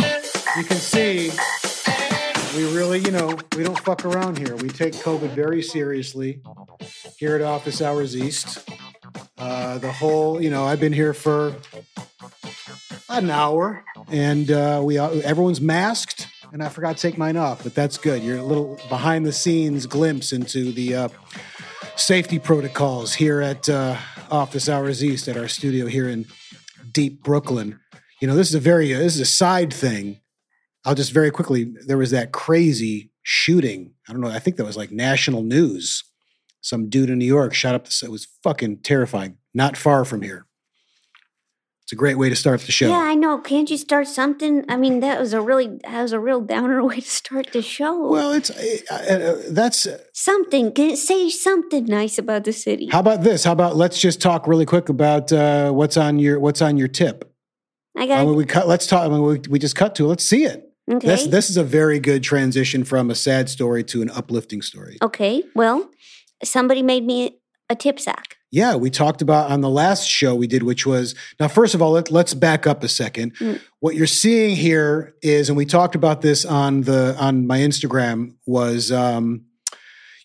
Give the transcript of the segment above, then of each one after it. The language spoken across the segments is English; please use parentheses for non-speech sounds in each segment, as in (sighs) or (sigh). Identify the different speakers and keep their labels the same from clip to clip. Speaker 1: you can see we really, you know, we don't fuck around here. We take COVID very seriously here at Office Hours East. Uh, the whole, you know, I've been here for an hour, and uh, we everyone's masked, and I forgot to take mine off, but that's good. You're a little behind the scenes glimpse into the uh, safety protocols here at uh, Office Hours East at our studio here in deep Brooklyn. You know, this is a very uh, this is a side thing. I'll just very quickly. There was that crazy shooting. I don't know. I think that was like national news. Some dude in New York shot up. This it was fucking terrifying. Not far from here. It's a great way to start the show.
Speaker 2: Yeah, I know. Can't you start something? I mean, that was a really that was a real downer (laughs) way to start the show.
Speaker 1: Well, it's uh, uh, that's.
Speaker 2: something. Can say something nice about the city.
Speaker 1: How about this? How about let's just talk really quick about uh, what's on your what's on your tip.
Speaker 2: I
Speaker 1: I
Speaker 2: got
Speaker 1: mean, we cut. Let's talk. I mean, we, we just cut to. it. Let's see it.
Speaker 2: okay.
Speaker 1: This this is a very good transition from a sad story to an uplifting story.
Speaker 2: okay. Well, somebody made me a tip sack.
Speaker 1: Yeah, we talked about on the last show we did, which was now. First of all, let, let's back up a second.
Speaker 2: Mm.
Speaker 1: What you're seeing here is, and we talked about this on the on my Instagram was, um,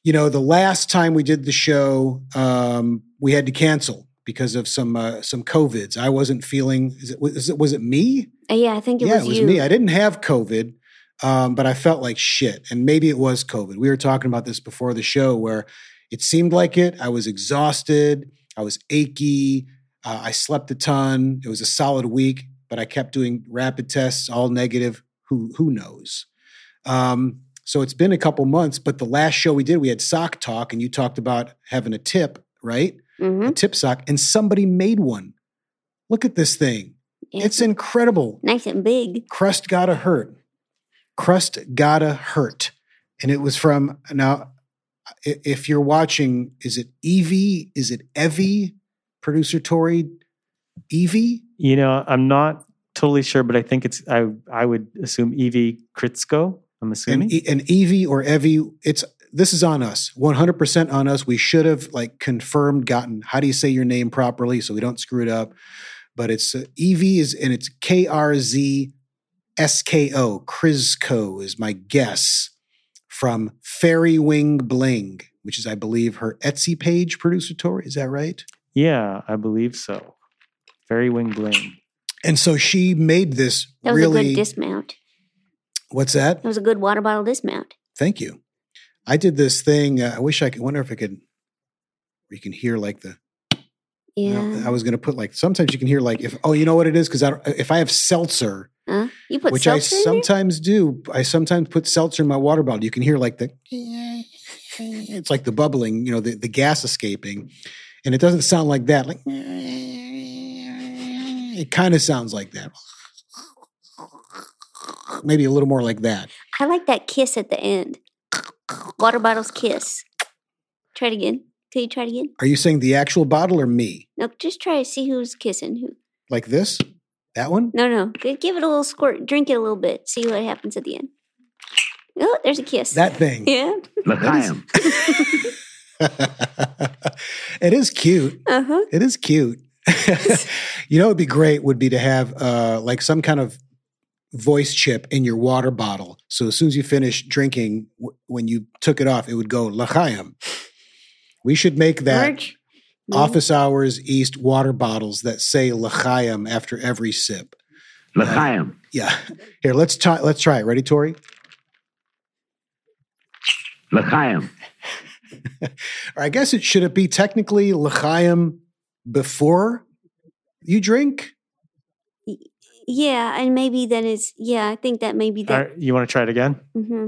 Speaker 1: you know, the last time we did the show, um, we had to cancel because of some uh, some covids. I wasn't feeling. Is it, was it was it me?
Speaker 2: Uh, yeah, I think it
Speaker 1: yeah,
Speaker 2: was
Speaker 1: it was
Speaker 2: you.
Speaker 1: me. I didn't have COVID, um, but I felt like shit. And maybe it was COVID. We were talking about this before the show where it seemed like it. I was exhausted. I was achy. Uh, I slept a ton. It was a solid week, but I kept doing rapid tests, all negative. Who who knows? Um, so it's been a couple months, but the last show we did, we had sock talk, and you talked about having a tip, right?
Speaker 2: Mhm.
Speaker 1: A tip sock, and somebody made one. Look at this thing.
Speaker 2: Yeah.
Speaker 1: It's incredible.
Speaker 2: nice and big.
Speaker 1: Crust Gotta Hurt. Crust Gotta Hurt. And it was from now i- if you're watching, is it Evie? Is it Evie? Producer Tori? Evie?
Speaker 3: You know, I'm not totally sure, but I think it's I I would assume Evie Kritsko. I'm assuming.
Speaker 1: And, E- and Evie or Evie, it's this is on us. 100% on us. We should have like confirmed gotten how do you say your name properly so we don't screw it up. But it's uh, Evie is and it's K R Z S K O. Krizco is my guess from Fairy Wing Bling, which is I believe her Etsy page producer Tori, is that right?
Speaker 3: yeah, I believe so. Very wing bling.
Speaker 1: And so she made this
Speaker 2: That was a
Speaker 1: really
Speaker 2: good dismount.
Speaker 1: what's that?
Speaker 2: That was a good water bottle dismount.
Speaker 1: Thank you. I did this thing. Uh, I wish I could. Wonder if I could. You can hear like the. you
Speaker 2: Yeah.
Speaker 1: know, I was going to put like. Sometimes you can hear like if. Oh, you know what it is because I don't, if I have seltzer,
Speaker 2: huh? Mm, You put
Speaker 1: which I
Speaker 2: seltzer in there?
Speaker 1: sometimes do, I sometimes put seltzer in my water bottle. You can hear like the. It's like the bubbling, you know, the, the gas escaping, and it doesn't sound like that. Like it kind of sounds like that. Maybe a little more like that.
Speaker 2: I like that kiss at the end. Water bottles kiss. Try it again. Can you try it again?
Speaker 1: Are you saying the actual bottle or me?
Speaker 2: No, just try to see who's kissing who.
Speaker 1: Like this? That one?
Speaker 2: No, no. G- Give it a little squirt. Drink it a little bit. See what happens at the end. Oh, there's a kiss.
Speaker 1: That thing.
Speaker 2: yeah.
Speaker 4: L'chaim.
Speaker 1: (laughs) it is cute.
Speaker 2: Uh huh.
Speaker 1: It is cute. (laughs) you know, it'd be great would be to have uh, like some kind of voice chip in your water bottle. So as soon as you finish drinking, w- when you took it off, it would go l'chaim. We should make that
Speaker 2: Merch.
Speaker 1: office hours east water bottles that say l'chaim after every sip. Uh,
Speaker 4: L'chaim.
Speaker 1: Yeah. Here, let's try. Let's try it. Ready, Tori?
Speaker 4: L'chaim.
Speaker 1: Or (laughs) I guess it should it be technically l'chaim before you drink?
Speaker 2: Yeah, and maybe then it's yeah. I think that maybe
Speaker 3: All
Speaker 2: that.
Speaker 3: right, you want to try it again?
Speaker 2: hmm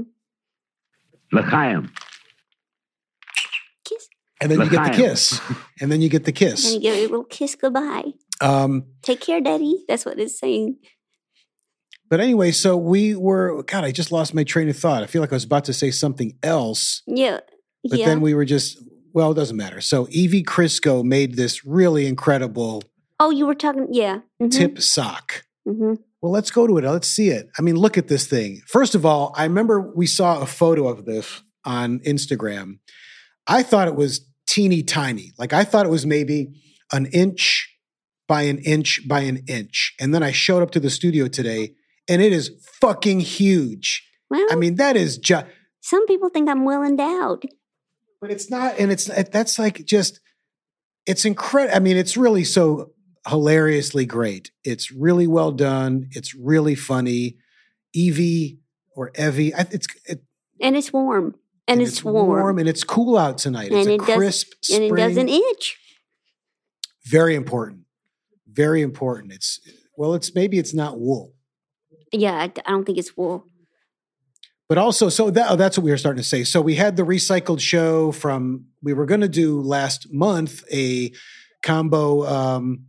Speaker 4: L'chaim.
Speaker 2: Kiss.
Speaker 1: And then you get the
Speaker 4: L'chaim.
Speaker 1: kiss. (laughs) And then you get the
Speaker 2: And
Speaker 1: kiss.
Speaker 2: you give it a little kiss goodbye.
Speaker 1: Um,
Speaker 2: Take care, Daddy. That's what it's saying.
Speaker 1: but anyway, so we were, God, I just lost my train of thought. I feel like I was about to say something else,
Speaker 2: Yeah.
Speaker 1: but
Speaker 2: yeah.
Speaker 1: then we were just, well, it doesn't matter. So Evie Crisco made this really incredible
Speaker 2: oh, you were talking. Yeah. hmm
Speaker 1: tip sock.
Speaker 2: hmm
Speaker 1: Well, let's go to it. Let's see it. I mean, look at this thing. First of all, I remember we saw a photo of this on Instagram. I thought it was teeny tiny. Like I thought it was maybe an inch by an inch by an inch. And then I showed up to the studio today and it is fucking huge.
Speaker 2: Well,
Speaker 1: I mean, that is just,
Speaker 2: some people think I'm well endowed.
Speaker 1: but it's not, and it's that's like just, it's incredible. I mean, it's really so hilariously great. It's really well done. It's really funny. Evie or Evie, I- it's it,
Speaker 2: And it's warm. And, it's, warm.
Speaker 1: and it's cool out tonight.
Speaker 2: And
Speaker 1: It's a
Speaker 2: it doesn't-
Speaker 1: crisp
Speaker 2: and
Speaker 1: spring.
Speaker 2: it doesn't itch.
Speaker 1: Very important. Very important. It's well, it's maybe it's not wool,
Speaker 2: Yeah, I, I don't think it's wool.
Speaker 1: but also so that oh, that's what we were starting to say. So we had the recycled show from we were going to do last month a combo um,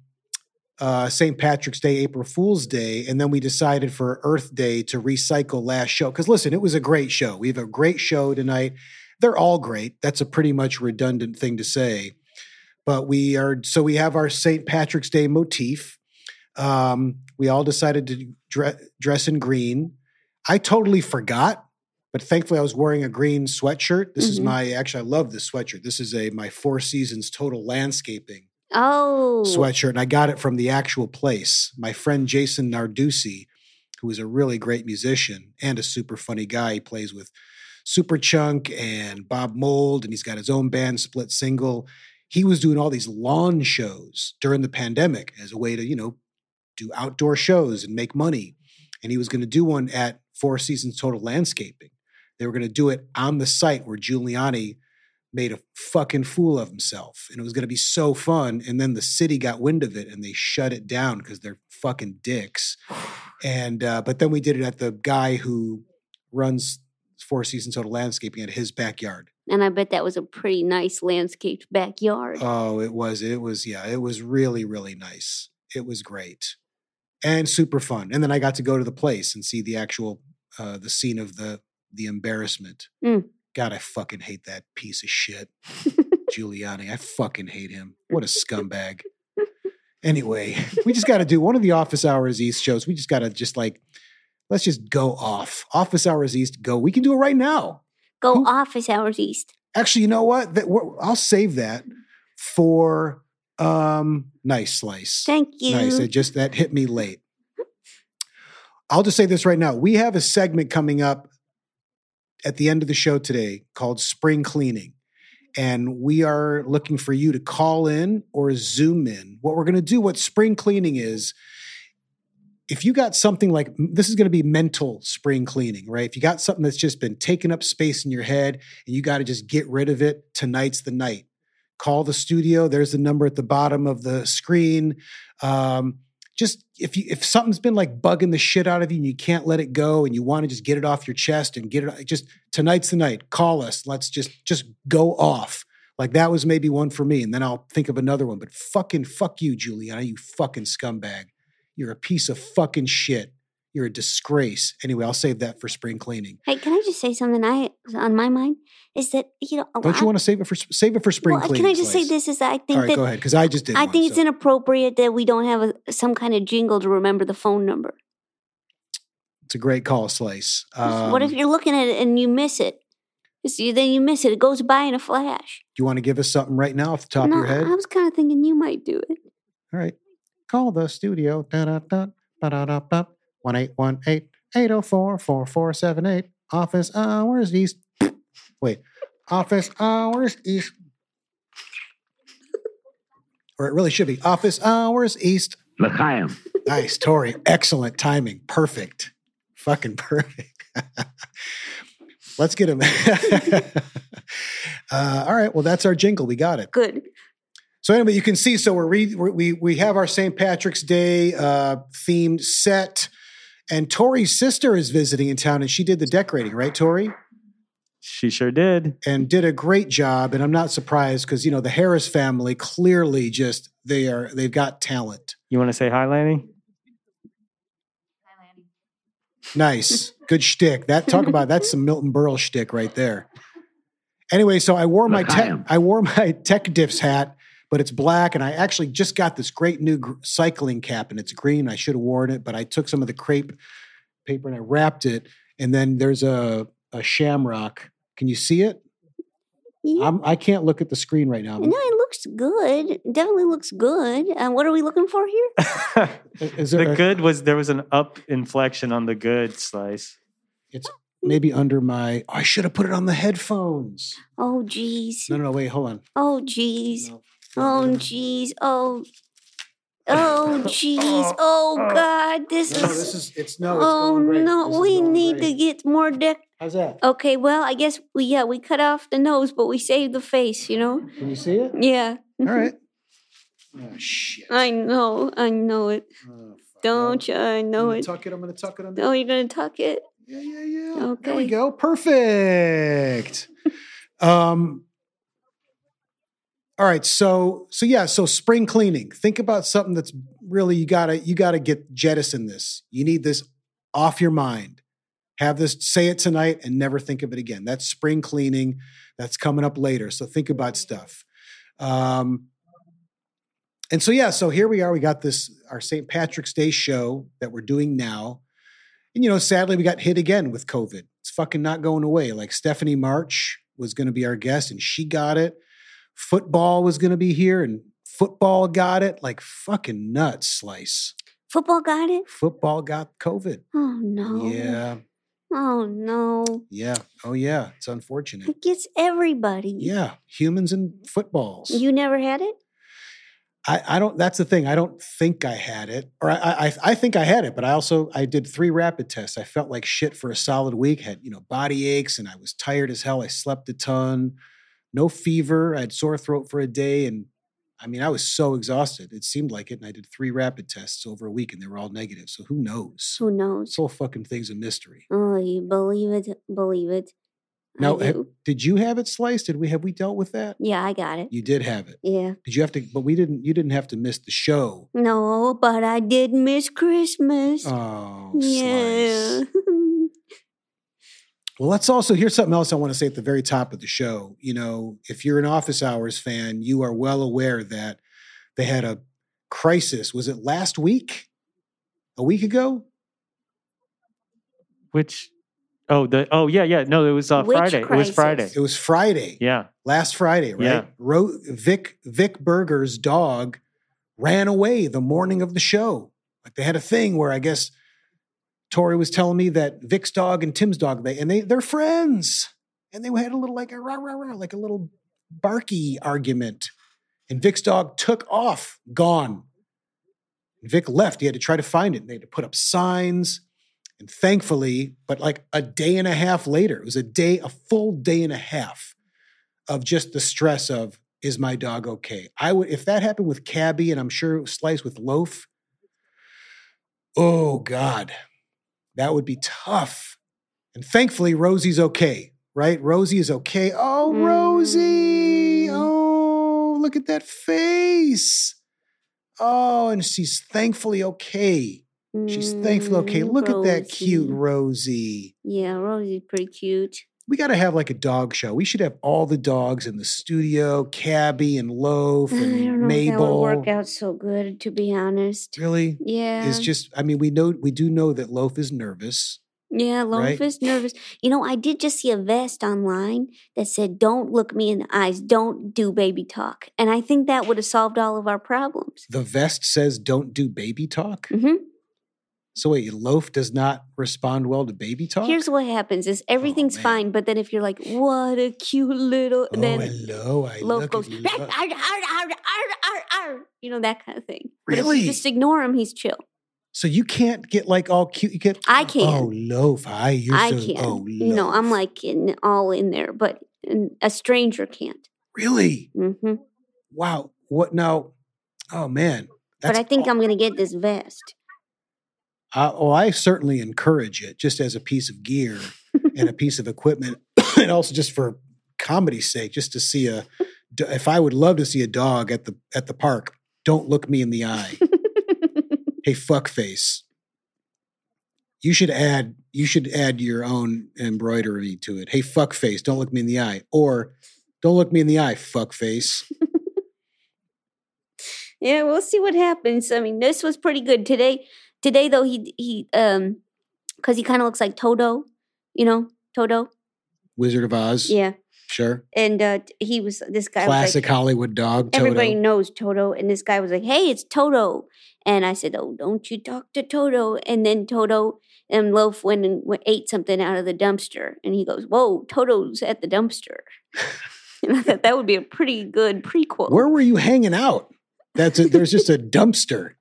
Speaker 1: uh, St. Patrick's Day, April Fool's Day, and then we decided for Earth Day to recycle last show. Because listen, it was a great show. We have a great show tonight. They're all great. That's a pretty much redundant thing to say. But we are, so we have our St. Patrick's Day motif. Um, we all decided to dre- dress in green. I totally forgot, but thankfully I was wearing a green sweatshirt. This is
Speaker 2: Mhm.
Speaker 1: my, actually, I love this sweatshirt. This is a, my Four Seasons Total Landscaping
Speaker 2: Oh.
Speaker 1: sweatshirt, and I got it from the actual place. My friend Jason Narduzzi, who is a really great musician and a super funny guy, he plays with Superchunk and Bob Mold, and he's got his own band, Split Single. He was doing all these lawn shows during the pandemic as a way to, you know, do outdoor shows and make money. And he was going to do one at Four Seasons Total Landscaping. They were going to do it on the site where Giuliani made a fucking fool of himself and it was going to be so fun and then the city got wind of it and they shut it down because they're fucking dicks and uh, but then we did it at the guy who runs four seasons total landscaping at his backyard
Speaker 2: And I bet that was a pretty nice landscaped backyard.
Speaker 1: oh it was it was yeah it was really really nice it was great and super fun and then i got to go to the place and see the actual uh, the scene of the the embarrassment
Speaker 2: Mm. (laughs)
Speaker 1: god i fucking hate that piece of shit Giuliani. I fucking hate him. What a scumbag.
Speaker 2: (laughs)
Speaker 1: Anyway, we just got to do one of the Office Hours East shows. We just got to just like, let's just go off. Office Hours East, go. We can do it right now.
Speaker 2: Go
Speaker 1: who-
Speaker 2: office hours east.
Speaker 1: Actually, you know what? That, we're- I'll save that for um nice slice.
Speaker 2: Thank you.
Speaker 1: Nice. It just that hit me late. I'll just say this right now. We have a segment coming up at the end of the show today called Spring Cleaning. And we are looking for you to call in or zoom in. What we're going to do, what spring cleaning is, if you got something like this is going to be mental spring cleaning, right? If you got something that's just been taking up space in your head and you got to just get rid of it, tonight's the night. Call the studio. There's the number at the bottom of the screen um, just if you if something's been like bugging the shit out of you and you can't let it go and you want to just get it off your chest and get it just tonight's the night call us let's just just go off like that was maybe one for me and then i'll think of another one but fucking fuck you juliana you fucking scumbag you're a piece of fucking shit you're a disgrace anyway i'll save that for spring cleaning
Speaker 2: Hey, can I just say something I on my mind is that you know a
Speaker 1: don't you
Speaker 2: lot-
Speaker 1: want to save it for save it for spring
Speaker 2: Oh, well,
Speaker 1: cleaning
Speaker 2: Can I just
Speaker 1: Slice.
Speaker 2: say this is that I think
Speaker 1: all right
Speaker 2: that
Speaker 1: go ahead because i just did
Speaker 2: I
Speaker 1: one,
Speaker 2: think it's
Speaker 1: so-
Speaker 2: inappropriate that we don't have a, some kind of jingle to remember the phone number.
Speaker 1: it's a great call slice
Speaker 2: what if
Speaker 1: Um,
Speaker 2: you're looking at it and you miss it? It's- you- then you miss it. It goes by in a flash.
Speaker 1: Do you want to give us something right now off the top
Speaker 2: no,
Speaker 1: of your head?
Speaker 2: I was kind of thinking you might do it.
Speaker 1: All right. Call the studio. Da da da da da da da. One eight one eight eight zero four four four seven eight. Office hours east. Wait, office hours east. Or it really should be office hours east.
Speaker 4: L'chaim.
Speaker 1: Nice, Tori. Excellent timing. Perfect. Fucking perfect. (laughs) Let's get him. (laughs) uh, all right. Well, that's our jingle. We got it.
Speaker 2: Good.
Speaker 1: So anyway, you can see. So we're re- we we- we have our St. Patrick's Day uh, themed set, and Tori's sister is visiting in town, and she did the decorating, right, Tori?
Speaker 3: She sure did.
Speaker 1: And did a great job. And I'm not surprised because you know the Harris family clearly just they are they've got talent.
Speaker 3: You want to say hi, Lanny?
Speaker 1: Nice, good shtick. That talk about that's some Milton Berle shtick right there. Anyway, so I wore my tech,
Speaker 4: L'chaim.
Speaker 1: I wore my (laughs) tech diffs hat, but it's black, and I actually just got this great new gr- cycling cap, and it's green. I should have worn it, but I took some of the crepe paper and I wrapped it, and then there's a a shamrock. Can you see it?
Speaker 2: Yeah.
Speaker 1: I'm, I can't look at the screen right now.
Speaker 2: no, it looks good. It Definitely looks good. Uh, what are we looking for here?
Speaker 1: Uh, Is there
Speaker 3: the
Speaker 1: a-
Speaker 3: good was there was an up inflection on the good slice.
Speaker 1: maybe under my? Oh, I should have put it on the headphones.
Speaker 2: Oh, jeez.
Speaker 1: No, no, no. Wait, hold on.
Speaker 2: Oh, jeez.
Speaker 1: No.
Speaker 2: Oh, jeez. Oh.
Speaker 1: (laughs)
Speaker 2: Oh, jeez. Oh, God. This
Speaker 1: No,
Speaker 2: is.
Speaker 1: this is it's no. It's
Speaker 2: Oh,
Speaker 1: going great.
Speaker 2: no.
Speaker 1: This is
Speaker 2: We
Speaker 1: going
Speaker 2: need to
Speaker 1: great.
Speaker 2: get more deck.
Speaker 1: How's that?
Speaker 2: Okay, well, I guess we, yeah, we cut off the nose, but we saved the face, you know?
Speaker 1: Can you see it?
Speaker 2: Yeah. (laughs)
Speaker 1: All right. Oh shit!
Speaker 2: I know. I know it.
Speaker 1: Oh, fuck.
Speaker 2: Don't you? I
Speaker 1: I'm
Speaker 2: know
Speaker 1: gonna
Speaker 2: it.
Speaker 1: Tuck it. I'm gonna tuck it under.
Speaker 2: Oh, you're going to tuck it?
Speaker 1: Yeah, yeah, yeah. There we
Speaker 2: Okay.
Speaker 1: go. Perfect. um all right, so so yeah, so spring cleaning. Think about something that's really you gotta you gotta get jettison this. You need this off your mind. Have this say it tonight and never think of it again. That's spring cleaning. That's coming up later. So think about stuff. Um and so yeah, so here we are. We got this our St. Patrick's Day show that we're doing now. And you know, sadly, we got hit again with COVID. It's fucking not going away. Like Stephanie March was going to be our guest, and she got it. Football was going to be here, and football got it. Like fucking nuts, slice.
Speaker 2: Football got it?
Speaker 1: Football got COVID.
Speaker 2: Oh, no.
Speaker 1: Yeah,
Speaker 2: Oh, no.
Speaker 1: yeah, oh yeah. It's unfortunate.
Speaker 2: It gets everybody.
Speaker 1: Yeah, humans and footballs.
Speaker 2: You never had it?
Speaker 1: I, I don't. That's the thing. I don't think I had it, or I, I, I think I had it, but I also I did three rapid tests. I felt like shit for a solid week. Had you know body aches, and I was tired as hell. I slept a ton, no fever. I had sore throat for a day, and I mean I was so exhausted. It seemed like it, and I did three rapid tests over a week, and they were all negative. So who knows?
Speaker 2: Who
Speaker 1: This
Speaker 2: knows?
Speaker 1: whole fucking thing's a mystery.
Speaker 2: Oh, you believe it? Believe it. I
Speaker 1: Now, ha-
Speaker 2: do.
Speaker 1: did you have it sliced? Did we have we dealt with that?
Speaker 2: yeah, I got it.
Speaker 1: You did have it.
Speaker 2: Yeah.
Speaker 1: Did you have to? But we didn't. You didn't have to miss the show.
Speaker 2: No, but I did miss Christmas.
Speaker 1: Oh, slice.
Speaker 2: yeah.
Speaker 1: Well, let's also here's something else I want to say at the very top of the show. You know, if you're an Office Hours fan, you are well aware that they had a crisis. Was it last week? A week ago?
Speaker 3: Which oh the oh yeah yeah no it was uh,
Speaker 2: Which
Speaker 3: Friday it was Friday
Speaker 2: crisis?
Speaker 1: It was Friday.
Speaker 3: yeah
Speaker 1: Last Friday, right?
Speaker 3: Yeah.
Speaker 1: Ro- Vic Vic Berger's dog ran away the morning of the show. Like they had a thing where I guess Tori was telling me that Vic's dog and Tim's dog they and they they're friends. And they had a little like a rah rah rah, like a little barky argument. And Vic's dog took off, gone. Vic left. He had to try to find it. And they had to put up signs. And thankfully, but like a day and a half later, it was a day, a full day and a half of just the stress of is my dog okay? I would if that happened with Cabby, and I'm sure it was Slice with Loaf. Oh God, that would be tough. And thankfully, Rosie's okay, right? Rosie is okay. Oh, Rosie!
Speaker 2: Mm.
Speaker 1: Oh, look at that face. Oh, and she's thankfully okay. She's thankfully okay.
Speaker 2: Mm,
Speaker 1: Look at that cute
Speaker 2: Rosie.
Speaker 1: Rosie.
Speaker 2: (laughs) Yeah, Rosie's pretty cute. (sighs)
Speaker 1: We got to have like a dog show. We should have all the dogs in the studio, Cabby and Loaf
Speaker 2: Mm, I don't
Speaker 1: and
Speaker 2: know if that would
Speaker 1: Mabel.
Speaker 2: work out so good, to be honest.
Speaker 1: Really?
Speaker 2: Yeah.
Speaker 1: It's just I mean, we know we do know that Loaf is nervous.
Speaker 2: Yeah, Loaf
Speaker 1: Right?
Speaker 2: is nervous. You know, I did just see a vest online that said, Don't look me in the eyes. Don't do baby talk. And I think that would have solved all of our problems.
Speaker 1: The vest says don't do baby talk.
Speaker 2: hmm
Speaker 1: So wait, Loaf does not respond well to baby talk? Oh,
Speaker 2: Here's what happens is everything's
Speaker 1: man.
Speaker 2: fine, but then if you're like, What a cute little
Speaker 1: Oh,
Speaker 2: then
Speaker 1: hello. I
Speaker 2: Loaf
Speaker 1: look
Speaker 2: goes, (laughs)
Speaker 1: at
Speaker 2: "Arr,
Speaker 1: Loaf."
Speaker 2: arr, arr, arr, arr, arr," you know, that kind of thing. But if you
Speaker 1: Really?
Speaker 2: just ignore him, he's chill.
Speaker 1: So you can't get like all cute. You get
Speaker 2: I can.
Speaker 1: Oh, Loaf. Hi, you're
Speaker 2: I
Speaker 1: so
Speaker 2: can.
Speaker 1: oh,
Speaker 2: you know, I'm
Speaker 1: Loaf."
Speaker 2: like in, all in there, but n- a stranger can't.
Speaker 1: Really?
Speaker 2: hmm
Speaker 1: Wow. What now? Oh man.
Speaker 2: But
Speaker 1: That's
Speaker 2: I think
Speaker 1: aw-
Speaker 2: I'm going to get this vest.
Speaker 1: I, oh, I certainly encourage it just as a piece
Speaker 2: (laughs)
Speaker 1: of gear and a piece of equipment, (coughs) and also just for comedy's sake, just to see a. d- If I would love to see a dog at the at the park, don't look me in the
Speaker 2: (laughs)
Speaker 1: eye. hey, fuckface. You should add you should add your own embroidery to it. Hey, fuckface, don't look me in the eye, or don't look me in the eye,
Speaker 2: (laughs)
Speaker 1: fuckface.
Speaker 2: yeah, we'll see what happens. I mean, this was pretty good today. Today though, he he um, cause he kind of looks like Toto, you know, Toto.
Speaker 1: Wizard of Oz.
Speaker 2: Yeah,
Speaker 1: Sure.
Speaker 2: And uh, he was this guy. was
Speaker 1: Classic
Speaker 2: like,
Speaker 1: Hollywood dog. Toto.
Speaker 2: Everybody knows Toto. And this guy was like, hey, it's Toto. And I said, oh, don't you talk to Toto. And then Toto and Loaf went and w- ate something out of the dumpster. And he goes, whoa, Toto's at the dumpster. (laughs) and I thought that would be a pretty good prequel.
Speaker 1: Where were you hanging out? That's a, there's just a dumpster,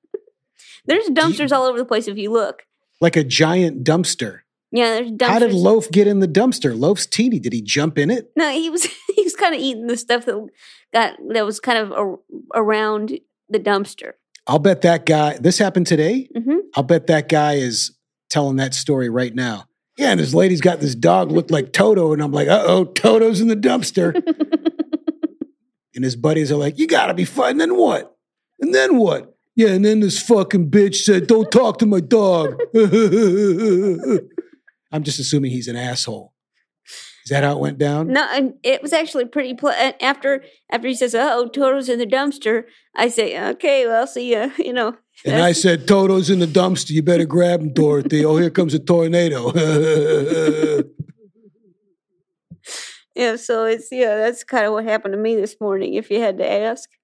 Speaker 2: There's dumpsters all over the place if you look.
Speaker 1: like a giant dumpster.
Speaker 2: Yeah, there's dumpsters.
Speaker 1: How did Loaf get in the dumpster? Loaf's teeny. Did he jump in it?
Speaker 2: No, he was (laughs) he was kind of eating the stuff that got that was kind of a, around the dumpster.
Speaker 1: I'll bet that guy. This happened today.
Speaker 2: hmm
Speaker 1: I'll bet that guy is telling that story right now. Yeah, and this lady's got this dog looked like Toto, and I'm like, uh oh, Toto's in the dumpster. and his buddies are like, you gotta be fine. Then what? And then what? Yeah, and then this fucking bitch said, don't talk to my dog. (laughs) I'm just assuming he's an asshole. Is that how it went down?
Speaker 2: No, and it was actually pretty. Pl- and after after he says, "Oh, Toto's in the dumpster," I say, "Okay, well, I'll see ya." (laughs) You know,
Speaker 1: And I said, Toto's in the dumpster. You better grab him, Dorothy. Oh, here comes a tornado.
Speaker 2: yeah. So it's yeah, that's kind of what happened to me this morning. If you had to ask,
Speaker 1: (laughs)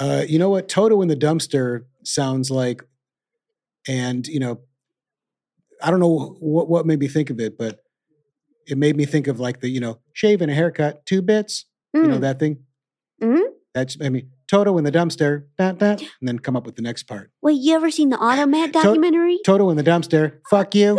Speaker 1: Uh, you know what? Toto in the dumpster sounds like, and you know, I don't know what what made me think of it, but it made me think of like the you know shave and a haircut, two bits. You know
Speaker 2: Mm.
Speaker 1: that thing.
Speaker 2: Mhm.
Speaker 1: That's I mean Toto in the dumpster, dot,
Speaker 2: (gasps)
Speaker 1: dot, and then come up with the next part.
Speaker 2: wait, you ever seen the Automat
Speaker 1: To-
Speaker 2: documentary?
Speaker 1: Toto in the dumpster,
Speaker 2: (laughs)
Speaker 1: fuck you.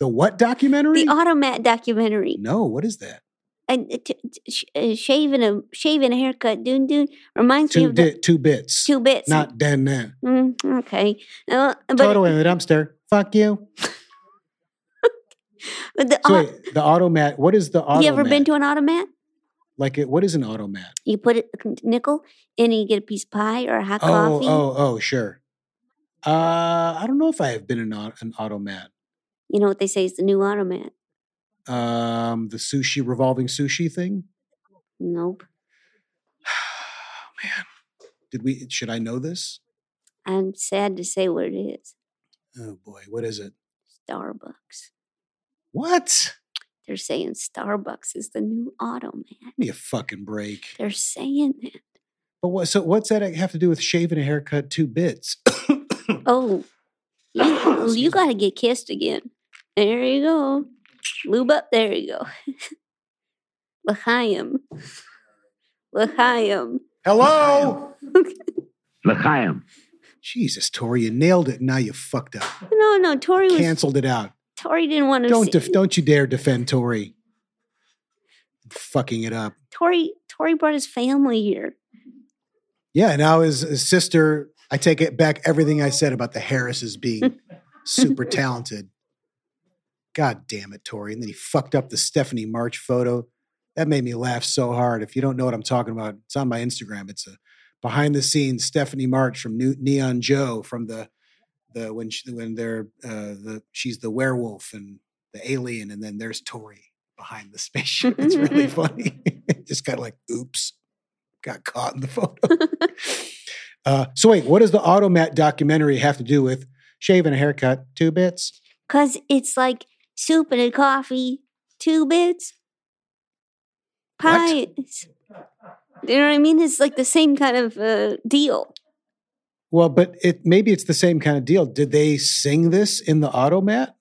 Speaker 1: the what documentary?
Speaker 2: the Automat documentary.
Speaker 1: no, what is that?
Speaker 2: And t- t- sh- uh, shaving a shaving a haircut, doon doon, reminds me
Speaker 1: Two
Speaker 2: of the
Speaker 1: di- two bits,
Speaker 2: two bits.
Speaker 1: not then then.
Speaker 2: Mm, okay, uh, but
Speaker 1: Toto in the dumpster, fuck you.
Speaker 2: But the,
Speaker 1: So
Speaker 2: au-
Speaker 1: wait, the automat. What is the automat?
Speaker 2: you ever been to an automat?
Speaker 1: like it, what is an automat?
Speaker 2: You put it, a nickel in and you get a piece of pie or a hot
Speaker 1: Oh,
Speaker 2: coffee.
Speaker 1: oh, oh, sure. Uh, I don't know if I have been in au- an automat.
Speaker 2: You know what they say is the new automat.
Speaker 1: Um, the sushi revolving sushi thing.
Speaker 2: Nope.
Speaker 1: Man, did we? Should I know this?
Speaker 2: I'm sad to say what it is.
Speaker 1: Oh boy, what is it?
Speaker 2: Starbucks.
Speaker 1: What?
Speaker 2: They're saying Starbucks is the new automat.
Speaker 1: Give me a
Speaker 2: (laughs)
Speaker 1: fucking break.
Speaker 2: They're saying
Speaker 1: (laughs)
Speaker 2: that.
Speaker 1: But what? So what's that have to do with shaving a haircut two bits? (coughs)
Speaker 2: Oh, you,
Speaker 1: Excuse me.
Speaker 2: you got to get kissed again. There you go. Lube up. There you go. (laughs) L'chaim. L'chaim.
Speaker 1: Hello.
Speaker 4: L'chaim.
Speaker 1: Jesus, Tori, you nailed it. Now you fucked up.
Speaker 2: No, no. Tori was.
Speaker 1: Canceled it out.
Speaker 2: Tori didn't want to.
Speaker 1: Don't def- don't you dare defend Tory. Fucking it up.
Speaker 2: Tori Tori brought his family here.
Speaker 1: Yeah, now his, his sister. I take it back. Everything I said about the Harrises being super talented. God damn it, Tori! And then he fucked up the Stephanie March photo. That made me laugh so hard. If you don't know what I'm talking about, it's on my Instagram. It's a behind the scenes Stephanie March from New, Neon Joe from the the when she, when they're uh, the she's the werewolf and the alien, and then there's Tori behind the spaceship. It's really funny. (laughs) Just kind of like, oops, got caught in the photo. Uh, so wait, what does the Automat documentary have to do with shaving a haircut, two bits?
Speaker 2: Cause it's like soup and a coffee, two bits, pies. You know what I mean? It's like the same kind of uh, deal.
Speaker 1: Well, but it maybe it's the same kind of deal. Did they sing this in the Automat?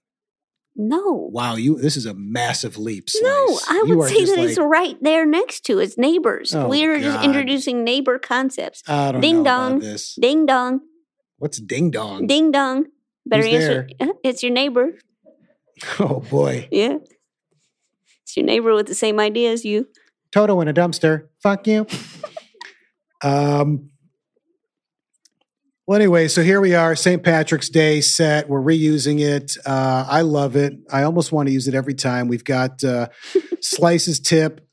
Speaker 2: No,
Speaker 1: Wow, you this is a massive leap. Slice.
Speaker 2: no, I
Speaker 1: You
Speaker 2: would
Speaker 1: are
Speaker 2: say
Speaker 1: just
Speaker 2: that it's
Speaker 1: like,
Speaker 2: right there next to it's neighbors.
Speaker 1: Oh,
Speaker 2: We're just
Speaker 1: God.
Speaker 2: introducing neighbor concepts.
Speaker 1: I don't
Speaker 2: ding
Speaker 1: know about
Speaker 2: dong.
Speaker 1: this.
Speaker 2: Ding dong,
Speaker 1: What's ding dong?
Speaker 2: ding dong. Better
Speaker 1: Who's
Speaker 2: answer. (laughs) It's your neighbor.
Speaker 1: Oh boy,
Speaker 2: Yeah, it's your neighbor with the same idea as you.
Speaker 1: Toto in a dumpster.
Speaker 2: (laughs)
Speaker 1: Fuck you. um. Well, anyway, so here we are, St. Patrick's Day set. We're reusing it. Uh, I love it. I almost want to use it every time. We've
Speaker 2: (laughs)
Speaker 1: got uh, Slice's tip,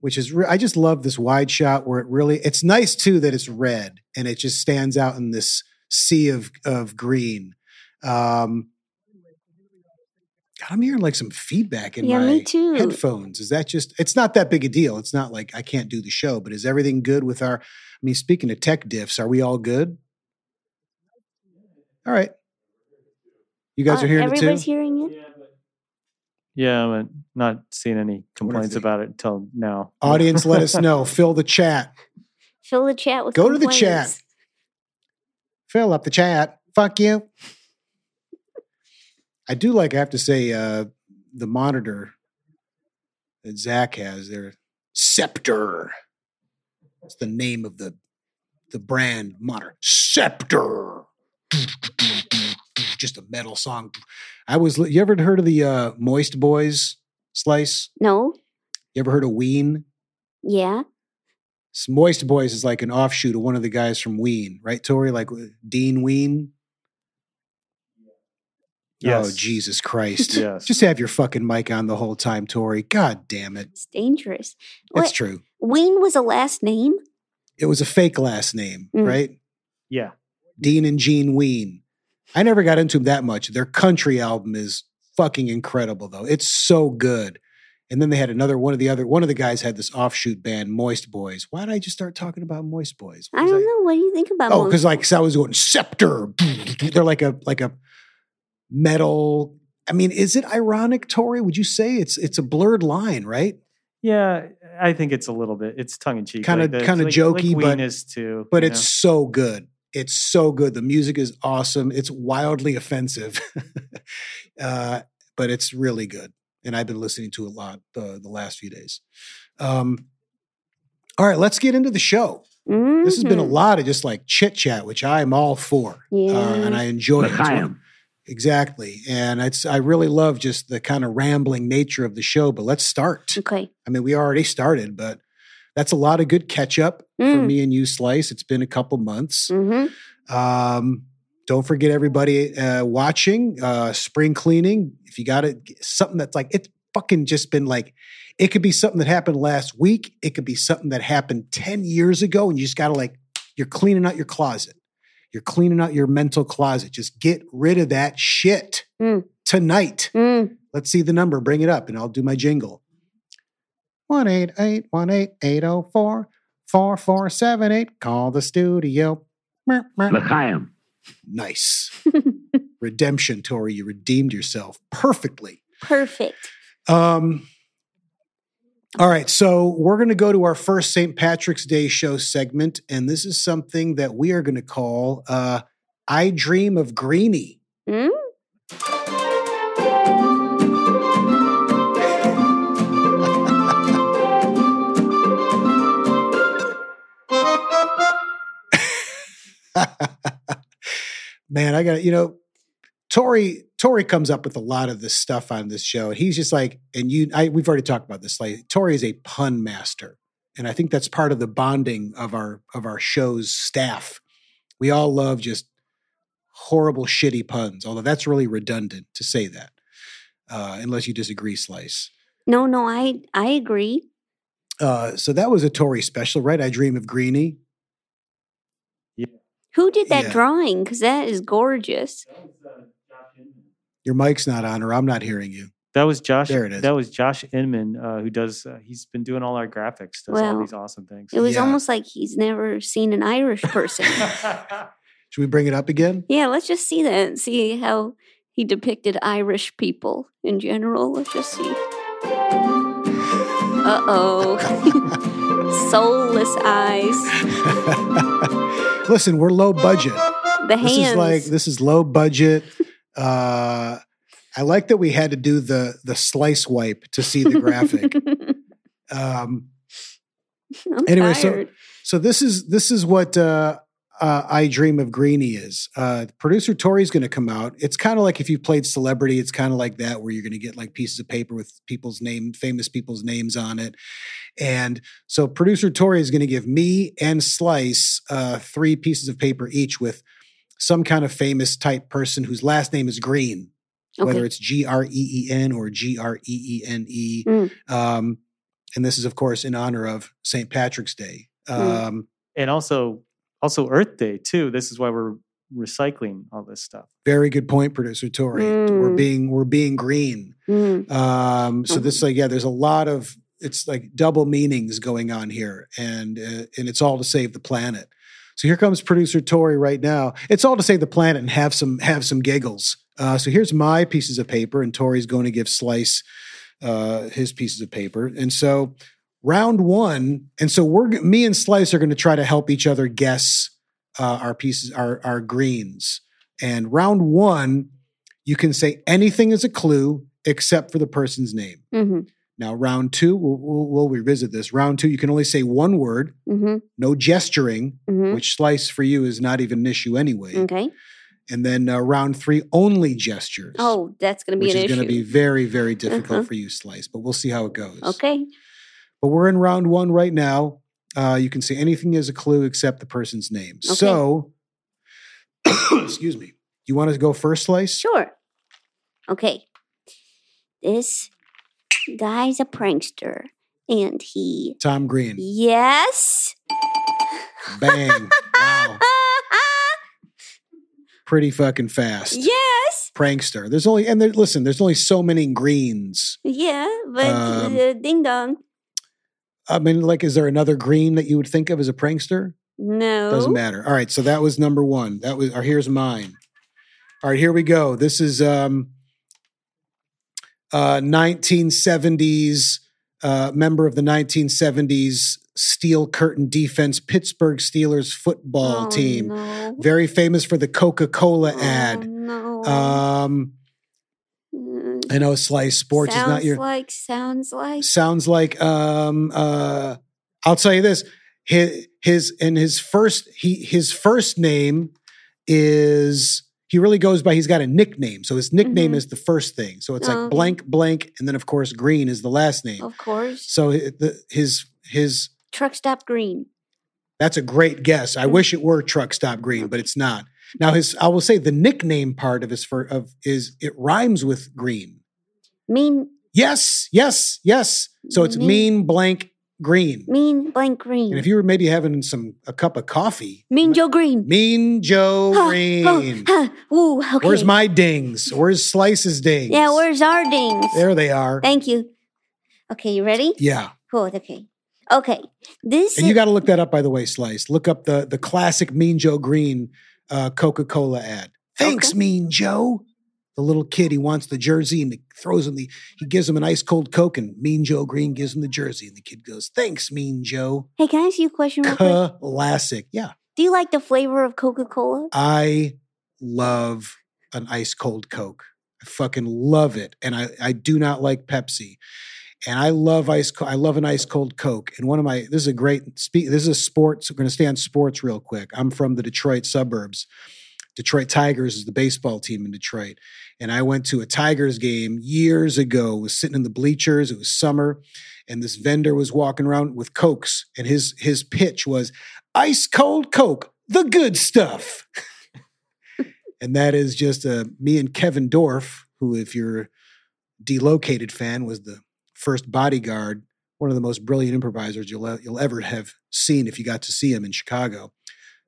Speaker 1: which is re- I just love this wide shot where it really. It's nice too that it's red and it just stands out in this sea of of green. Um, God, I'm hearing like some feedback in
Speaker 2: yeah,
Speaker 1: my
Speaker 2: me too.
Speaker 1: headphones is that just it's not that big a deal it's not like i can't do the show but is everything good with our i mean speaking of tech diffs are we all good all right you guys
Speaker 2: Uh,
Speaker 1: are hearing it too
Speaker 2: everybody's hearing it.
Speaker 3: Yeah, I'm not seeing any complaints
Speaker 1: they-
Speaker 3: about it until now.
Speaker 1: Audience, let
Speaker 2: (laughs)
Speaker 1: us know. Fill the chat.
Speaker 2: Fill the chat with
Speaker 1: Go to the chat.
Speaker 2: complaints.
Speaker 1: Fill up the chat. Fuck you. I do like, I have to say, uh, the monitor that Zach has there, Scepter. It's the name of the the brand monitor. Scepter. Just a metal song. I was. You ever heard of the uh, Moist Boys Slice?
Speaker 2: No.
Speaker 1: You ever heard of Ween?
Speaker 2: Yeah.
Speaker 1: S- Moist Boys is like an offshoot of one of the guys from Ween, right, Tori? Like uh, Dean Ween? Oh,
Speaker 3: Yes.
Speaker 1: Jesus Christ.
Speaker 3: Yes.
Speaker 1: Just have your fucking mic on the whole time, Tori. God damn it.
Speaker 2: It's dangerous.
Speaker 1: It's
Speaker 2: What-
Speaker 1: true.
Speaker 2: Ween was a last name?
Speaker 1: It was a fake last name,
Speaker 2: Mm.
Speaker 1: right?
Speaker 3: Yeah.
Speaker 1: Dean and Gene Ween. I never got into them that much. Their country album is fucking incredible, though. It's so good. And then they had another one of the other one of the guys had this offshoot band, Moist Boys. Why did I just start talking about Moist Boys? What
Speaker 2: I
Speaker 1: was
Speaker 2: don't know. What do you think about
Speaker 1: Oh,
Speaker 2: Moist
Speaker 1: because like so I was going scepter. They're like a like a metal. I mean, is it ironic, Tori? Would you say it's it's a blurred line, right?
Speaker 3: Yeah, I think it's a little bit. It's tongue in cheek.
Speaker 1: Kinda-
Speaker 3: the-
Speaker 1: kinda
Speaker 3: like,
Speaker 1: jokey,
Speaker 3: like
Speaker 1: but-
Speaker 3: Ween is too.
Speaker 1: But
Speaker 3: you
Speaker 1: it's
Speaker 3: know.
Speaker 1: so good. It's so good. The music is awesome. It's wildly offensive, (laughs) uh, but it's really good. And I've been listening to it a lot the, the last few days. Um, all right, let's get into the show. This has been a
Speaker 2: Mhm.
Speaker 1: lot of just like chit chat, which I'm all for, uh, and
Speaker 2: Yeah.
Speaker 1: I enjoy it. It's one-
Speaker 4: L'chaim.
Speaker 1: Exactly. And it's I really love just the kind of rambling nature of the show, but let's start.
Speaker 2: Okay.
Speaker 1: I mean, we already started, but that's a lot of good catch up for
Speaker 2: Mm.
Speaker 1: me and you slice. It's been a couple months.
Speaker 2: Mm-hmm.
Speaker 1: Um don't forget everybody uh, watching uh, spring cleaning. If you got it, get something that's like it's fucking just been like, it could be something that happened last week. It could be something that happened ten years ago, and you just got to like, you're cleaning out your closet. You're cleaning out your mental closet. Just get rid of that shit
Speaker 2: Mm.
Speaker 1: tonight.
Speaker 2: Mm.
Speaker 1: Let's see the number. Bring it up, and I'll do my jingle. One eight eight one eight eight zero four four four seven eight. Call the studio. Meow, meow.
Speaker 4: L'chaim.
Speaker 1: Nice. (laughs) Redemption, Tori. You redeemed yourself perfectly.
Speaker 2: Perfect.
Speaker 1: Um, all right. So we're going to go to our first St. Patrick's Day show segment. And this is something that we are going to call uh, I Dream of Greenie.
Speaker 2: Mm?
Speaker 1: (laughs) Man, I got, you know, Tori, Tori comes up with a lot of this stuff on this show. He's just like, and you, I, we've already talked about this. Like, Tori is a pun master. And I think that's part of the bonding of our, of our show's staff. We all love just horrible, shitty puns, although that's really redundant to say that, uh, unless you disagree, Slice.
Speaker 2: No, no, I I agree.
Speaker 1: Uh, so that was a Tory special, right? I Dream of Greenie.
Speaker 2: Who did that
Speaker 1: Yeah.
Speaker 2: drawing? Because that is gorgeous.
Speaker 1: Your mic's not on, or I'm not hearing you.
Speaker 3: That was Josh.
Speaker 1: There it is.
Speaker 3: That was Josh Inman, uh, who does. Uh, he's been doing all our graphics. Does all
Speaker 2: Wow.
Speaker 3: these awesome things.
Speaker 2: It was
Speaker 1: Yeah.
Speaker 2: almost like he's never seen an Irish person.
Speaker 1: Should we bring it up again?
Speaker 2: yeah, let's just see that and see how he depicted Irish people in general. Let's just see. Uh
Speaker 1: (laughs)
Speaker 2: oh. (laughs) Soulless eyes.
Speaker 1: Listen, we're low budget.
Speaker 2: The
Speaker 1: This
Speaker 2: hands.
Speaker 1: is like this is low budget. Uh, I like that we had to do the the slice wipe to see
Speaker 2: (laughs)
Speaker 1: the graphic. um,
Speaker 2: I'm
Speaker 1: Anyway, so-
Speaker 2: tired.
Speaker 1: so this is this is what uh, uh, I Dream of Greenie is. Uh, producer Tori's going to come out. It's kind of like if you played Celebrity. It's kind of like that where you're going to get like pieces of paper with people's name, famous people's names on it. And so producer Tori is going to give me and Slice uh, three pieces of paper each with some kind of famous type person whose last name is Green, whether
Speaker 2: okay.
Speaker 1: it's G R E E N or G R E E N E.
Speaker 2: Mm.
Speaker 1: Um, And this is, of course, in honor of St. Patrick's Day.
Speaker 2: Mm.
Speaker 1: Um,
Speaker 3: and also, also Earth Day too. This is why we're recycling all this stuff.
Speaker 1: Very good point, producer Tori. We're
Speaker 2: Mm.
Speaker 1: being we're being green.
Speaker 2: Mm.
Speaker 1: Um, so this like yeah, there's a lot of it's like double meanings going on here, and uh, and it's all to save the planet. So here comes producer Tori right now. It's all to save the planet and have some have some giggles. Uh, so here's my pieces of paper, and Tori's going to give Slice uh, his pieces of paper. And so round one, and so we're g- me and Slice are going to try to help each other guess uh, our pieces, our our greens. And round one, you can say anything as a clue except for the person's name.
Speaker 2: Mm-hmm.
Speaker 1: Now, round two, we'll, we'll, we'll revisit this. Round two, you can only say one word,
Speaker 2: Mm-hmm.
Speaker 1: no gesturing,
Speaker 2: Mm-hmm.
Speaker 1: which Slice for you is not even an issue anyway.
Speaker 2: Okay.
Speaker 1: And then uh, round three, only gestures.
Speaker 2: Oh, that's going to be
Speaker 1: which
Speaker 2: an
Speaker 1: is going
Speaker 2: issue.
Speaker 1: to be very, very difficult
Speaker 2: Uh-huh.
Speaker 1: for you, Slice. But we'll see how it goes.
Speaker 2: okay.
Speaker 1: But we're in round one right now. Uh, you can say anything as a clue except the person's name. So, (coughs) excuse me. You want to go first, Slice?
Speaker 2: Sure. Okay. This guy's a prankster, and he.
Speaker 1: Tom Green.
Speaker 2: Yes.
Speaker 1: Bang. wow. Pretty fucking fast.
Speaker 2: yes.
Speaker 1: Prankster. There's only, and there, listen, there's only so many greens.
Speaker 2: Yeah, but
Speaker 1: Um,
Speaker 2: uh, ding dong.
Speaker 1: I mean, like, is there another green that you would think of as a prankster?
Speaker 2: No.
Speaker 1: Doesn't matter. All right, so that was number one. That was or here's mine. All right, here we go. This is um uh 1970s uh member of the 1970s Steel Curtain Defense Pittsburgh Steelers football
Speaker 2: Oh,
Speaker 1: team.
Speaker 2: No.
Speaker 1: Very famous for the Coca-Cola
Speaker 2: Oh,
Speaker 1: ad.
Speaker 2: No.
Speaker 1: Um
Speaker 2: Mm,
Speaker 1: I know Slice Sports
Speaker 2: sounds
Speaker 1: is not your
Speaker 2: like sounds like.
Speaker 1: sounds like um uh I'll tell you this his his and his first he his first name is he really goes by he's got a nickname so his nickname
Speaker 2: Mhm.
Speaker 1: is the first thing so it's
Speaker 2: Oh.
Speaker 1: like blank blank and then of course green is the last name
Speaker 2: Of course.
Speaker 1: so hi- the- his his
Speaker 2: Truck stop green.
Speaker 1: that's a great guess I
Speaker 2: Mm.
Speaker 1: wish it were truck stop green but it's not now his I will say the nickname part of his for of is it rhymes with green
Speaker 2: Mean
Speaker 1: yes yes yes so it's
Speaker 2: Mean-
Speaker 1: mean blank green
Speaker 2: mean blank green.
Speaker 1: And if you were maybe having some a cup of coffee,
Speaker 2: mean Joe Green.
Speaker 1: Mean
Speaker 2: (gasps)
Speaker 1: Joe Green.
Speaker 2: Oh, ooh, oh. okay.
Speaker 1: Where's my dings? Where's Slice's dings?
Speaker 2: Yeah, where's our dings?
Speaker 1: there they are.
Speaker 2: Thank you. Okay, you ready?
Speaker 1: Yeah,
Speaker 2: Cool. Okay. Okay. This
Speaker 1: and you
Speaker 2: is-
Speaker 1: got to look that up by the way, Slice. Look up the the classic Mean Joe Green uh, Coca Cola ad. Thanks,
Speaker 2: Okay.
Speaker 1: Mean Joe. The little kid he wants the jersey and he throws him the he gives him an ice cold Coke and Mean Joe Green gives him the jersey and the kid goes, "Thanks, Mean Joe."
Speaker 2: Hey, can I ask you a question real quick?
Speaker 1: Uh-huh. Classic. Yeah,
Speaker 2: Do you like the flavor of Coca-Cola?
Speaker 1: I love an ice cold Coke. I fucking love it. And I, I do not like Pepsi. And I love ice. Co- I love an ice cold Coke. And one of my this is a great spe- this is a sports. We're going to stay on sports real quick. I'm from the Detroit suburbs. Detroit Tigers is the baseball team in Detroit. And I went to a Tigers game years ago. Was sitting in the bleachers. It was summer, and this vendor was walking around with cokes, and his his pitch was ice cold Coke, the good stuff. (laughs) and that is just uh, me and Kevin Dorff, who, if you're a delocated fan, was the first bodyguard, one of the most brilliant improvisers you'll, e- you'll ever have seen if you got to see him in Chicago.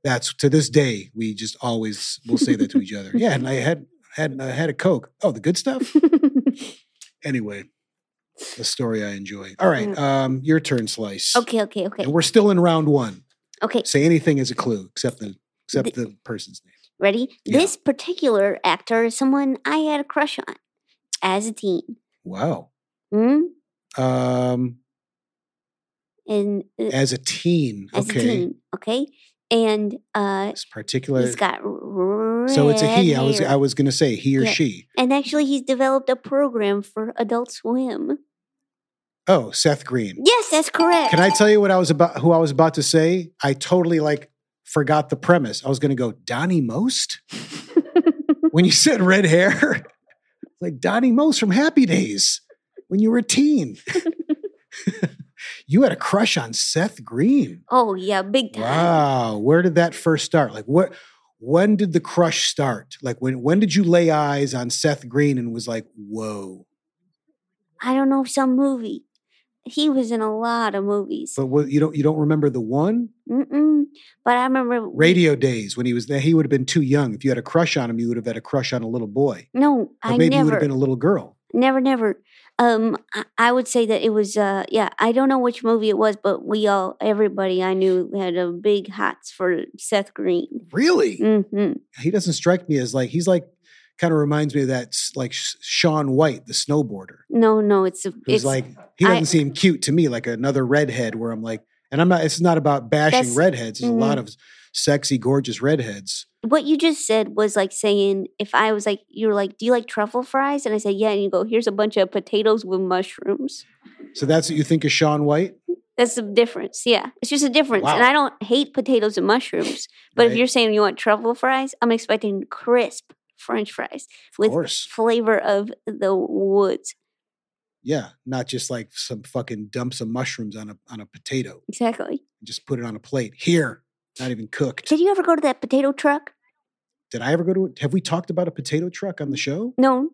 Speaker 1: That's to this day, we just always will say that to each other. Yeah, and I had had I had a Coke. Oh, the
Speaker 2: (laughs)
Speaker 1: good stuff. Anyway, a story I enjoy. All right, um, your turn, Slice.
Speaker 2: Mm. okay, okay, okay.
Speaker 1: And we're still in round one.
Speaker 2: Okay,
Speaker 1: Say anything as a clue, except the except the person's name.
Speaker 2: ready?
Speaker 1: Yeah.
Speaker 2: This particular actor is someone I had a crush on as a teen.
Speaker 1: Wow.
Speaker 2: Hmm?
Speaker 1: Um,
Speaker 2: And uh,
Speaker 1: as a teen.
Speaker 2: as
Speaker 1: okay.
Speaker 2: a teen, okay? And uh
Speaker 1: This particular.
Speaker 2: he's got red
Speaker 1: so it's a he. I was
Speaker 2: hair.
Speaker 1: I was gonna say he or
Speaker 2: Yeah.
Speaker 1: she.
Speaker 2: and actually he's developed a program for Adult Swim.
Speaker 1: Oh, Seth Green.
Speaker 2: Yes, that's correct.
Speaker 1: Can I tell you what I was about? Who I was about to say? I totally like forgot the premise. I was gonna go Donnie Most when you said red hair, (laughs) like Donnie Most from Happy Days when you were a teen. (laughs) you had a crush on Seth Green.
Speaker 2: oh yeah, big time.
Speaker 1: Wow. Where did that first start? Like what when did the crush start? Like when when did you lay eyes on Seth Green and was like, whoa.
Speaker 2: I don't know some movie. He was in a lot of movies.
Speaker 1: But what, you don't you don't remember the one?
Speaker 2: Mm-mm. But I remember we-
Speaker 1: Radio days when he was there, he would have been too young. If you had a crush on him, you would have had a crush on a little boy.
Speaker 2: No,
Speaker 1: Or
Speaker 2: I
Speaker 1: maybe you would
Speaker 2: never,
Speaker 1: have been a little girl.
Speaker 2: never, never. Um, I, I would say that it was. Uh, yeah, I don't know which movie it was, but we all, everybody I knew had a big hots for Seth Green.
Speaker 1: Really?
Speaker 2: hmm
Speaker 1: He doesn't strike me as like he's like kind of reminds me of that s- like Sh- Sean White, the snowboarder,
Speaker 2: No, no, it's a,
Speaker 1: who's
Speaker 2: it's
Speaker 1: like he
Speaker 2: I-
Speaker 1: doesn't seem cute to me, like another redhead. Where I'm like, and I'm not. It's not about bashing
Speaker 2: That's-
Speaker 1: redheads. There's
Speaker 2: mhm.
Speaker 1: a lot of sexy, gorgeous redheads.
Speaker 2: what you just said was like saying if I was like you were like, do you like truffle fries? And I said yeah, and you go, here's a bunch of potatoes with mushrooms.
Speaker 1: So that's what you think of Sean White.
Speaker 2: That's the difference. Yeah, it's just a difference. And
Speaker 1: Wow.
Speaker 2: I don't hate potatoes and mushrooms, but if
Speaker 1: right?
Speaker 2: you're saying you want truffle fries, I'm expecting crisp French fries
Speaker 1: of
Speaker 2: with
Speaker 1: course,
Speaker 2: flavor of the woods.
Speaker 1: yeah, not just like some fucking dump some mushrooms on a on a potato
Speaker 2: Exactly.
Speaker 1: and just put it on a plate here, not even cooked.
Speaker 2: Did you ever go to that potato truck?
Speaker 1: Did I ever go to? Have we talked about a potato truck on the show?
Speaker 2: No,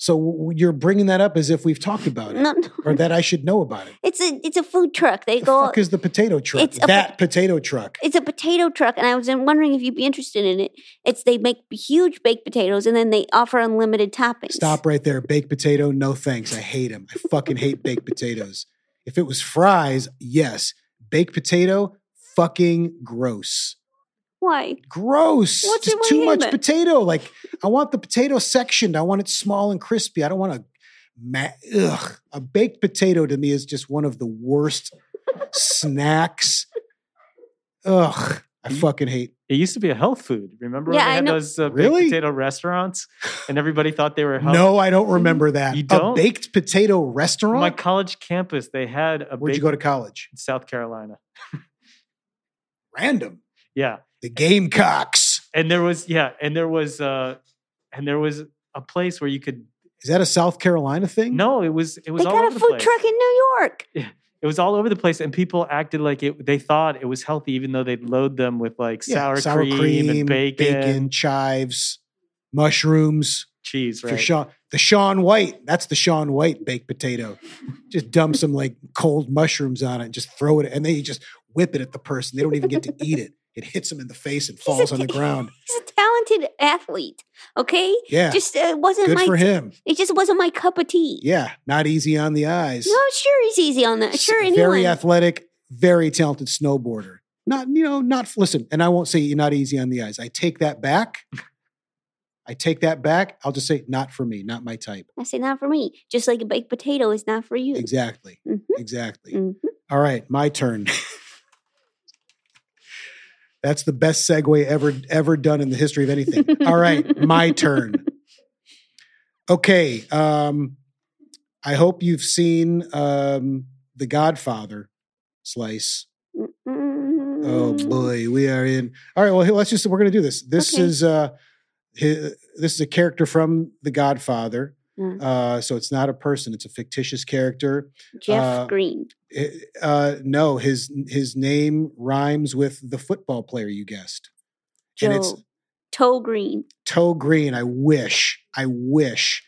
Speaker 1: So w- you're bringing that up as if we've talked about it,
Speaker 2: no, (laughs) no.
Speaker 1: or that I should know about it.
Speaker 2: It's a it's a food truck. They
Speaker 1: The
Speaker 2: go.
Speaker 1: fuck is the potato truck?
Speaker 2: it's a po-
Speaker 1: that potato truck.
Speaker 2: It's a potato truck, and I was in- wondering if you'd be interested in it. It's they make huge baked potatoes, and then they offer unlimited toppings.
Speaker 1: Stop right there. Baked potato, no thanks. I hate them. I fucking hate baked potatoes. If it was fries, yes. Baked potato, fucking gross.
Speaker 2: Why?
Speaker 1: Gross.
Speaker 2: What's
Speaker 1: Just
Speaker 2: your
Speaker 1: too much
Speaker 2: limit?
Speaker 1: potato. Like I want the potato sectioned. I want it small and crispy. I don't want a ma- ugh. A baked potato to me is just one of the worst snacks. Ugh. I fucking hate.
Speaker 3: It used to be a health food. Remember
Speaker 2: Yeah,
Speaker 3: when
Speaker 2: I
Speaker 3: they had
Speaker 2: know.
Speaker 3: those uh,
Speaker 1: Really?
Speaker 3: baked potato restaurants, and everybody thought
Speaker 1: (sighs)
Speaker 3: they were health.
Speaker 1: No, I don't remember that.
Speaker 3: You don't?
Speaker 1: A baked potato restaurant?
Speaker 3: my college campus they had a.
Speaker 1: Where'd you
Speaker 3: baked-
Speaker 1: go to college?
Speaker 3: South Carolina. (laughs)
Speaker 1: Random.
Speaker 3: Yeah,
Speaker 1: The Gamecocks.
Speaker 3: and there was yeah, and there was uh, and there was a place where you could.
Speaker 1: Is that a South Carolina thing?
Speaker 3: No, it was it was
Speaker 2: They
Speaker 3: all
Speaker 2: got
Speaker 3: over
Speaker 2: a
Speaker 3: the
Speaker 2: food
Speaker 3: place.
Speaker 2: truck in New York.
Speaker 3: It was all over the place, and people acted like it. They thought it was healthy, even though they'd load them with like
Speaker 1: Yeah,
Speaker 3: sour, cream, and bacon,
Speaker 1: chives, mushrooms
Speaker 3: cheese. Right?
Speaker 1: for Sean. The Sean White. That's the Sean White baked potato. just dump some like cold mushrooms on it and just throw it, and then you just whip it at the person. They don't even get to eat it. It hits them in the face and falls on the ground.
Speaker 2: (laughs) He's a talented athlete. Okay,
Speaker 1: Yeah.
Speaker 2: just uh, wasn't
Speaker 1: Good
Speaker 2: my
Speaker 1: for him.
Speaker 2: it just wasn't my cup of tea.
Speaker 1: Yeah. Not easy on the eyes.
Speaker 2: No, sure he's easy on that.
Speaker 1: S-
Speaker 2: Sure, anyone.
Speaker 1: very athletic, very talented snowboarder. Not you know, not listen, and I won't say you're not easy on the eyes. I take that back. I take that back. I'll just say not for me, not my type.
Speaker 2: I say not for me. Just like a baked potato is not for you.
Speaker 1: Exactly.
Speaker 2: Mhm.
Speaker 1: Exactly.
Speaker 2: Mhm.
Speaker 1: All right, my turn. That's the best segue ever ever done in the history of anything.
Speaker 2: (laughs)
Speaker 1: All right, my turn. Okay, um, I hope you've seen um, The Godfather slice. Oh
Speaker 2: Mm.
Speaker 1: boy, we are in. All right, well, here, let's just we're going to do this. This
Speaker 2: Okay.
Speaker 1: is uh hi- this is a character from The Godfather.
Speaker 2: Mm.
Speaker 1: Uh so it's not a person, it's a fictitious character.
Speaker 2: Jeff
Speaker 1: uh,
Speaker 2: Green.
Speaker 1: I- Uh no, his his name rhymes with the football player you guessed.
Speaker 2: Joe.
Speaker 1: and it's-
Speaker 2: Toe Green.
Speaker 1: Toe Green, I wish. I wish.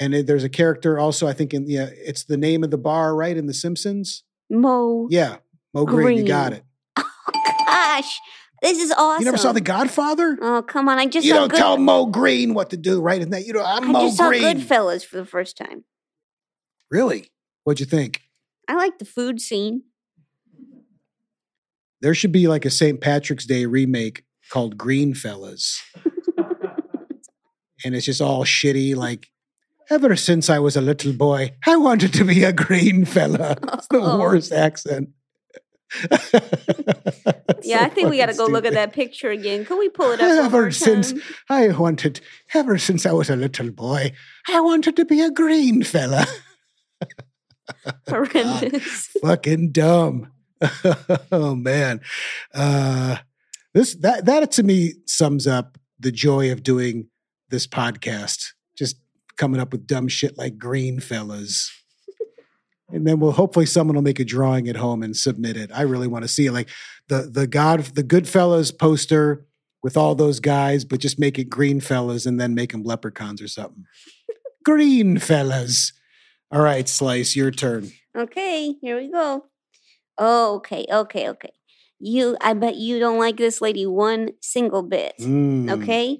Speaker 1: And it- there's a character also I think in yeah, it's the name of the bar right in the Simpsons?
Speaker 2: Mo.
Speaker 1: Yeah. Mo Green, you got
Speaker 2: Green.
Speaker 1: it.
Speaker 2: Gosh, this is awesome.
Speaker 1: You never saw The Godfather?
Speaker 2: Oh come on! I just
Speaker 1: you
Speaker 2: saw
Speaker 1: don't
Speaker 2: good,
Speaker 1: tell Mo Green what to do, right? Isn't that you know I'm
Speaker 2: I
Speaker 1: Mo
Speaker 2: just saw
Speaker 1: Green.
Speaker 2: Goodfellas for the first time.
Speaker 1: really? What'd you think?
Speaker 2: I like the food
Speaker 1: (laughs)
Speaker 2: scene.
Speaker 1: There should be like a St. Patrick's Day remake called Green Fellas.
Speaker 2: (laughs)
Speaker 1: and it's just all shitty, like ever since I was a little boy, I wanted to be a green fella. (laughs) It's the
Speaker 2: Oh.
Speaker 1: worst accent. (laughs)
Speaker 2: yeah, I think we got to go look at that picture again.
Speaker 1: (laughs)
Speaker 2: Can we pull it up? one
Speaker 1: Ever
Speaker 2: more
Speaker 1: since-
Speaker 2: time?
Speaker 1: I wanted, ever since I was a little boy, I wanted to be a green fella. uh,
Speaker 2: (laughs) horrendous.
Speaker 1: fucking dumb. (laughs) oh man, uh, this that that to me sums up the joy of doing this podcast. Just coming up with dumb shit like green fellas. And then we'll hopefully someone will make a drawing at home and submit it. I really want to see it. like the the God the Goodfellas poster with all those guys, but just make it green fellas and then make them leprechauns or something. green fellas. All right, Slice, your turn.
Speaker 2: Okay, here we go. Oh, okay, okay, okay. You, I bet you don't like this lady one single bit.
Speaker 1: Mm.
Speaker 2: Okay.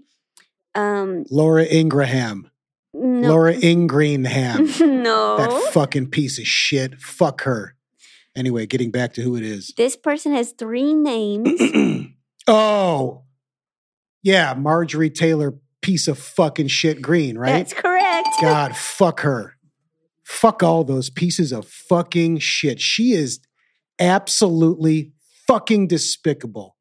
Speaker 2: Um.
Speaker 1: Laura Ingraham.
Speaker 2: No. (laughs)
Speaker 1: Laura Ingreenham.
Speaker 2: no.
Speaker 1: that fucking piece of shit. Fuck her. Anyway, getting back to who it is.
Speaker 2: this person has
Speaker 1: (clears throat)
Speaker 2: three names.
Speaker 1: oh, yeah, Marjorie Taylor piece of fucking shit green, right?
Speaker 2: That's correct.
Speaker 1: God, fuck her. Fuck all those pieces of fucking shit. She is absolutely fucking despicable.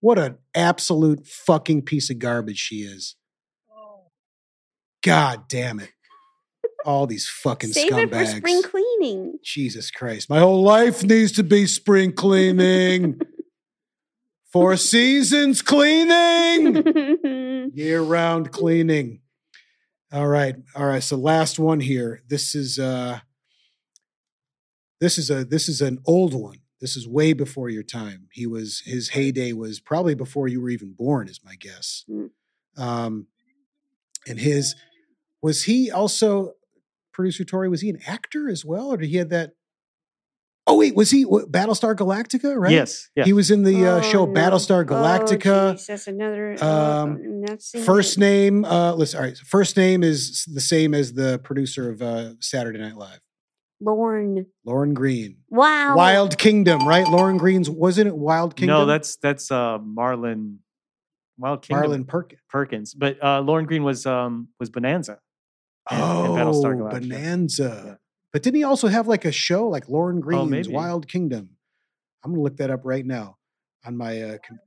Speaker 1: What an absolute fucking piece of garbage she is.
Speaker 2: Oh.
Speaker 1: God damn it. All these fucking
Speaker 2: Save
Speaker 1: scumbags.
Speaker 2: it for spring cleaning.
Speaker 1: Jesus Christ. My whole life needs to be spring cleaning. Four seasons cleaning. Year round cleaning. All right. All right. So last one here. This is uh this is a this is an old one. This is way before your time. He was his heyday was probably before you were even born, is my guess.
Speaker 2: Mm.
Speaker 1: Um and his was he also producer Tori, was he an actor as well? Or did he have that? Oh wait, was he what, Battlestar Galactica, right?
Speaker 3: Yes. Yeah.
Speaker 1: He was in the uh,
Speaker 2: Oh,
Speaker 1: show
Speaker 2: no.
Speaker 1: Battlestar
Speaker 2: Oh,
Speaker 1: Galactica.
Speaker 2: jeez, that's another. oh,
Speaker 1: Um,
Speaker 2: Mm,
Speaker 1: First name, uh, listen, all right. so First name is the same as the producer of uh, Saturday Night Live,
Speaker 2: Lorne.
Speaker 1: Lauren Green.
Speaker 2: Wow.
Speaker 1: Wild Kingdom, right? Lauren Green's, wasn't it Wild Kingdom?
Speaker 3: No, that's that's uh, Marlon. Wild Kingdom
Speaker 1: Marlon Perkins.
Speaker 3: Perkins, but uh, Lauren Green was um, was Bonanza. and- and
Speaker 1: Oh,
Speaker 3: Battlestar Galactica.
Speaker 1: Bonanza.
Speaker 3: Yeah. Oh,
Speaker 1: But didn't he also have like a show like Lauren Green's
Speaker 3: maybe.
Speaker 1: Wild Kingdom? I'm going to look that up right now on my uh, com-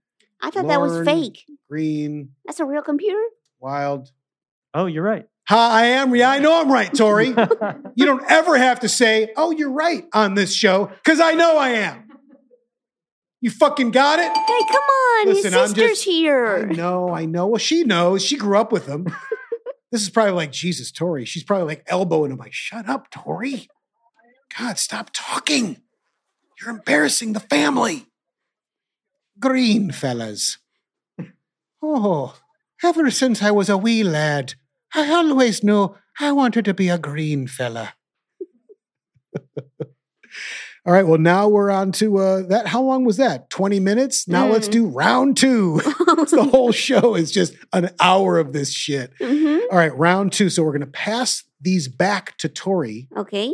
Speaker 2: I thought that was
Speaker 1: Lorne.
Speaker 2: fake.
Speaker 1: Green,
Speaker 2: That's a real computer.
Speaker 1: Wild.
Speaker 3: Oh, you're right.
Speaker 1: Ha, I am. Yeah, I know I'm right,
Speaker 3: (laughs)
Speaker 1: Tori. you don't ever have to say, oh, you're right on this show, because I know I am. You fucking got it?
Speaker 2: Hey, come on,
Speaker 1: Listen, I'm
Speaker 2: his sister's
Speaker 1: just- I
Speaker 2: here.
Speaker 1: know, I know. Well, she knows. She grew up with
Speaker 2: (laughs)
Speaker 1: him. this is probably like, Jesus, Tori. She's probably like elbowing him, like, shut up, Tori. God, stop talking. You're embarrassing the family. Green fellas. Oh, ever since I was a wee lad, I always knew I wanted to be a green fella. (laughs) All right, well, now we're on to uh, that. How long was that? 20 minutes? Now let's
Speaker 2: Mm.
Speaker 1: do round two. the whole show is just an hour of this shit.
Speaker 2: Mhm.
Speaker 1: All right, round two. So we're going to pass these back to Tori.
Speaker 2: Okay.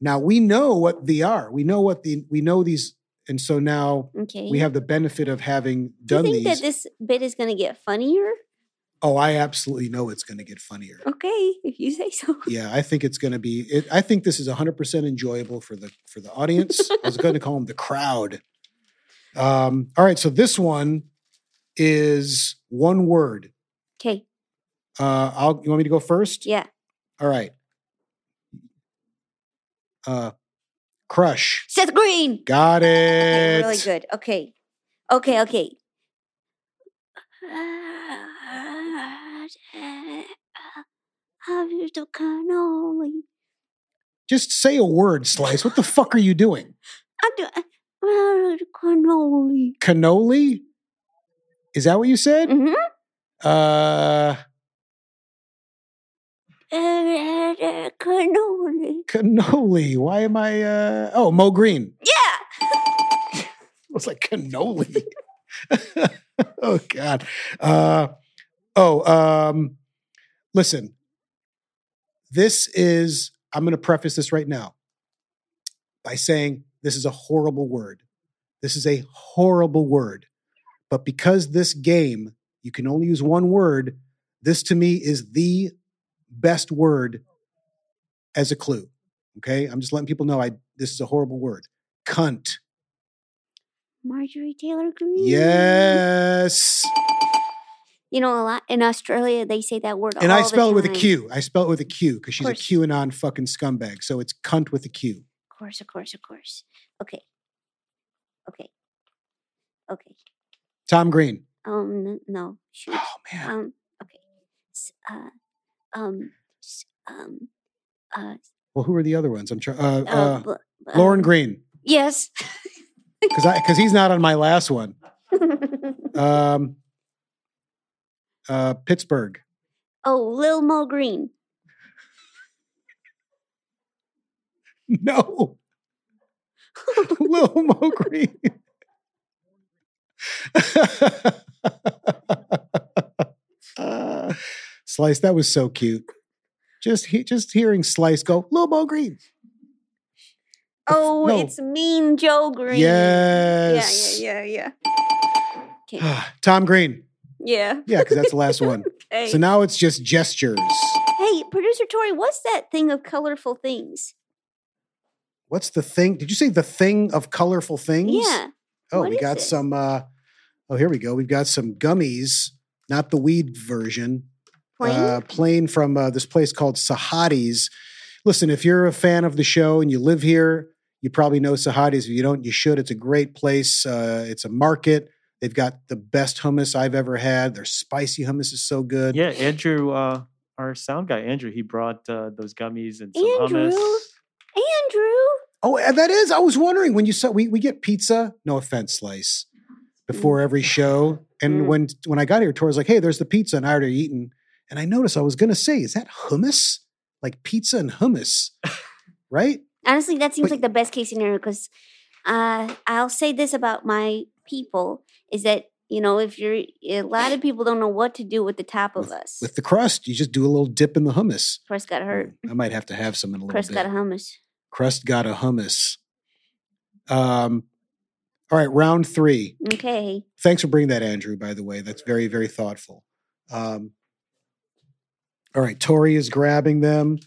Speaker 1: Now we know what they are. We know what the we know these, and so now
Speaker 2: Okay.
Speaker 1: we have the benefit of
Speaker 2: Do
Speaker 1: having
Speaker 2: you
Speaker 1: done
Speaker 2: think
Speaker 1: these.
Speaker 2: that this bit is going to get funnier?
Speaker 1: oh, I absolutely know it's going to get funnier.
Speaker 2: Okay, if you say so. (laughs)
Speaker 1: Yeah, I think it's going to be. It, I think this is 100 percent enjoyable for the for the audience. I was going to call them the crowd. Um, all right, so this one is one word.
Speaker 2: Okay.
Speaker 1: Uh, I'll. You want me to go first?
Speaker 2: Yeah.
Speaker 1: All right. Uh, crush.
Speaker 2: Seth Green.
Speaker 1: Got
Speaker 2: Okay,
Speaker 1: it.
Speaker 2: really good. Okay. Okay. Okay. (sighs) Have you the cannoli?
Speaker 1: Just say a word, Slice. What the fuck are you doing?
Speaker 2: I do. I the cannoli.
Speaker 1: Cannoli? Is that what you said?
Speaker 2: Mm-hmm.
Speaker 1: Uh,
Speaker 2: cannoli.
Speaker 1: cannoli. Why am I? Uh, oh, Mo Green.
Speaker 2: Yeah.
Speaker 1: (laughs) I was like cannoli. (laughs) oh God. Uh, oh, um, listen. This is. I'm going to preface this right now by saying this is a horrible word. This is a horrible word. But because this game, you can only use one word. This to me is the best word as a clue. Okay, I'm just letting people know I this is a horrible word. Cunt.
Speaker 2: Marjorie Taylor Greene.
Speaker 1: Yes.
Speaker 2: You know, a lot in Australia they say that word.
Speaker 1: And I
Speaker 2: all the
Speaker 1: spell it with a
Speaker 2: time.
Speaker 1: Q. I spell it with a Q because she's a
Speaker 2: course.
Speaker 1: QAnon fucking scumbag. So it's cunt with a
Speaker 2: Of
Speaker 1: Q.
Speaker 2: course, of course, of course. Okay. Okay. Okay.
Speaker 1: Tom Green.
Speaker 2: Um. n- No. Shoot.
Speaker 1: Oh man.
Speaker 2: Um. Okay. S- uh. Um. s- Um. Uh.
Speaker 1: Well, who are the other ones? I'm trying. Uh,
Speaker 2: uh,
Speaker 1: uh,
Speaker 2: bl- bl-
Speaker 1: Lauren
Speaker 2: um,
Speaker 1: Green
Speaker 2: Yes. (laughs)
Speaker 1: because I because he's not on my last one. Um, uh, Pittsburgh. (laughs)
Speaker 2: oh, Lil Mo Green. (laughs)
Speaker 1: No. Lil Mo Green. (laughs) Slice, that was so cute. Just he, just hearing Slice go, Lil Mo Green.
Speaker 2: Oh,
Speaker 1: no.
Speaker 2: it's Mean Joe Green.
Speaker 1: Yes.
Speaker 2: Yeah. Yeah. Yeah. Yeah.
Speaker 1: (sighs) Tom Green.
Speaker 2: Yeah. (laughs)
Speaker 1: Yeah, because that's the last one.
Speaker 2: Hey,
Speaker 1: So now it's just gestures.
Speaker 2: hey, producer Tori, what's that thing of colorful things?
Speaker 1: What's the thing? Did you say the thing of colorful things?
Speaker 2: Yeah.
Speaker 1: Oh,
Speaker 2: What
Speaker 1: we
Speaker 2: is
Speaker 1: got
Speaker 2: it?
Speaker 1: some. Uh, oh, here we go. We've got some gummies, not the weed version.
Speaker 2: Plain?
Speaker 1: Uh, plain from uh, this place called Sahadi's. Listen, if you're a fan of the show and you live here, you probably know Sahadi's. If you don't, you should. It's a great place. Uh, it's a market. They've got the best hummus I've ever had. Their spicy hummus is so good.
Speaker 3: Yeah, Andrew, uh, our sound guy, Andrew, he brought uh, those gummies and some
Speaker 2: Andrew?
Speaker 3: hummus.
Speaker 2: Andrew,
Speaker 1: Oh, and that is. I was wondering when you said we, we get pizza, no offense, slice before every show. And
Speaker 2: Mm.
Speaker 1: when when I got here, Tori was like, "Hey, there's the pizza," and I already eaten. And I noticed I was going to say, "Is that hummus? Like pizza and
Speaker 2: (laughs)
Speaker 1: hummus, right?"
Speaker 2: honestly, that seems
Speaker 1: But-
Speaker 2: like the best case scenario because uh, I'll say this about my people is that you know if you're a lot of people don't know what to do with the top of us.
Speaker 1: With the crust, you just do a little dip in the hummus.
Speaker 2: Chris got hurt.
Speaker 1: I might have to have some in a little
Speaker 2: Chris
Speaker 1: bit.
Speaker 2: got hummus.
Speaker 1: crust got a hummus. Um, all right, round three.
Speaker 2: Okay.
Speaker 1: Thanks for bringing that, Andrew. By the way, that's very, very thoughtful. Um, all right, Tori is grabbing them.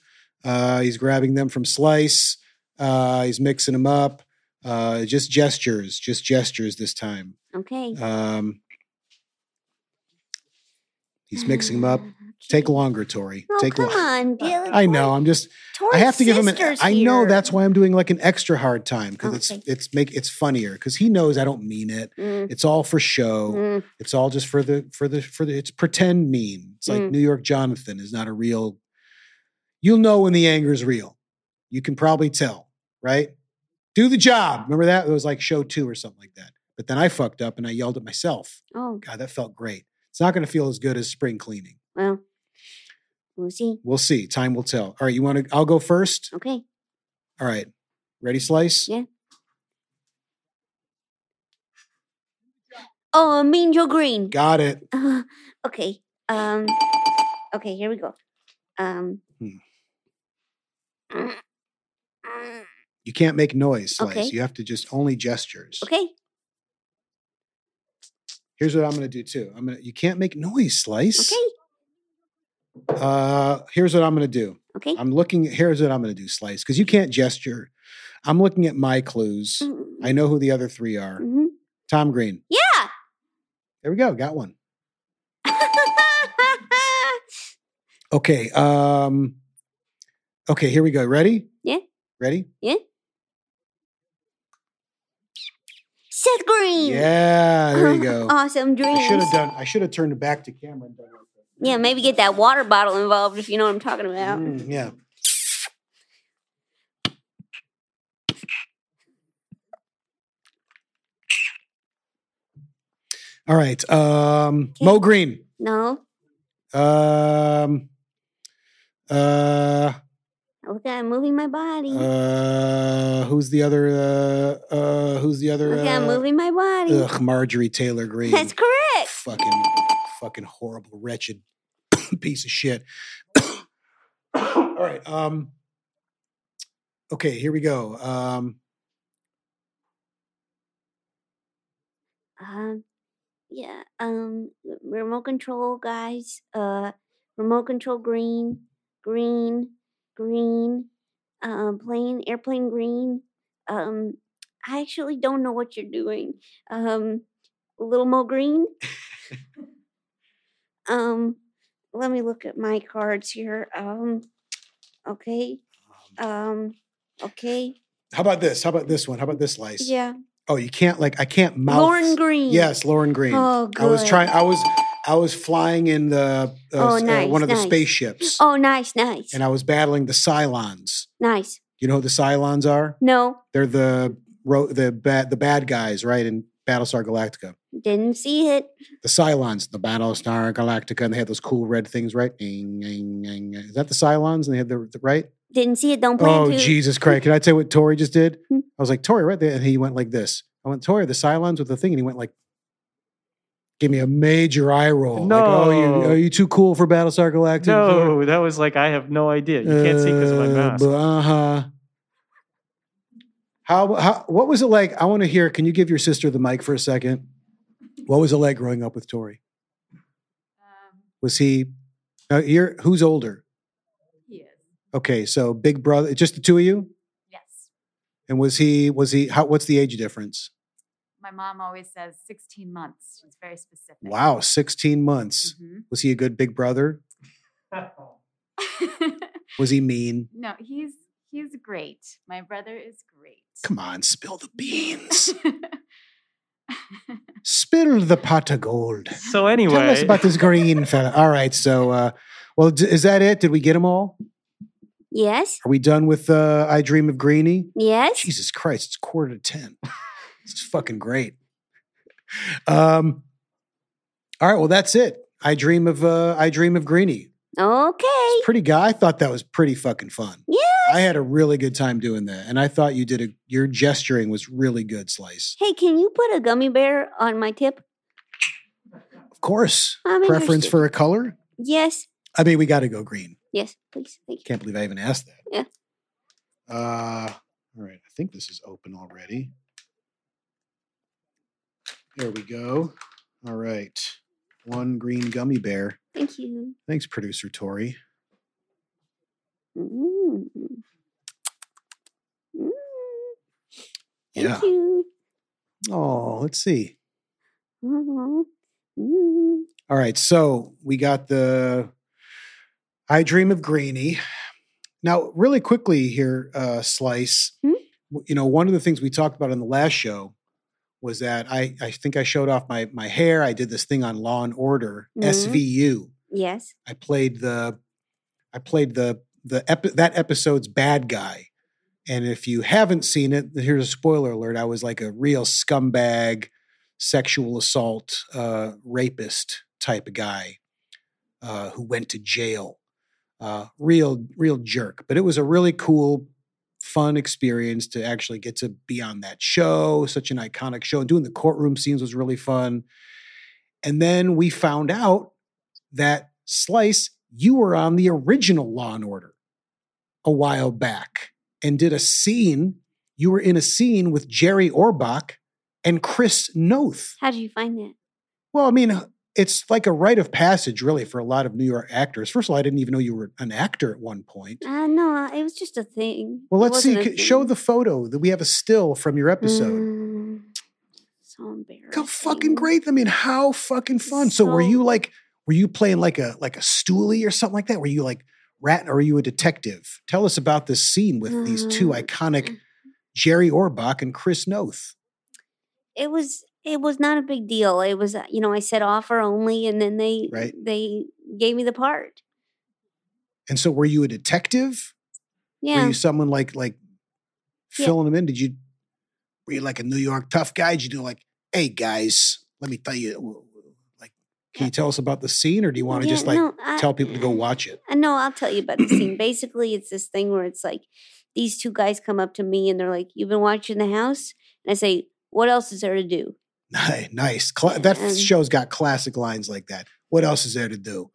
Speaker 1: Uh, he's grabbing them from Slice. Uh, he's mixing them up. Uh, just gestures, just gestures this time.
Speaker 2: Okay.
Speaker 1: Um, he's mixing
Speaker 2: (laughs)
Speaker 1: them up. Take longer, Tori.
Speaker 2: Oh,
Speaker 1: Take
Speaker 2: come
Speaker 1: longer.
Speaker 2: on, Dylan.
Speaker 1: I know. I'm just.
Speaker 2: Tori,
Speaker 1: I have to give him. An,
Speaker 2: sisters
Speaker 1: I know
Speaker 2: here. Oh,
Speaker 1: that's why I'm doing like an extra hard time because
Speaker 2: Okay.
Speaker 1: it's it's make it's funnier because he knows I don't mean it.
Speaker 2: Mm,
Speaker 1: It's all for show.
Speaker 2: mm.
Speaker 1: It's all just for the for the for the it's pretend mean. It's like
Speaker 2: Mm.
Speaker 1: New York Jonathan is not a real You'll know when the anger is real. You can probably tell, right? Do the job. Remember that? It was like show 2 or something like that. But then I fucked up and I yelled at myself.
Speaker 2: Oh
Speaker 1: God, that felt great. It's not going to feel as good as spring cleaning.
Speaker 2: well, we'll see.
Speaker 1: We'll see. Time will tell. All right, you want to I'll go first?
Speaker 2: Okay.
Speaker 1: All right. Ready slice?
Speaker 2: Yeah. Oh, Mean Joe Green.
Speaker 1: Got it.
Speaker 2: Uh, (laughs) okay. Um. Okay. Here we go. Um.
Speaker 1: You can't make noise slice.
Speaker 2: Okay.
Speaker 1: You have to just only gestures.
Speaker 2: Okay.
Speaker 1: Here's what I'm going to do too. I'm going to you can't make noise slice.
Speaker 2: Okay.
Speaker 1: Uh, here's what I'm going to do.
Speaker 2: Okay.
Speaker 1: I'm looking. Here's what I'm going to do, Slice, because you can't gesture. I'm looking at my clues. I know who the other three are.
Speaker 2: Mhm.
Speaker 1: Tom Green.
Speaker 2: Yeah.
Speaker 1: There we go. Got one. Okay. Um. Okay. Here we go. Ready?
Speaker 2: (laughs) Yeah.
Speaker 1: Ready?
Speaker 2: Seth Green.
Speaker 1: Yeah. There you go.
Speaker 2: (laughs) awesome dreams.
Speaker 1: I should have done. I should have turned it back to camera and done it.
Speaker 2: Yeah, maybe get that water bottle involved if you know what I'm talking about.
Speaker 1: Mm, yeah. All right. Um, Mo
Speaker 2: Okay.
Speaker 1: Green.
Speaker 2: No,
Speaker 1: Um. Uh.
Speaker 2: look, I'm moving my body.
Speaker 1: Uh. Who's the other? Uh. uh who's the other?
Speaker 2: look, I'm
Speaker 1: Uh,
Speaker 2: moving my body.
Speaker 1: ugh, Marjorie Taylor Green.
Speaker 2: That's correct.
Speaker 1: fucking, fucking horrible, wretched (coughs) piece of shit. All right. Um. Okay. Here we go. Um.
Speaker 2: Um, yeah. Um, remote control guys. Uh, remote control green, green, green. Um, plane, airplane green. Um, I actually don't know what you're doing. Um, little mo green. um, let me look at my cards here. Um, okay. Um, okay.
Speaker 1: How about this? How about this one? How about this slice?
Speaker 2: Yeah.
Speaker 1: Oh, you can't like I can't mouth.
Speaker 2: Lauren Green.
Speaker 1: Yes, Lauren Green.
Speaker 2: Oh, good.
Speaker 1: I was trying. I was I was flying in the uh,
Speaker 2: Oh,
Speaker 1: s- uh,
Speaker 2: nice,
Speaker 1: one of
Speaker 2: nice.
Speaker 1: the spaceships,
Speaker 2: (gasps) Oh, nice, nice,
Speaker 1: and I was battling the Cylons.
Speaker 2: nice.
Speaker 1: You know who the Cylons are?
Speaker 2: No,
Speaker 1: They're the ro- the bad the bad guys, right? In Battlestar Galactica,
Speaker 2: didn't see it.
Speaker 1: the Cylons, the Battlestar Galactica, and they had those cool red things, right? Ding, ding, ding. Is that the Cylons? And they had the, the right.
Speaker 2: Didn't see it. Don't plan
Speaker 1: Oh
Speaker 2: to.
Speaker 1: Jesus Christ! Can I tell you what Tori just did?
Speaker 2: Hmm.
Speaker 1: I was like Tori, right there, and he went like this. I went Tori, the Cylons with the thing, and he went like, gave me a major eye roll. like, oh, you,
Speaker 3: No.
Speaker 1: are you too cool for Battlestar Galactica?
Speaker 3: No, that was like I have no idea. You can't see because of my mask.
Speaker 1: Uh huh. How, how? What was it like? I want to hear. Can you give your sister the mic for a second? What was it like growing up with Tori? Was he? Uh, you're who's older?
Speaker 2: Yes.
Speaker 1: Okay, so big brother, just the two of you.
Speaker 5: Yes.
Speaker 1: And was he? Was he? How? What's the age difference?
Speaker 5: My mom always says 16 months. She's very specific.
Speaker 1: (laughs) Wow, sixteen months.
Speaker 5: Mhm.
Speaker 1: Was he a good big brother? Was he mean?
Speaker 5: no, he's he's great. My brother is great.
Speaker 1: Come on, spill the
Speaker 5: (laughs)
Speaker 1: beans. spill the pot of gold.
Speaker 3: So anyway,
Speaker 1: Tell us about this green fella. All right, so uh, well, d- is that it? Did we get them all?
Speaker 2: Yes.
Speaker 1: Are we done with uh, "I Dream of Greenie"?
Speaker 2: Yes.
Speaker 1: Jesus Christ, it's quarter to ten. It's fucking great. Um, all right, well that's it. I dream of uh, I dream of Greenie.
Speaker 2: Okay.
Speaker 1: Pretty guy. I thought that was pretty fucking fun.
Speaker 2: Yes.
Speaker 1: I had a really good time doing that, and I thought you did a your gesturing was really good, Slice.
Speaker 2: Hey, can you put a gummy bear on my tip?
Speaker 1: Of course,
Speaker 2: I'm
Speaker 1: preference
Speaker 2: interested.
Speaker 1: for a color.
Speaker 2: Yes.
Speaker 1: I mean, we got to go green.
Speaker 2: Yes, please. Thank you.
Speaker 1: Can't believe I even asked that.
Speaker 2: Yeah.
Speaker 1: Uh, all right. I think this is open already. There we go. All right. One green gummy bear.
Speaker 2: Thank you.
Speaker 1: Thanks, producer Tori.
Speaker 2: Mm. Mm. Thank
Speaker 1: Yeah.
Speaker 2: you.
Speaker 1: Oh, let's see.
Speaker 2: Aw. Mm.
Speaker 1: All right. So we got the I Dream of Greenie. Now, really quickly here, uh, Slice,
Speaker 2: Hmm?
Speaker 1: w- you know, one of the things we talked about on the last show was that I, I think I showed off my, my hair. I did this thing on Law and Order,
Speaker 2: Mhm.
Speaker 1: SVU.
Speaker 2: Yes.
Speaker 1: I played the I played the the epi- that episode's bad guy. And if you haven't seen it, here's a spoiler alert. I was like a real scumbag, sexual assault, uh, rapist type of guy uh, who went to jail. Uh, real, real jerk. But it was a really cool, fun experience to actually get to be on that show. Such an iconic show. And doing the courtroom scenes was really fun. And then we found out that Slice, you were on the original Law and Order a while back and did a scene. You were in a scene with Jerry Orbach and Chris Noth.
Speaker 2: How did you find that?
Speaker 1: Well, I mean, it's like a rite of passage, really, for a lot of New York actors. First of all, I didn't even know you were an actor at one point.
Speaker 2: Uh, no, it was just a thing.
Speaker 1: Well,
Speaker 2: It
Speaker 1: let's see.
Speaker 2: wasn't a
Speaker 1: c- Show
Speaker 2: thing.
Speaker 1: the photo that we have a still from your episode.
Speaker 2: Mm. So embarrassing.
Speaker 1: Look How fucking great! I mean, how fucking fun. So, were
Speaker 2: So-
Speaker 1: you like, were you playing like a like a stoolie or something like that? Were you like rat, or were you a detective? Tell us about this scene with these two
Speaker 2: Um,
Speaker 1: iconic Jerry Orbach and Chris Noth.
Speaker 2: It was. It was not a big deal. It was, uh, you know, I said offer only, and then they
Speaker 1: Right.
Speaker 2: they gave me the part.
Speaker 1: And so, were you a detective? Were
Speaker 2: Yeah.
Speaker 1: you someone like like
Speaker 2: Yeah.
Speaker 1: filling them in? Did you were you like a New York tough guy? Did you do like, hey guys, let me tell you, w- w- like, can you tell us about the scene, or do you want to
Speaker 2: Uh, Yeah,
Speaker 1: just like
Speaker 2: no, I-
Speaker 1: tell people
Speaker 2: (sighs)
Speaker 1: to go watch it?
Speaker 2: I know. Uh, I'll tell you about the
Speaker 1: (clears throat)
Speaker 2: scene. Basically, it's this thing where it's like these two guys come up to me and they're like, "You've been watching the house," and I say, "What else is there to do?"
Speaker 1: Ni- nice. Cla- that
Speaker 2: And-
Speaker 1: show's got classic lines like that. What else is there to do?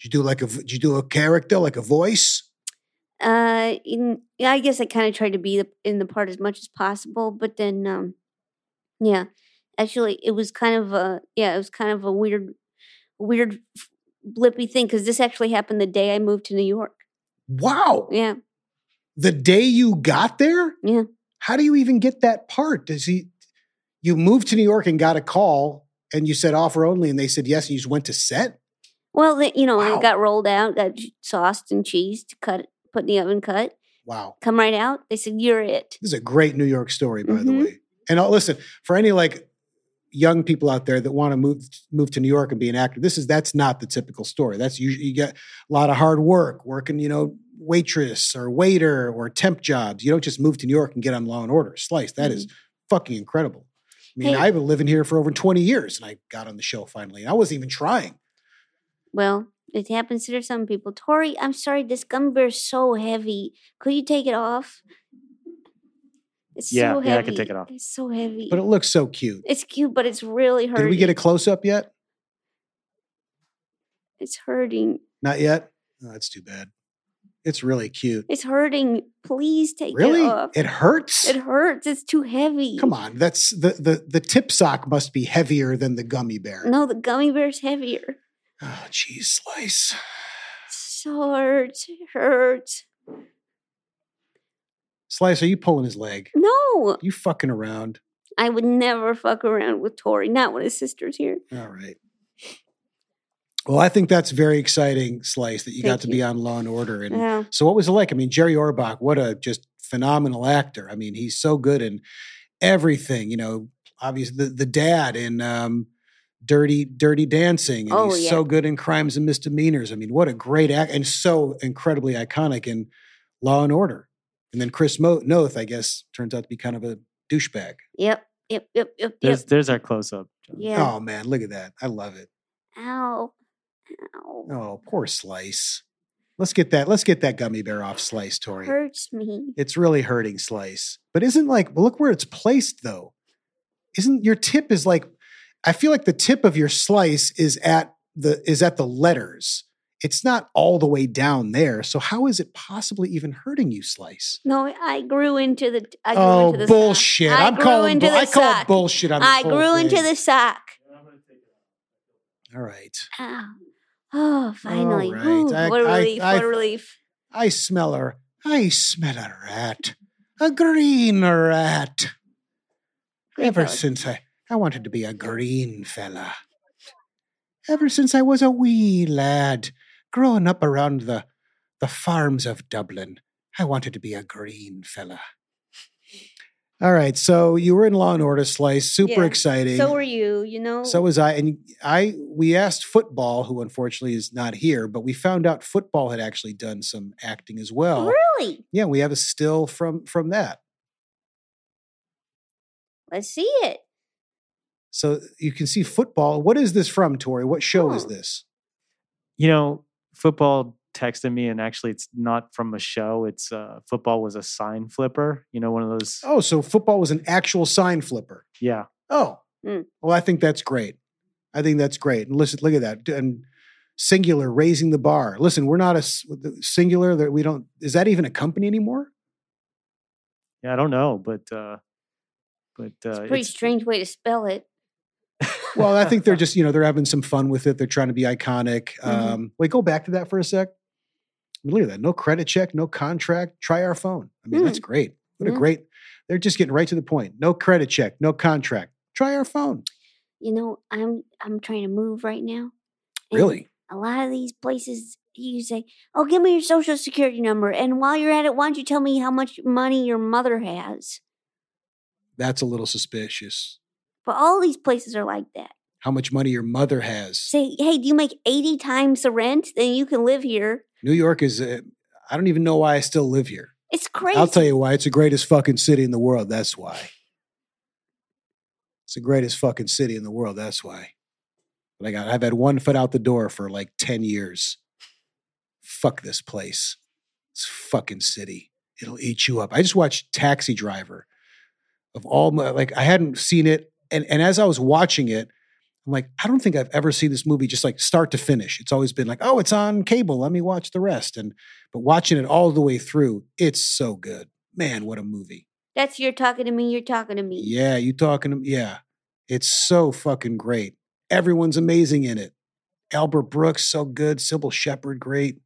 Speaker 1: Did you do like a v- did you do a character like a voice?
Speaker 2: Uh, in, yeah, I guess I kind of tried to be the, in the part as much as possible, but then, um, yeah, actually, it was kind of a yeah, it was kind of a weird, weird, f- blippy thing because this actually happened the day I moved to New York.
Speaker 1: Wow.
Speaker 2: Yeah,
Speaker 1: The day you got there?
Speaker 2: Yeah.
Speaker 1: How do you even get that part? Does he you moved to New York and got a call and you said offer only and they said yes and you just went to set?
Speaker 2: well, the, you know,
Speaker 1: Wow.
Speaker 2: I got rolled out, got j- sauced and cheesed, cut, put in the oven, cut,
Speaker 1: Wow.
Speaker 2: come right out. They said you're it.
Speaker 1: This is a great New York story, by the
Speaker 2: Mhm.
Speaker 1: way. And uh, listen, for any like young people out there that want to move move to New York and be an actor, this is that's not the typical story. That's usually you get a lot of hard work, working, you know, waitress or waiter or temp jobs. You don't just move to New York and get on Law and Order. Slice. That is fucking incredible. I mean,
Speaker 2: Hey.
Speaker 1: I've been living here for over 20 years and I got on the show finally. And I wasn't even trying.
Speaker 2: Well, it happens to some people. Tori, I'm sorry, this gummy bear is so heavy. Could you take it off? It's
Speaker 3: Yeah,
Speaker 2: so heavy.
Speaker 3: yeah, I can take it off.
Speaker 2: It's so heavy.
Speaker 1: But it looks so cute.
Speaker 2: it's cute, but it's really hurting.
Speaker 1: Did we get a close up yet?
Speaker 2: It's hurting.
Speaker 1: Not yet? Oh, that's too bad. It's really cute.
Speaker 2: It's hurting. Please take
Speaker 1: Really?
Speaker 2: it off.
Speaker 1: It hurts?
Speaker 2: It hurts. It's too heavy.
Speaker 1: Come on, that's the the the tip sock must be heavier than the gummy bear.
Speaker 2: No, the gummy bear's heavier.
Speaker 1: Oh, cheese slice.
Speaker 2: So hurts, it hurts.
Speaker 1: Slice, are you pulling his leg?
Speaker 2: No,
Speaker 1: You fucking around.
Speaker 2: I would never fuck around with Tori, not when his sister's here.
Speaker 1: All right. Well, I think that's very exciting, Slice, that you got
Speaker 2: Thank
Speaker 1: to
Speaker 2: you.
Speaker 1: be on Law and Order. And
Speaker 2: Yeah.
Speaker 1: so, what was it like? I mean, Jerry Orbach, what a just phenomenal actor. I mean, he's so good in everything. You know, obviously the, the dad in um, Dirty Dirty Dancing, and
Speaker 2: Oh,
Speaker 1: he's
Speaker 2: yeah.
Speaker 1: so good in Crimes and Misdemeanors. I mean, what a great act, and so incredibly iconic in Law and Order. And then Chris Mo- Noth, I guess, turns out to be kind of a douchebag.
Speaker 2: Yep, yep, yep, yep, yep.
Speaker 3: There's there's our close up.
Speaker 2: yeah.
Speaker 1: Oh man, look at that! I love it.
Speaker 2: Ow. Ow.
Speaker 1: Oh, poor Slice. Let's get that. Let's get that gummy bear off Slice, Tori.
Speaker 2: Hurts me.
Speaker 1: It's really hurting Slice. But isn't like look where it's placed though. Isn't your tip is like I feel like the tip of your slice is at the is at the letters. It's not all the way down there. So how is it possibly even hurting you, Slice?
Speaker 2: No, I grew into the. I grew
Speaker 1: Oh
Speaker 2: into the sock.
Speaker 1: bullshit.
Speaker 2: I
Speaker 1: I'm
Speaker 2: grew
Speaker 1: calling
Speaker 2: into
Speaker 1: bull-
Speaker 2: the
Speaker 1: I call
Speaker 2: sock.
Speaker 1: bullshit on this
Speaker 2: I
Speaker 1: whole
Speaker 2: grew into
Speaker 1: thing.
Speaker 2: the sock.
Speaker 1: All right.
Speaker 2: Ow. Oh, finally.
Speaker 1: right.
Speaker 2: Whew,
Speaker 1: I-
Speaker 2: what a
Speaker 1: I-
Speaker 2: relief.
Speaker 1: I-
Speaker 2: what a relief.
Speaker 1: I smell her. I smell a rat. A green rat.
Speaker 2: Great
Speaker 1: Ever
Speaker 2: fella.
Speaker 1: since I, I wanted to be a green fella. Ever since I was a wee lad, growing up around the, the farms of Dublin, I wanted to be a green fella. All right, so you were in Law and Order Slice, super
Speaker 2: Yeah.
Speaker 1: exciting.
Speaker 2: So were you, you know?
Speaker 1: So was I, and I we asked football, who unfortunately is not here, but we found out football had actually done some acting as well.
Speaker 2: Really?
Speaker 1: Yeah, we have a still from from that.
Speaker 2: Let's see it.
Speaker 1: So you can see football. What is this from, Tori? What show is
Speaker 2: Oh.
Speaker 1: this?
Speaker 3: You know, football texted me, and actually, it's not from a show. It's uh, football was a sign flipper. You know, one of those.
Speaker 1: Oh, so football was an actual sign flipper.
Speaker 3: Yeah,
Speaker 1: Oh,
Speaker 2: Mm.
Speaker 1: well, I think that's great. I think that's great. And listen, look at that. D- And singular raising the bar. Listen, we're not a s- the singular that we don't. Is that even a company anymore?
Speaker 3: yeah. I don't know, but uh, but uh,
Speaker 2: It's a pretty strange way to spell it.
Speaker 1: Well, I think they're just you know they're having some fun with it. They're trying to be iconic.
Speaker 2: Mhm.
Speaker 1: Um, wait, go back to that for a sec. I mean, look at that. No credit check, no contract. Try our phone. I mean, that's great. What a
Speaker 2: Yeah.
Speaker 1: great. They're just getting right to the point. No credit check, no contract. Try our phone.
Speaker 2: You know, I'm I'm trying to move right now. and
Speaker 1: Really?
Speaker 2: A lot of these places you say, Oh, give me your social security number. And while you're at it, why don't you tell me how much money your mother has?
Speaker 1: That's a little suspicious.
Speaker 2: But all these places are like that.
Speaker 1: How much money your mother has?
Speaker 2: Say, hey, do you make 80 times the rent? Then you can live here.
Speaker 1: New York is. uh, I don't even know why I still live here.
Speaker 2: It's crazy.
Speaker 1: I'll tell you why. It's the greatest fucking city in the world. That's why. It's the greatest fucking city in the world. That's why. But I got. I've had one foot out the door for like ten years. Fuck this place. This fucking city. It'll eat you up. I just watched Taxi Driver. Of all my like, I hadn't seen it, and and as I was watching it. I'm like, I don't think I've ever seen this movie just like start to finish. It's always been like, oh, it's on cable. Let me watch the rest. And but watching it all the way through, it's so good. Man, what a movie.
Speaker 2: That's you're talking to me, you're talking to me.
Speaker 1: Yeah, you talking to yeah. It's so fucking great. Everyone's amazing in it. Albert Brooks, so good. Sybil Shepherd, great.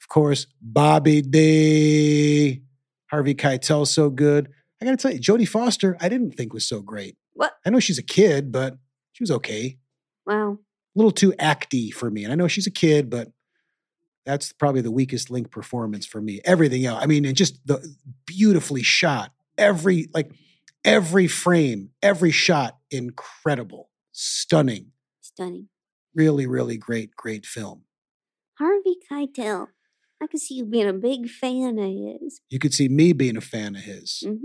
Speaker 1: Of course, Bobby D. Harvey Keitel, so good. I gotta tell you, Jodie Foster, I didn't think was so great.
Speaker 2: What?
Speaker 1: I know she's a kid, but she was okay.
Speaker 2: Wow.
Speaker 1: A little too acty for me. And I know she's a kid, but that's probably the weakest link performance for me. Everything else, I mean, and just the beautifully shot. Every like every frame, every shot, incredible, stunning,
Speaker 2: Stunning.
Speaker 1: really, really great, great film.
Speaker 2: Harvey Keitel. I can see you being a big fan of his.
Speaker 1: You could see me being a fan of his.
Speaker 2: hmm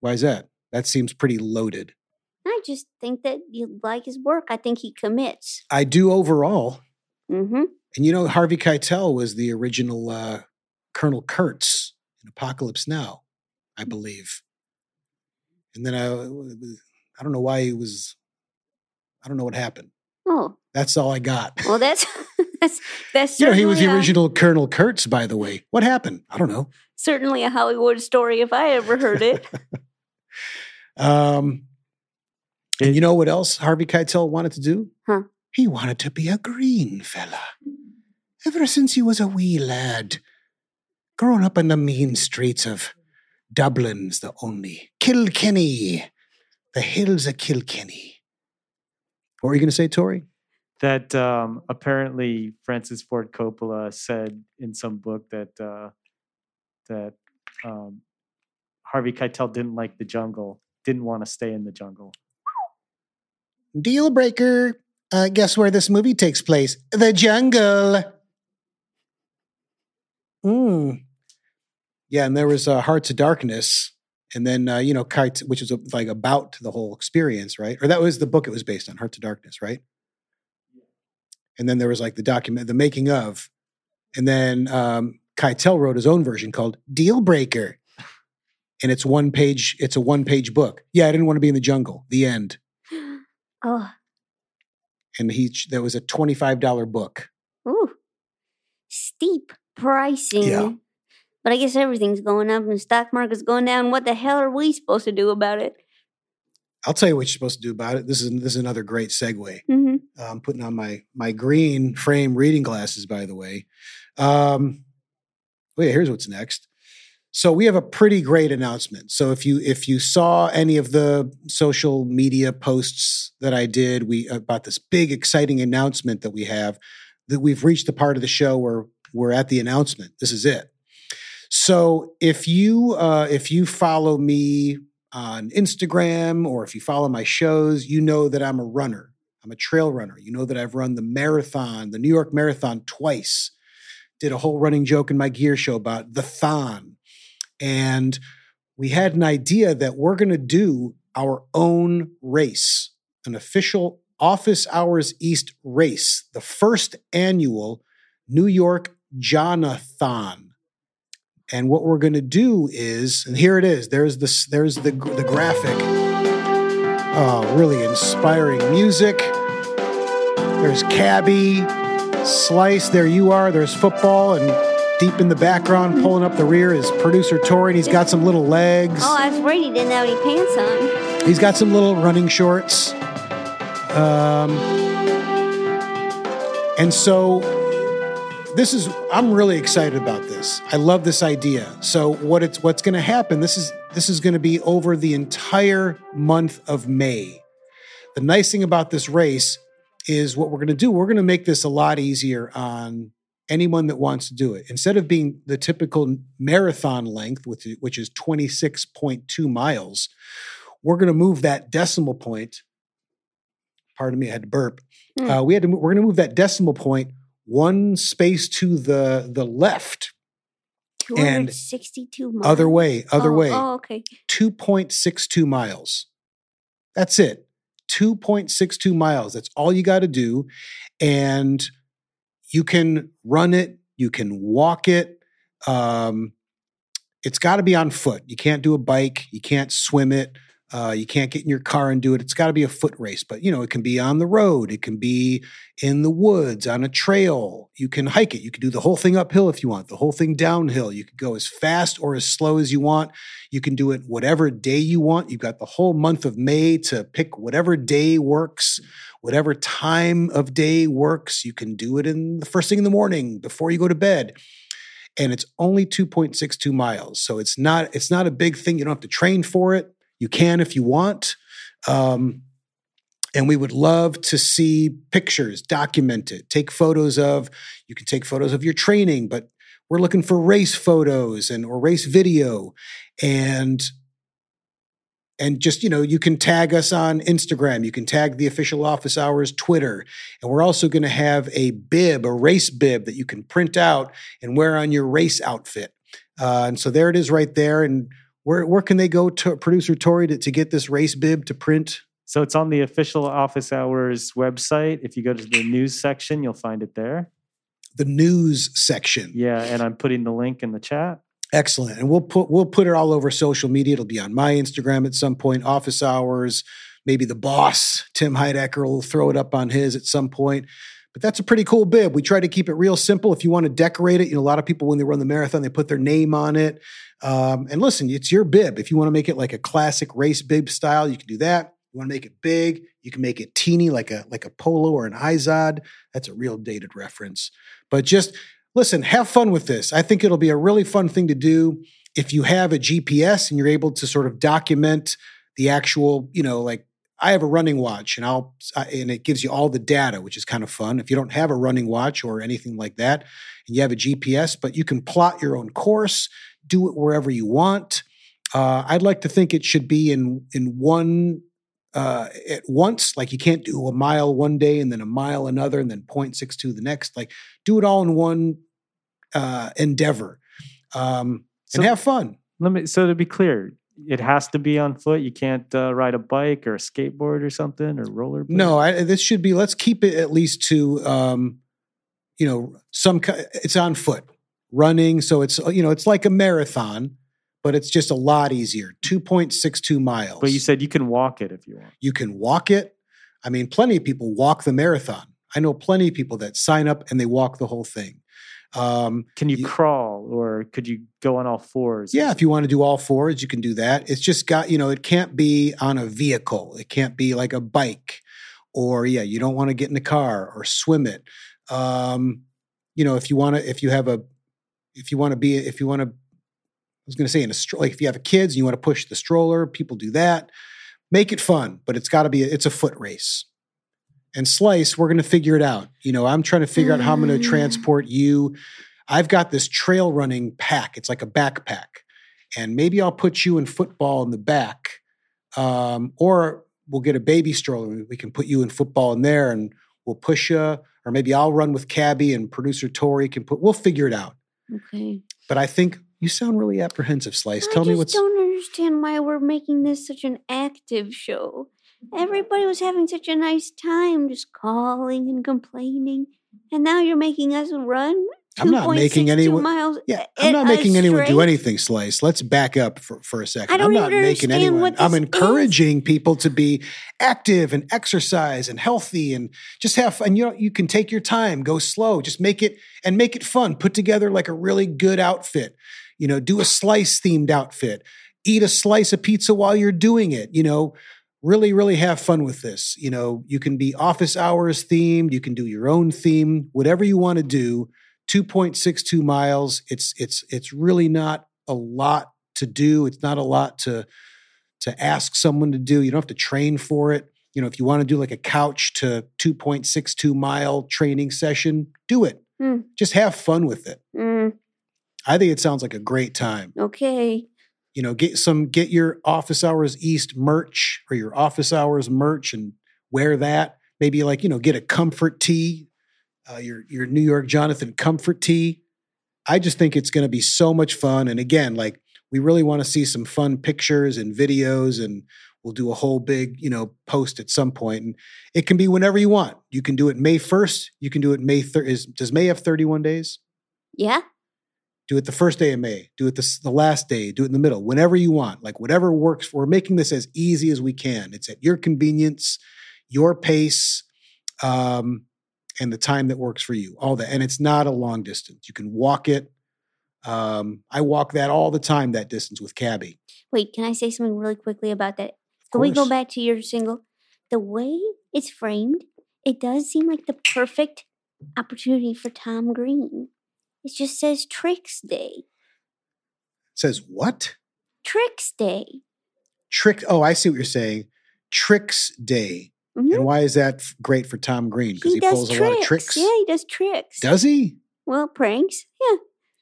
Speaker 1: Why is that? That seems pretty loaded.
Speaker 2: I just think that you like his work. I think he commits.
Speaker 1: I do overall.
Speaker 2: Mm-hmm.
Speaker 1: And you know, Harvey Keitel was the original uh, Colonel Kurtz in Apocalypse Now, I believe. And then I, uh, I don't know why he was, I don't know what happened.
Speaker 2: Oh,
Speaker 1: That's all I got.
Speaker 2: well, that's (laughs) that's that's
Speaker 1: you know, he was the
Speaker 2: certainly um a-
Speaker 1: original Colonel Kurtz, by the way. What happened? I don't know.
Speaker 2: certainly a Hollywood story if I ever heard
Speaker 1: (laughs)
Speaker 2: it.
Speaker 1: Um, and
Speaker 3: It-
Speaker 1: Um, you know what else Harvey Keitel wanted to do?
Speaker 2: Huh.
Speaker 1: He wanted to be a green fella. Ever since he was a wee lad. Growing up in the mean streets of Dublin's the only. Kilkenny. The hills of Kilkenny. What were you going to say, Tori?
Speaker 3: that um, apparently Francis Ford Coppola said in some book that uh, that um, Harvey Keitel didn't like the jungle, didn't want to stay in the jungle.
Speaker 1: Deal breaker. Uh, guess where this movie takes place? The jungle. Mm. Yeah, and there was uh, Hearts of Darkness, and then uh, you know Kites, which is uh, like about the whole experience, right? Or that was the book it was based on, Hearts of Darkness, right? And then there was like the document, the making of, and then um, Keitel wrote his own version called Deal Breaker, and it's one page. It's a one page book. Yeah, I didn't want to be in the jungle. The end
Speaker 2: Oh,
Speaker 1: and he ch- that was a twenty five dollar book.
Speaker 2: ooh, steep pricing. But I guess everything's going up and the stock market's going down. What the hell are we supposed to do about it?
Speaker 1: I'll tell you what you're supposed to do about it. This is this is another great segue.
Speaker 2: hmm
Speaker 1: I'm putting on my my green frame reading glasses, by the way. Um, well, yeah, here's what's next. So we have a pretty great announcement. So if you if you saw any of the social media posts that I did, we about this big exciting announcement that we have that we've reached the part of the show where we're at the announcement. This is it. So if you uh, if you follow me on Instagram or if you follow my shows, you know that I'm a runner. I'm a trail runner. You know that I've run the marathon, the New York Marathon twice. Did a whole running joke in my gear show about the thon. And we had an idea that we're going to do our own race, an official office hours east race, the first annual New York Jonathan. And what we're going to do is, and here it is. There's this. There's the the graphic. Oh, really inspiring music. There's Cabby, Slice. There you are. There's football, and deep in the background, pulling up the rear is producer Tori, and he's got some little legs.
Speaker 2: Oh, I was afraid he didn't have any pants on.
Speaker 1: He's got some little running shorts. Um, and so this is I'm really excited about this. I love this idea. So what it's what's going to happen this is this is going to be over the entire month of May. The nice thing about this race is what we're going to do, we're going to make this a lot easier on anyone that wants to do it. Instead of being the typical marathon length which is- which is 26.2 miles, we're going to move that decimal point. Pardon me, I had to burp.
Speaker 2: Mm.
Speaker 1: Uh, we had to. mo- We're going to move that decimal point one space to the the left. And
Speaker 2: 262 miles.
Speaker 1: Other way. Other
Speaker 2: Oh,
Speaker 1: way.
Speaker 2: Oh, okay.
Speaker 1: Two point six two miles. That's it. Two point six two miles. That's all you got to do, and you can run it. You can walk it. Um, it's got to be on foot. You can't do a bike. You can't swim it. Uh, you can't get in your car and do it. It's got to be a foot race, but you know it can be on the road. It can be in the woods on a trail. You can hike it. You can do the whole thing uphill if you want. The whole thing downhill. You can go as fast or as slow as you want. You can do it whatever day you want. You've got the whole month of May to pick whatever day works, whatever time of day works. You can do it in the first thing in the morning before you go to bed and it's only 2.62 miles so it's not it's not a big thing you don't have to train for it you can if you want um, and we would love to see pictures document it take photos of you can take photos of your training but we're looking for race photos and or race video and and just you know you can tag us on instagram you can tag the official office hours twitter and we're also going to have a bib a race bib that you can print out and wear on your race outfit. Uh, and so there it is right there. And where where can they go to producer Tori to, to get this race bib to print?
Speaker 3: So it's on the official office hours website. If you go to the news section, you'll find it there.
Speaker 1: The news section.
Speaker 3: Yeah, and I'm putting the link in the chat.
Speaker 1: Excellent. And we'll put we'll put it all over social media. It'll be on my Instagram at some point, office hours, maybe the boss, Tim Heidecker, will throw it up on his at some point. But that's a pretty cool bib. We try to keep it real simple. If you want to decorate it, you know, a lot of people when they run the marathon, they put their name on it. Um, and listen, it's your bib. If you want to make it like a classic race bib style, you can do that. You want to make it big, you can make it teeny like a like a polo or an izod. That's a real dated reference. But just listen, have fun with this. I think it'll be a really fun thing to do if you have a GPS and you're able to sort of document the actual, you know, like I have a running watch and I'll I- and it gives you all the data, which is kind of fun. If you don't have a running watch or anything like that, and you have a GPS, but you can plot your own course, do it wherever you want. Uh, I'd like to think it should be in in one uh, at once. Like you can't do a mile one day and then a mile another and then 0.62 the next. Like do it all in one uh, endeavor um,
Speaker 3: So-
Speaker 1: and have fun.
Speaker 3: Let me. So to be clear, it has to be on foot. You can't uh, ride a bike or a skateboard or something or roller.
Speaker 1: No, I, this should be. Let's keep it at least to, um, you know, some. ki- It's on foot, running. So it's you know, it's like a marathon, but it's just a lot easier. Two point six two miles.
Speaker 3: But you said you can walk it if you want.
Speaker 1: you can walk it. I mean, plenty of people walk the marathon. I know plenty of people that sign up and they walk the whole thing. Um,
Speaker 3: Can you,
Speaker 1: You-
Speaker 3: crawl or could you go on all fours? or
Speaker 1: yeah, if you want to do all fours, you can do that. It's just got you know, it can't be on a vehicle. It can't be like a bike, or yeah, you don't want to get in a car or swim it. Um, you know, if you want to, if you have a, if you want to be, if you want to, I was going to say in a stro- like if you have kids and you want to push the stroller, people do that. Make it fun, but it's got to be. It's a foot race. And slice, we're going to figure it out. You know, I'm trying to figure out how I'm going to
Speaker 2: Mm.
Speaker 1: transport you. I've got this trail running pack. It's like a backpack, and maybe I'll put you in football in the back, um, or we'll get a baby stroller. We can put you in football in there, and we'll push you, or maybe I'll run with Cabby and producer Tori can put. We'll figure it out.
Speaker 2: Okay.
Speaker 1: But I think you sound really apprehensive, Slice. Tell
Speaker 2: I
Speaker 1: me
Speaker 2: just
Speaker 1: what's
Speaker 2: don't understand why we're making this such an active show. Everybody was having such a nice time, just calling and complaining, and now you're making us run.
Speaker 1: I'm not making
Speaker 2: 2.62
Speaker 1: anyone-
Speaker 2: miles.
Speaker 1: yeah.
Speaker 2: at
Speaker 1: I'm not
Speaker 2: us
Speaker 1: making anyone do
Speaker 2: straight.
Speaker 1: anything, Slice. Let's back up for, for a second.
Speaker 2: don't
Speaker 1: I'm not
Speaker 2: even understand
Speaker 1: making anyone.
Speaker 2: what
Speaker 1: I'm
Speaker 2: this is.
Speaker 1: encouraging people to be active and exercise and healthy and just have fun. You know, you can take your time, go slow, just make it and make it fun. Put together like a really good outfit. You know, do a slice themed outfit. Eat a slice of pizza while you're doing it. You know, really really have fun with this you know you can be office hours themed you can do your own theme whatever you want to do 2.62 miles it's it's it's really not a lot to do it's not a lot to to ask someone to do you don't have to train for it you know if you want to do like a couch to 2.62 mile training session do it
Speaker 2: Hmm.
Speaker 1: just have fun with it
Speaker 2: Mm,
Speaker 1: i think it sounds like a great time
Speaker 2: okay.
Speaker 1: you know get some get your office hours east merch or your office hours merch and wear that maybe like you know get a comfort tee uh, your your new york jonathan comfort tee i just think it's going to be so much fun and again like we really want to see some fun pictures and videos and we'll do a whole big you know post at some point and it can be whenever you want you can do it may 1st you can do it may 3rd is does may have 31 days
Speaker 2: Yeah.
Speaker 1: do it the first day of May. Do it the, s- the last day. Do it in the middle. Whenever you want. Like whatever works. We're making this as easy as we can. It's at your convenience, your pace, um, and the time that works for you. All that. And it's not a long distance. You can walk it. Um, I walk that all the time. That distance with Cabby.
Speaker 2: Wait, can I say something really quickly about that? Can we go
Speaker 1: course.
Speaker 2: back to your single? The way it's framed, it does seem like the perfect opportunity for Tom Green. It just says Tricks Day.
Speaker 1: It says what?
Speaker 2: Tricks Day.
Speaker 1: Trick. Oh, I see what you're saying. Tricks Day.
Speaker 2: Mhm.
Speaker 1: And why is that f- great for Tom Green? Because Mm-hmm. he, pulls a lot of tricks.
Speaker 2: Yeah, he does tricks.
Speaker 1: Does he?
Speaker 2: well, pranks. Yeah.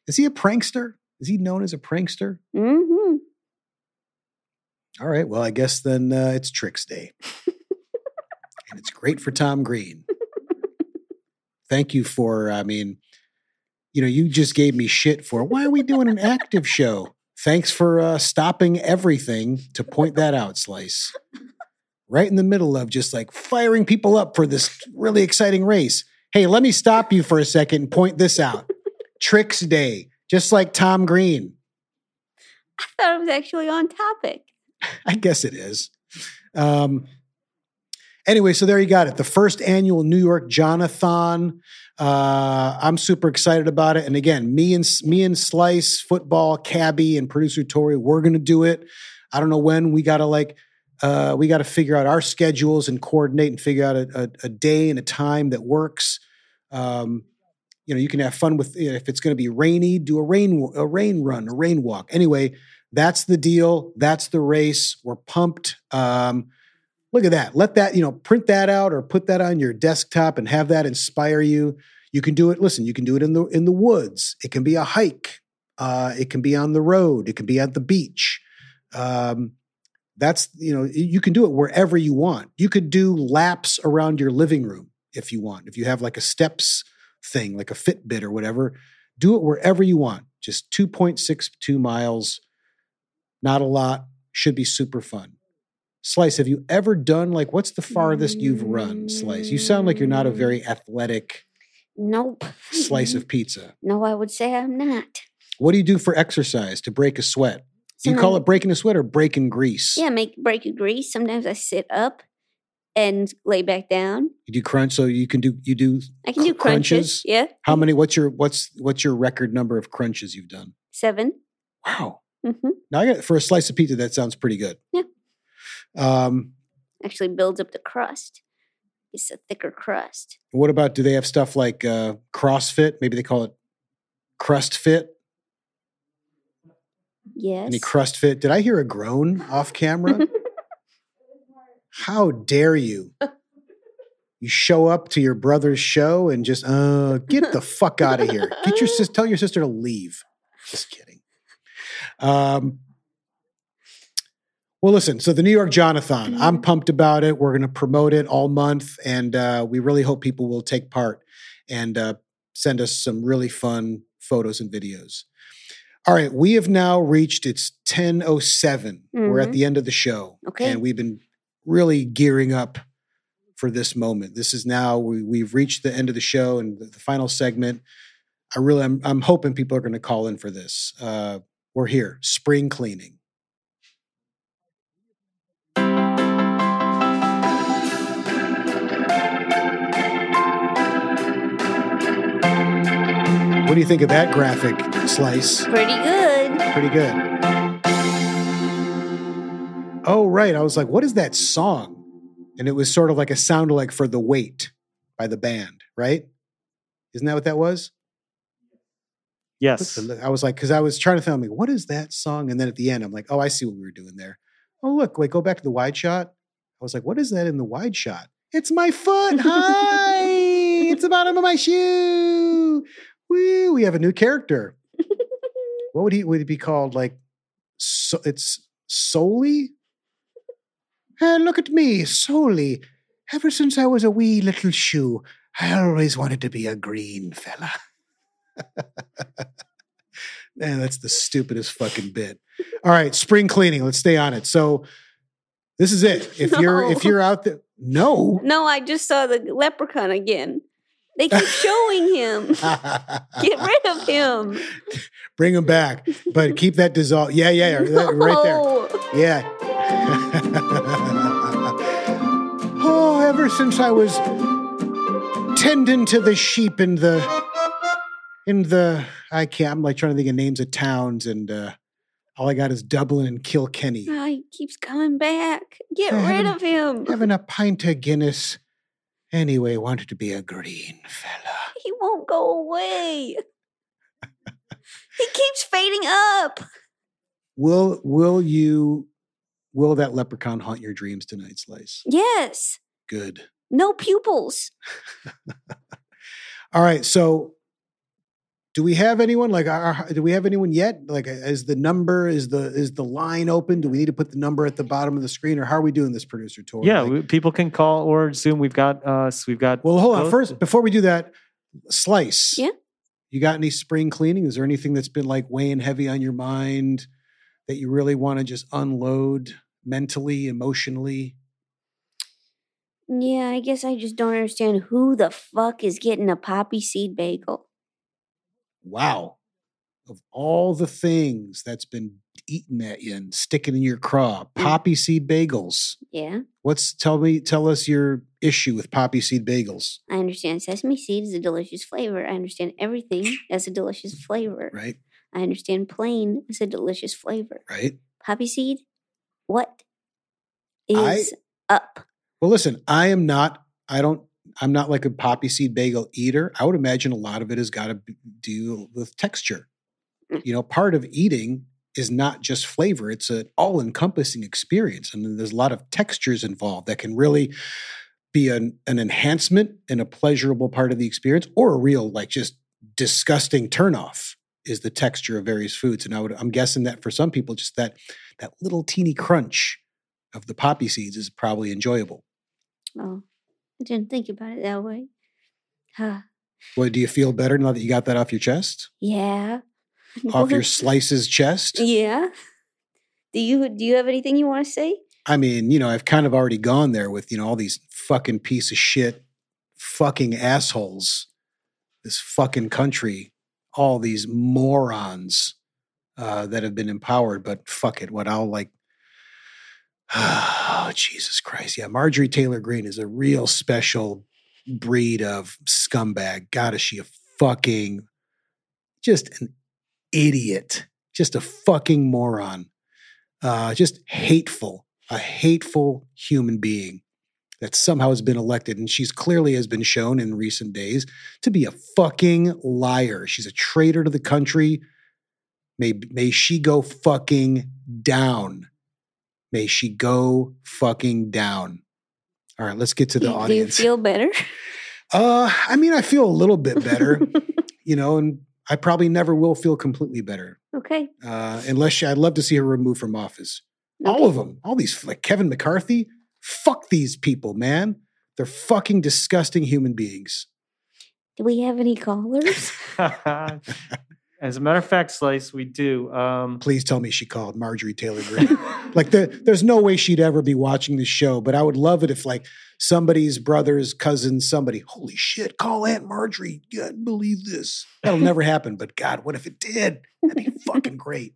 Speaker 1: Is he a prankster? Is he known as a prankster?
Speaker 2: Mm-hmm.
Speaker 1: All right. Well, I guess then uh, it's Tricks Day. and it's great for Tom Green. Thank you for, I mean, you know, you just gave me shit for why are we doing an active show? Thanks for uh, stopping everything to point that out, Slice. Right in the middle of just like firing people up for this really exciting race. Hey, let me stop you for a second and point this out. Tricks Day, just like Tom Green.
Speaker 2: I thought it was actually on topic.
Speaker 1: (laughs) I guess it is. Um, anyway, so there you got it. The first annual New York Jonathon. Uh, I'm super excited about it. And again, me and me and Slice, football, Cabby, and producer Tori, we're gonna do it. I don't know when. We gotta like Uh, we got to figure out our schedules and coordinate and figure out a, a, a day and a time that works. Um, you know, you can have fun with you know, if it's going to be rainy, do a rain a rain run, a rain walk. Anyway, that's the deal. That's the race. We're pumped. Um, look at that. Let that you know, print that out or put that on your desktop and have that inspire you. You can do it. Listen, you can do it in the in the woods. It can be a hike. Uh, it can be on the road. It can be at the beach. Um, that's you know you can do it wherever you want you could do laps around your living room if you want if you have like a steps thing like a fitbit or whatever do it wherever you want just 2.62 miles not a lot should be super fun slice have you ever done like what's the farthest you've run slice you sound like you're not a very athletic
Speaker 2: Nope.
Speaker 1: slice of pizza
Speaker 2: (laughs) No, I would say I'm not.
Speaker 1: what do you do for exercise to break a sweat do you
Speaker 2: Sometimes-
Speaker 1: call it breaking a sweat or breaking grease
Speaker 2: Yeah, make break a grease. Sometimes I sit up and lay back down.
Speaker 1: you do crunch so you can do you do
Speaker 2: I can do
Speaker 1: Cr-
Speaker 2: crunches.
Speaker 1: crunches?
Speaker 2: Yeah.
Speaker 1: How many? What's your what's what's your record number of crunches you've done?
Speaker 2: 7
Speaker 1: Wow!
Speaker 2: Mm-hmm.
Speaker 1: Now I got for a slice of pizza that sounds pretty good.
Speaker 2: Yeah.
Speaker 1: Um,
Speaker 2: Actually builds up the crust. It's a thicker crust.
Speaker 1: what about do they have stuff like uh, CrossFit? Maybe they call it Crust Fit.
Speaker 2: Yes.
Speaker 1: Any Crust Fit? Did I hear a groan off camera? How dare you! You show up to your brother's show and just uh, get the fuck out of here. Get your sis. Tell your sister to leave. Just kidding. Um, well, listen. So the New York Jonathon, I'm
Speaker 2: Mhm.
Speaker 1: pumped about it. We're going to promote it all month, and uh, we really hope people will take part and uh, send us some really fun photos and videos. All right, we have now reached it's 10:07. We're at
Speaker 2: Mhm.
Speaker 1: the end of the show,
Speaker 2: Okay.
Speaker 1: and we've been really gearing up for this moment. This is now we, we've reached the end of the show and the, the final segment. I really, I'm, I'm hoping people are going to call in for this. Uh, we're here, spring cleaning. What do you think of that graphic slice?
Speaker 2: Pretty good.
Speaker 1: Pretty good. Oh, right. I was like, what is that song? And it was sort of like a sound like for the weight by the band, right? Isn't that what that was?
Speaker 3: Yes.
Speaker 1: I was like, because I was trying to think, I'm like, what is that song? And then at the end, I'm like, oh, I see what we were doing there. Oh, look, wait, go back to the wide shot. I was like, what is that in the wide shot? It's my
Speaker 3: (laughs)
Speaker 1: foot. Hi. it's the bottom of my shoe. Woo. We have a new character. what would he would it be called? Like so, it's Soli? Hey, look at me, Soli. Ever since I was a wee little shoe, I always wanted to be a green fella. (laughs) Man, that's the stupidest fucking bit. All right, spring cleaning. Let's stay on it. So this is it. If you're if
Speaker 2: No.
Speaker 1: you're out there, no.
Speaker 2: No, I just saw the leprechaun again. They
Speaker 1: (laughs)
Speaker 2: keep showing him. Get rid of him.
Speaker 1: Bring him back, but keep that dissolve. Yeah, yeah, yeah, that- right there.
Speaker 2: No.
Speaker 1: Yeah. (laughs) oh, ever since I was tending to the sheep in the in the I can't. I'm like trying to think of names of towns, and uh, all I got is Dublin and Kilkenny.
Speaker 2: Ah, he keeps coming back. Get
Speaker 1: I
Speaker 2: rid
Speaker 1: haven't-
Speaker 2: of him.
Speaker 1: Having a pint of Guinness. Anyway, wanted to be a green fella.
Speaker 2: He won't go away. he keeps fading up.
Speaker 1: Will will you will that leprechaun haunt your dreams tonight, Slice?
Speaker 2: Yes.
Speaker 1: Good.
Speaker 2: No pupils.
Speaker 1: All right. So, do we have anyone? Like, our, our- do we have anyone yet? Like, is the number is the is the line open? Do we need to put the number at the bottom of the screen, or how are we doing this, producer tour?
Speaker 3: Yeah,
Speaker 1: Like-
Speaker 3: we, people can call or Zoom. We've got us. We've got
Speaker 1: well, hold on.
Speaker 3: both.
Speaker 1: First, before we do that, slice.
Speaker 2: Yeah.
Speaker 1: You got any spring cleaning? Is there anything that's been like weighing heavy on your mind that you really want to just unload mentally, emotionally?
Speaker 2: Yeah, I guess I just don't understand who the fuck is getting a poppy seed bagel.
Speaker 1: Wow. Of all the things that's been eating at you and sticking in your craw, poppy seed bagels.
Speaker 2: Yeah,
Speaker 1: What's tell me tell us your issue with poppy seed bagels,
Speaker 2: I understand sesame seed is a delicious flavor. I understand everything as a delicious flavor.
Speaker 1: right?
Speaker 2: I understand plain as a delicious flavor.
Speaker 1: Right?
Speaker 2: Poppy seed? What?
Speaker 1: I-
Speaker 2: is up.
Speaker 1: Well, listen, I am not. I don't. I'm not like a poppy seed bagel eater. I would imagine a lot of it has got to do with texture.
Speaker 2: Mm.
Speaker 1: You know, part of eating is not just flavor; it's an all-encompassing experience, and there's a lot of textures involved that can really be an, an enhancement and a pleasurable part of the experience, or a real like just disgusting turnoff is the texture of various foods. And I would, I'm guessing that for some people, just that that little teeny crunch of the poppy seeds is probably enjoyable.
Speaker 2: Oh, I didn't think about it that way. Huh.
Speaker 1: Well, do you feel better now that you got that off your chest,
Speaker 2: Yeah. (laughs)
Speaker 1: off your
Speaker 2: What?
Speaker 1: slices chest?
Speaker 2: Yeah. Do you do you have anything you want to say?
Speaker 1: I mean, you know, I've kind of already gone there with you know all these fucking piece of shit, fucking assholes, this fucking country, all these morons uh, that have been empowered. But fuck it, what I'll like. (sighs) Oh Jesus Christ! Yeah, Marjorie Taylor Greene is a real special breed of scumbag. God, is she a fucking just an idiot? Just a fucking moron. Uh, just hateful, a hateful human being that somehow has been elected, and she's clearly has been shown in recent days to be a fucking liar. She's a traitor to the country. May may she go fucking down. May she go fucking down. All right, let's get to the
Speaker 2: You- do you
Speaker 1: audience.
Speaker 2: feel better? (laughs)
Speaker 1: Uh, I mean, I feel a little bit better, you know, and I probably never will feel completely better,
Speaker 2: okay.
Speaker 1: uh, unless she, I'd love to see her removed from office. All of them, all these, like Kevin McCarthy, fuck these people, man. They're fucking disgusting human beings.
Speaker 2: Do we have any callers?
Speaker 3: (laughs) As a matter of fact, Slice, we do. Um,
Speaker 1: Please tell me she called Marjorie Taylor Greene. like, there, there's no way she'd ever be watching this show, but I would love it if, like, somebody's brother's cousin, somebody, holy shit, call Aunt Marjorie. Yeah, I believe this. That'll never happen, but God, what if it did? That'd be fucking great.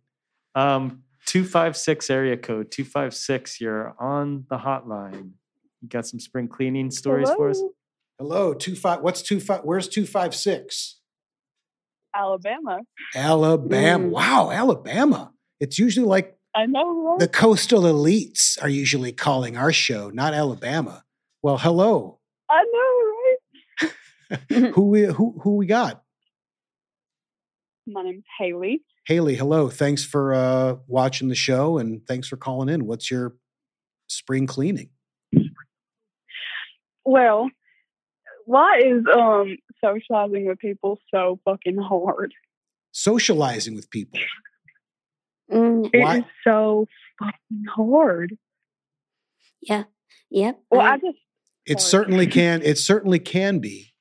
Speaker 3: um, 256 area code 256, you're on the hotline. You got some spring cleaning stories for us?
Speaker 6: Hello?
Speaker 1: Hello, two five. What's two five? Where's two five six?
Speaker 6: Alabama.
Speaker 1: Alabama.
Speaker 2: Mm.
Speaker 1: Wow, Alabama. It's usually like
Speaker 6: I know,
Speaker 1: the
Speaker 6: right?
Speaker 1: coastal elites are usually calling our show, not Alabama. Well, hello.
Speaker 6: I know, right?
Speaker 1: Who we who who we got?
Speaker 6: My name's Haley.
Speaker 1: Haley. Hello. Thanks for uh, watching the show and thanks for calling in. What's your spring cleaning?
Speaker 6: Well, why is um socializing with people so fucking hard?
Speaker 1: Socializing with people.
Speaker 2: Mm,
Speaker 6: It is
Speaker 1: Why-
Speaker 6: so fucking hard.
Speaker 2: yeah. Yep.
Speaker 6: Well,
Speaker 2: I-
Speaker 6: I just
Speaker 1: It
Speaker 6: Sorry.
Speaker 1: certainly can. It certainly can be.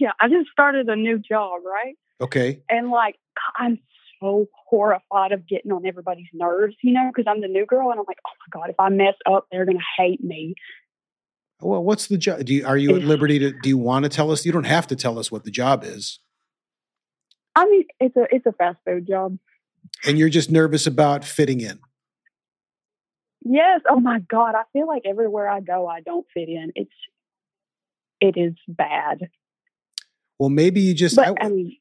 Speaker 6: yeah, I just started a new job, right?
Speaker 1: Okay.
Speaker 6: And like I'm so horrified of getting on everybody's nerves, you know, because I'm the new girl and I'm like, oh my god, if I mess up, they're gonna hate me.
Speaker 1: Well, what's the job? Do you, are you at liberty to? Do you want to tell us? You don't have to tell us what the job is.
Speaker 6: I mean, it's a it's a fast food job.
Speaker 1: and you're just nervous about fitting in.
Speaker 6: Yes. Oh my God. I feel like everywhere I go, I don't fit in. It's, it is bad. (laughs)
Speaker 1: Well, maybe you just.
Speaker 6: But
Speaker 1: I,
Speaker 6: I mean,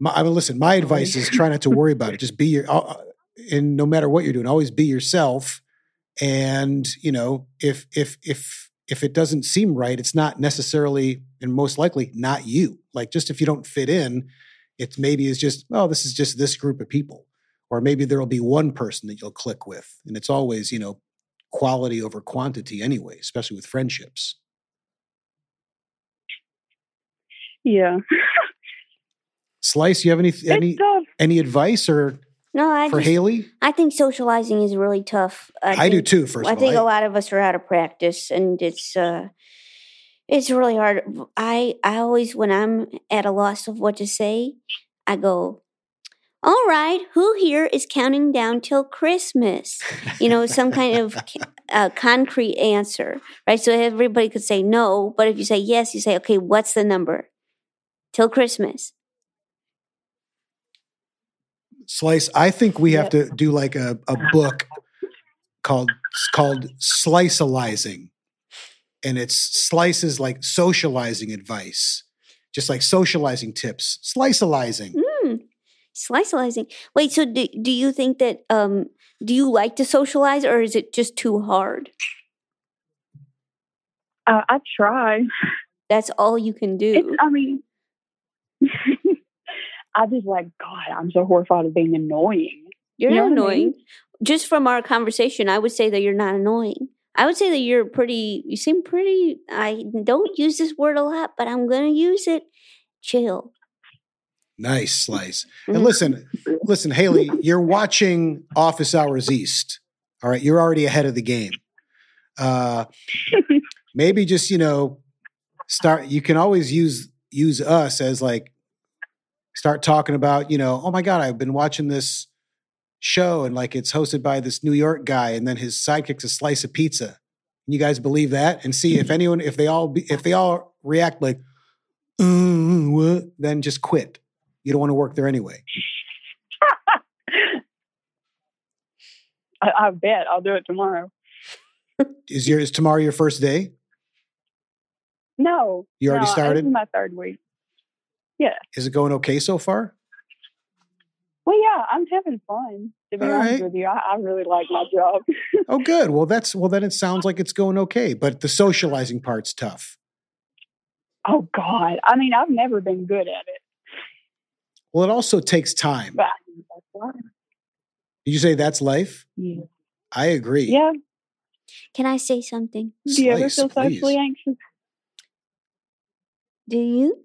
Speaker 1: my, I mean, listen. My advice is try not to worry about it. Just be your, uh, uh, and no matter what you're doing, always be yourself. And you know, if if if if it doesn't seem right, it's not necessarily and most likely not you. Like just if you don't fit in, it's maybe it's just oh, this is just this group of people, or maybe there'll be one person that you'll click with, and it's always you know quality over quantity anyway, especially with friendships.
Speaker 6: yeah.
Speaker 1: Slice, you have any any
Speaker 6: it's tough.
Speaker 1: any advice or
Speaker 2: no, I
Speaker 1: for
Speaker 2: just,
Speaker 1: Haley?
Speaker 2: I think socializing is really tough.
Speaker 1: I, do
Speaker 2: think-
Speaker 1: too. First
Speaker 2: I
Speaker 1: of all,
Speaker 2: think
Speaker 1: I-
Speaker 2: a lot of us are out of practice, and it's uh, it's really hard. I I always when I'm at a loss of what to say, I go, "All right, who here is counting down till Christmas?" You know, some kind
Speaker 1: (laughs)
Speaker 2: of ca- uh, concrete answer, right? So everybody could say no, but if you say yes, you say, "Okay, what's the number till Christmas?"
Speaker 1: slice. I think we have to do like a, a book called it's called Slicealizing, and it's slices like socializing advice, just like socializing tips, slicealizing.
Speaker 2: Mm. Slicealizing. Wait, so do, do you think that um do you like to socialize or is it just too hard?
Speaker 6: Uh, I try.
Speaker 2: That's all you can
Speaker 6: It's,
Speaker 2: do.
Speaker 6: I mean, I just like, God, I'm so horrified of being annoying.
Speaker 2: You're
Speaker 6: you know
Speaker 2: not
Speaker 6: what I mean?
Speaker 2: annoying. Just from our conversation, I would say that you're not annoying. I would say that you're pretty you seem pretty I don't use this word a lot, but I'm going to use it. Chill.
Speaker 1: Nice slice.
Speaker 2: Mhm.
Speaker 1: And listen, listen, Haley, you're watching Office Hours East. All right, you're already ahead of the game. Uh, maybe just you know, start. You can always use use us as like start talking about you know. Oh my God, I've been watching this show and like it's hosted by this New York guy, and then his sidekick's a slice of pizza. You guys believe that, and see if anyone if they all be, if they all react like, uh, what? then just quit. You don't want to work there anyway.
Speaker 6: I, I bet I'll do it tomorrow.
Speaker 1: Is your is tomorrow your first day?
Speaker 6: No.
Speaker 1: You already
Speaker 6: no,
Speaker 1: started?
Speaker 6: This is my third week.
Speaker 1: Is it going okay so far?
Speaker 6: Well, yeah, I'm having fun. To be
Speaker 1: All
Speaker 6: honest
Speaker 1: right.
Speaker 6: with you, I, I really like my job. (laughs)
Speaker 1: Oh, good. Well, that's well. Then it sounds like it's going okay. But the socializing part's tough.
Speaker 6: Oh God, I mean, I've never been good at it,
Speaker 1: Well, it also takes time.
Speaker 6: but I think that's life.
Speaker 1: Did you say that's life?
Speaker 6: Yeah.
Speaker 1: I agree.
Speaker 6: yeah.
Speaker 2: Can I say something?
Speaker 6: Do you ever
Speaker 1: Slice,
Speaker 6: feel socially
Speaker 1: please.
Speaker 6: anxious?
Speaker 2: Do you?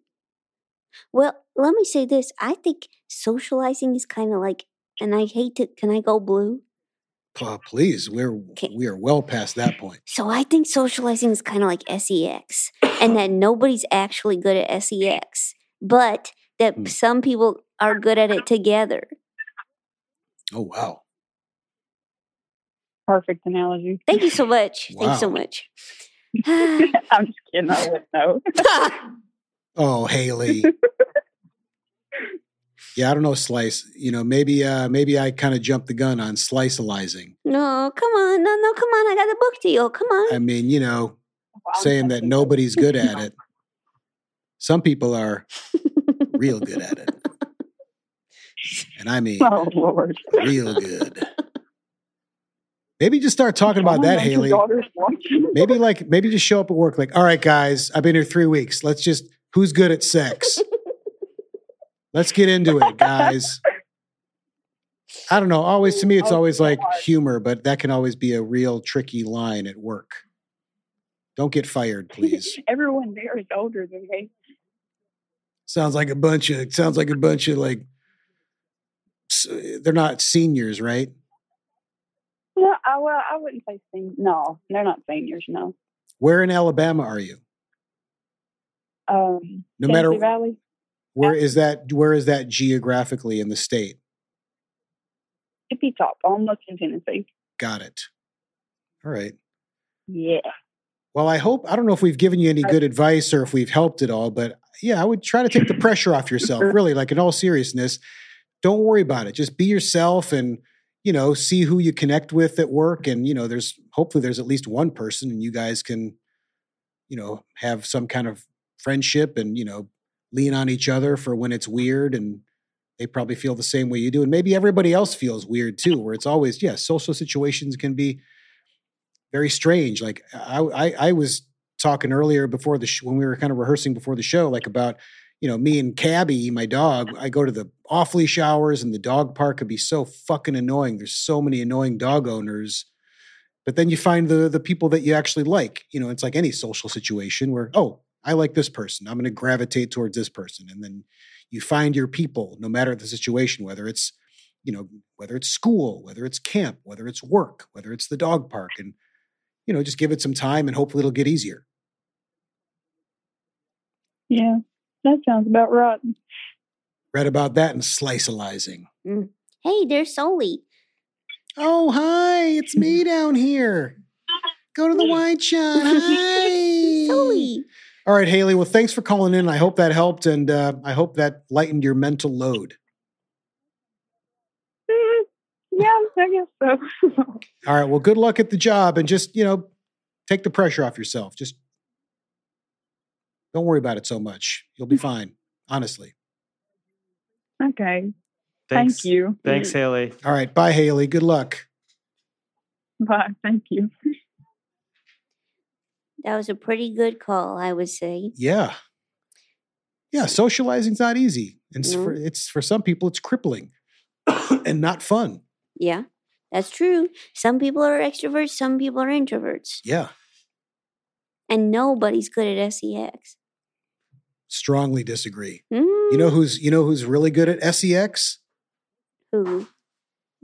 Speaker 2: Well, let me say this. I think socializing is kind of like, and I hate to, can I go blue?
Speaker 1: Uh, please, we're
Speaker 2: Okay.
Speaker 1: we are well past that point.
Speaker 2: So I think socializing is kind of like SEX, and that nobody's actually good at SEX, but that
Speaker 1: Hmm.
Speaker 2: some people are good at it together.
Speaker 1: Oh wow.
Speaker 6: Perfect analogy.
Speaker 2: Thank you so much. Thank you so
Speaker 1: Wow.
Speaker 2: much.
Speaker 6: I'm just kidding. I wouldn't know.
Speaker 2: (laughs)
Speaker 1: Oh Haley. yeah, I don't know. Slice. You know, maybe uh maybe I kind of jumped the gun on slicealizing.
Speaker 2: no, come on. No, no, come on. I got a book deal. Come on.
Speaker 1: I mean, you know,
Speaker 6: Mm-hmm. Well, I'm
Speaker 1: saying that
Speaker 6: joking.
Speaker 1: nobody's good at it. Some people are
Speaker 6: (laughs)
Speaker 1: real good at it. And I mean,
Speaker 6: Oh Lord.
Speaker 1: real
Speaker 6: (laughs)
Speaker 1: good. Maybe just start talking about
Speaker 6: Oh,
Speaker 1: that,
Speaker 6: don't your
Speaker 1: Haley.
Speaker 6: daughter's watching.
Speaker 1: Maybe like, maybe just show up at work like, all right, guys, I've been here three weeks. Let's just, who's good at sex? Let's get into it, guys. I don't know. Always to me, it's
Speaker 6: Oh,
Speaker 1: always like
Speaker 6: God.
Speaker 1: humor, but that can always be a real tricky line at work. Don't get fired, please.
Speaker 6: (laughs) Everyone there is older than me.
Speaker 1: Sounds like a bunch of sounds like a bunch of like s- they're not seniors, right?
Speaker 6: No, I well, I wouldn't say seniors. No, they're not seniors. No.
Speaker 1: Where in Alabama are you?
Speaker 6: Um,
Speaker 1: No matter-
Speaker 6: Tennessee Valley.
Speaker 1: Where is that where is that geographically in the state?
Speaker 6: Tippy top, almost in Tennessee.
Speaker 1: Got it. All right.
Speaker 6: Yeah.
Speaker 1: Well, I hope I don't know if we've given you any good advice or if we've helped at all, but yeah, I would try to take the pressure off yourself, really, like in all seriousness. Don't worry about it. Just be yourself and you know, see who you connect with at work and you know, there's hopefully there's at least one person and you guys can you know, have some kind of friendship and you know, lean on each other for when it's weird and they probably feel the same way you do and maybe everybody else feels weird too where it's always yeah, social situations can be very strange. Like I, I, I was talking earlier before the sh- when we were kind of rehearsing before the show, like about you know me and Cabby, my dog. I go to the awfully showers, and the dog park could be so fucking annoying. There's so many annoying dog owners. But then you find the the people that you actually like. You know, it's like any social situation where oh, I like this person. I'm going to gravitate towards this person, and then you find your people, no matter the situation, whether it's you know whether it's school, whether it's camp, whether it's work, whether it's the dog park, and you know, just give it some time and hopefully it'll get easier.
Speaker 6: Yeah. That sounds about right.
Speaker 1: Read about that in Slicealizing.
Speaker 6: Mm.
Speaker 2: hey, there's Soli.
Speaker 1: Oh, hi, it's me down here. Go to
Speaker 2: (laughs)
Speaker 1: the wine shop. Hi.
Speaker 2: Soli.
Speaker 1: All right, Haley. Well, thanks for calling in. I hope that helped and uh, I hope that lightened your mental load.
Speaker 6: Mm, yeah, I guess so.
Speaker 1: All right. Well, good luck at the job and just, you know, take the pressure off yourself. Just
Speaker 6: Mm.
Speaker 1: don't worry about it so much. You'll be fine, honestly.
Speaker 6: okay.
Speaker 3: Thanks.
Speaker 6: Thank you.
Speaker 3: Thanks, Haley.
Speaker 1: All right. Bye, Haley. Good luck.
Speaker 6: (laughs) Bye. Thank you.
Speaker 2: That was a pretty good call, I would say.
Speaker 1: Yeah. Yeah. Socializing's not easy. And
Speaker 6: Mm.
Speaker 1: it's, for,
Speaker 2: Mhm.
Speaker 1: it's for some people, it's crippling (coughs) and not fun.
Speaker 2: Yeah, that's true. Some people are extroverts, some people are introverts,
Speaker 1: Yeah.
Speaker 2: and nobody's good at E SEX.
Speaker 1: Strongly disagree.
Speaker 2: Mm,
Speaker 1: (gasps) You know who's you know who's really good at E SEX?
Speaker 2: who?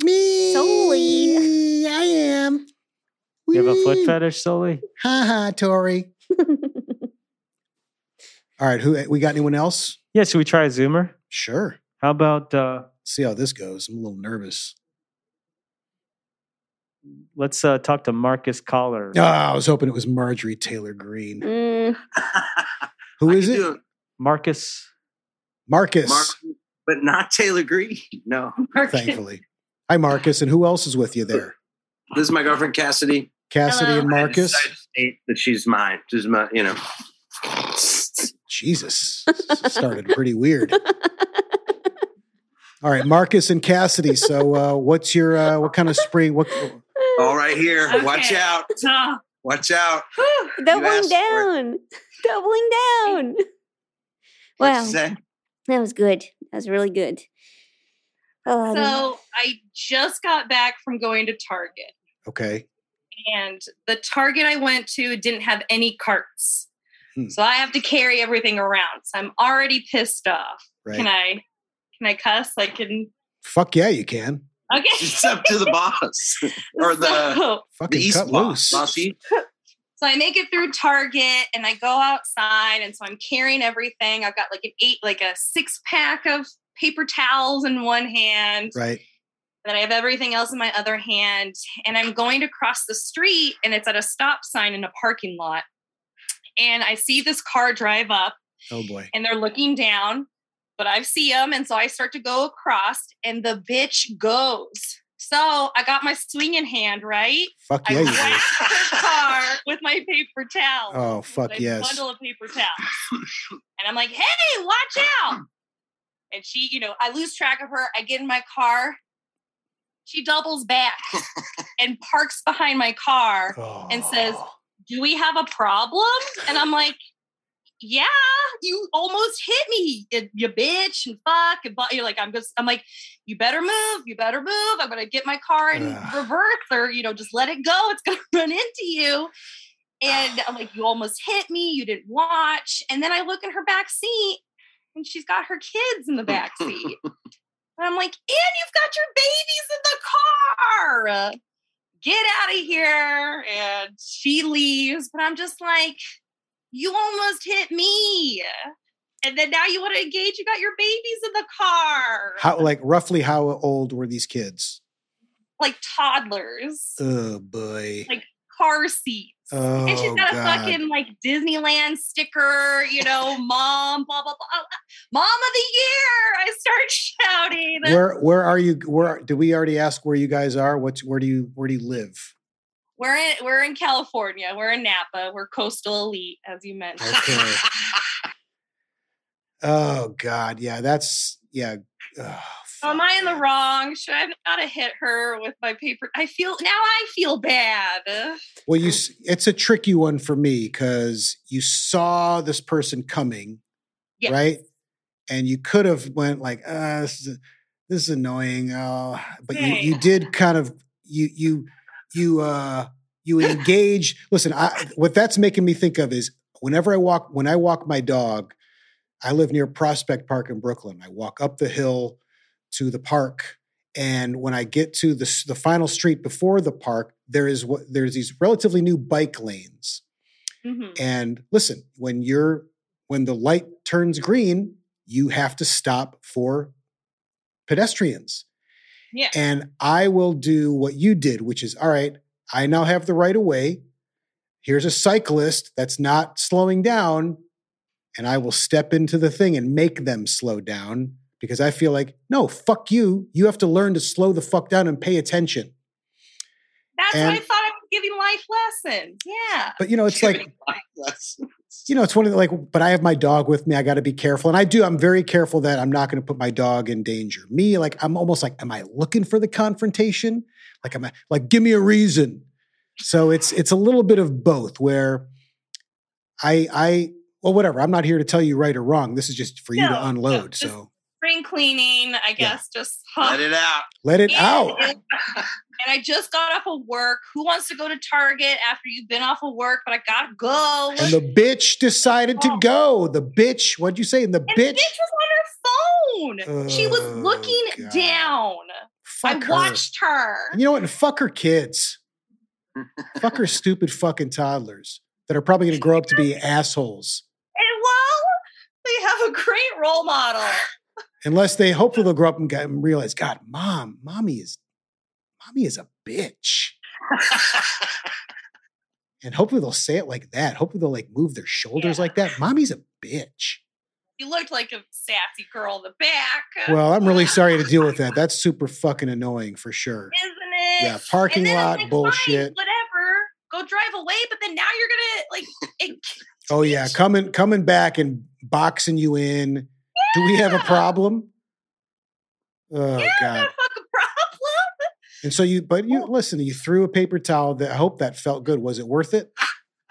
Speaker 1: Me.
Speaker 2: Solely.
Speaker 1: I am.
Speaker 3: You have a foot
Speaker 1: Whee!
Speaker 3: fetish, Sully?
Speaker 1: Ha ha,
Speaker 3: (laughs)
Speaker 1: Tori. All right, who we got anyone else?
Speaker 3: Yeah, should we try a Zoomer?
Speaker 1: Sure.
Speaker 3: How about uh,
Speaker 1: See how this goes. I'm a little nervous.
Speaker 3: let's uh, talk to Marcus Collar?
Speaker 1: Ah, I was hoping it was Marjorie Taylor Green.
Speaker 2: Mm,
Speaker 1: Who
Speaker 7: I
Speaker 1: is
Speaker 7: could
Speaker 1: it?
Speaker 7: do a
Speaker 3: Marcus,
Speaker 1: Marcus,
Speaker 7: Mark, but not Taylor Green. (laughs) No,
Speaker 1: thankfully. Hi, Marcus. And who else is with you there?
Speaker 7: this is my girlfriend Cassidy.
Speaker 1: Cassidy
Speaker 5: Hello.
Speaker 1: and
Speaker 7: I
Speaker 1: Marcus?
Speaker 7: just- I just hate that she's mine. She's my, you know.
Speaker 1: Jesus. Started pretty weird. All right, Marcus and Cassidy. So, uh, what's your, uh, what kind of spring? What,
Speaker 7: All right, here. Watch
Speaker 5: Okay.
Speaker 7: out!
Speaker 5: Oh,
Speaker 7: Watch out!
Speaker 5: whew.
Speaker 2: doubling
Speaker 7: asked for
Speaker 2: down, (laughs) doubling down.
Speaker 7: What'd
Speaker 2: Wow,
Speaker 7: you say?
Speaker 2: that was good. That was really good. Oh, I
Speaker 8: So I just got back from going to Target,
Speaker 1: okay.
Speaker 8: and the Target I went to didn't have any carts.
Speaker 1: Hmm.
Speaker 8: So I have to carry everything around. So I'm already pissed off. Can
Speaker 1: Right.
Speaker 8: I can I cuss? I can
Speaker 1: Fuck yeah, you can. (laughs)
Speaker 8: Okay.
Speaker 7: It's up
Speaker 8: (laughs)
Speaker 7: to the boss or the
Speaker 8: so,
Speaker 7: the
Speaker 1: Fucking
Speaker 7: East
Speaker 1: cut
Speaker 7: boss.
Speaker 1: loose.
Speaker 7: Boss East.
Speaker 8: so I make it through Target and I go outside and so I'm carrying everything. I've got like an eight like a six pack of paper towels in one hand.
Speaker 1: Right.
Speaker 8: And then I have everything else in my other hand. And I'm going to cross the street, and it's at a stop sign in a parking lot. And I see this car drive up,
Speaker 1: Oh boy.
Speaker 8: and they're looking down, but I see them. And so I start to go across, and the bitch goes. So I got my swing in hand, right?
Speaker 1: Fuck
Speaker 8: I
Speaker 1: yeah, you do.
Speaker 8: whacked the car with my paper towel.
Speaker 1: Oh fuck
Speaker 8: Like,
Speaker 1: yes.
Speaker 8: Bundle of paper towels. and I'm like, hey, watch out. And she, you know, I lose track of her. I get in my car. She doubles
Speaker 1: (laughs)
Speaker 8: back and parks behind my car.
Speaker 1: Oh.
Speaker 8: and says- Do we have a problem? And I'm like, yeah, you almost hit me, you, you bitch and fuck. And but you're like, I'm just, I'm like, you better move, you better move. I'm gonna get my car and
Speaker 1: Ugh.
Speaker 8: reverse, or you know, just let it go. It's gonna (laughs) run into you. And I'm like, you almost hit me. You didn't watch. And then I look in her back seat, and she's got her kids in the back seat. and I'm like, and you've got your babies in the car. Get out of here. And she leaves. But I'm just like, you almost hit me. And then now you want to engage. You got your babies in the car.
Speaker 1: How like roughly how old were these kids?
Speaker 8: like toddlers,
Speaker 1: Oh boy.
Speaker 8: Like, car seats.
Speaker 1: oh
Speaker 8: and she's got a
Speaker 1: God.
Speaker 8: fucking like Disneyland sticker, you know, mom, blah, blah, blah. Mom of the year. I start shouting. Where,
Speaker 1: Where where are you? Where do we already ask where you guys are? What's where do you where do you live?
Speaker 8: we're in we're in California. We're in Napa. We're coastal elite, as you
Speaker 7: (laughs)
Speaker 8: mentioned.
Speaker 1: Okay. oh God, yeah, that's yeah. Oh,
Speaker 8: (laughs) Am
Speaker 1: fuck,
Speaker 8: I in the
Speaker 1: man.
Speaker 8: wrong? Should I not have hit her with my paper? I feel now I feel bad.
Speaker 1: Well, you s- it's a tricky one for me because you saw this person coming,
Speaker 8: Yes.
Speaker 1: right? And you could have went like, uh, this, is, this is annoying, uh, but you, you
Speaker 8: Right.
Speaker 1: did kind of you you you uh, you engage. Listen, I, what that's making me think of is whenever I walk when I walk my dog, I live near Prospect Park in Brooklyn. I walk up the hill to the park, and when I get to the s- the final street before the park, there is what there's these relatively new bike lanes.
Speaker 9: Mm-hmm.
Speaker 8: Mhm.
Speaker 1: And listen, when you're when the light turns green, you have to stop for pedestrians.
Speaker 8: Yeah.
Speaker 1: And I will do what you did, which is all right, I now have the right of way. Here's a cyclist that's not slowing down, and I will step into the thing and make them slow down because I feel like, no, fuck you. You have to learn to slow the fuck down and pay attention.
Speaker 8: That's what I
Speaker 1: And-
Speaker 8: thought I was giving life lessons. Yeah.
Speaker 1: But you know, it's like you know, it's one of the like, but I have my dog with me. I got to be careful. And I do, I'm very careful that I'm not going to put my dog in danger. Me, like, I'm almost like, am I looking for the confrontation? Like, am I, like, give me a reason. So it's, it's a little bit of both where I, I, well, whatever. I'm not here to tell you right or wrong. This is just for you
Speaker 8: No,
Speaker 1: to
Speaker 8: no,
Speaker 1: unload.
Speaker 8: just-
Speaker 1: so
Speaker 8: Spring cleaning, I guess, just
Speaker 7: Let it
Speaker 8: uh,
Speaker 7: out.
Speaker 1: let it out.
Speaker 8: And, (laughs) and I just got off of work. Who wants to go to Target after you've been off of work? But I gotta go.
Speaker 1: And the bitch decided
Speaker 8: Oh.
Speaker 1: to go. The bitch, what'd you say? And the
Speaker 8: And
Speaker 1: bitch,
Speaker 8: was on her phone. she was
Speaker 1: Oh,
Speaker 8: looking
Speaker 1: God.
Speaker 8: down.
Speaker 1: fuck
Speaker 8: I
Speaker 1: her.
Speaker 8: watched her.
Speaker 1: And you know what? And fuck her kids.
Speaker 8: (laughs)
Speaker 1: fuck her stupid fucking toddlers that are probably going to grow up to be assholes.
Speaker 8: And well, they have a great role model.
Speaker 1: Unless they, hopefully, they'll grow up and, get- and realize, God, mom, mommy is, mommy is a bitch. and hopefully they'll say it like that. Hopefully they'll like move their shoulders
Speaker 8: Yeah.
Speaker 1: like that. Mommy's a bitch.
Speaker 8: You looked like a sassy girl in the back.
Speaker 1: Well, I'm really sorry to deal with that. That's super fucking annoying for sure.
Speaker 8: isn't it?
Speaker 1: Yeah, parking
Speaker 8: And then I'm
Speaker 1: lot
Speaker 8: like,
Speaker 1: bullshit.
Speaker 8: Fine, whatever. Go drive away, but then now you're gonna like.
Speaker 1: (laughs)
Speaker 8: It,
Speaker 1: Oh yeah, coming coming back and boxing you in. Do we have a problem? Oh
Speaker 8: Yeah,
Speaker 1: god.
Speaker 8: not a fucking problem.
Speaker 1: And so you, but you listen. You threw a paper towel. That I hope that felt good. Was it worth it?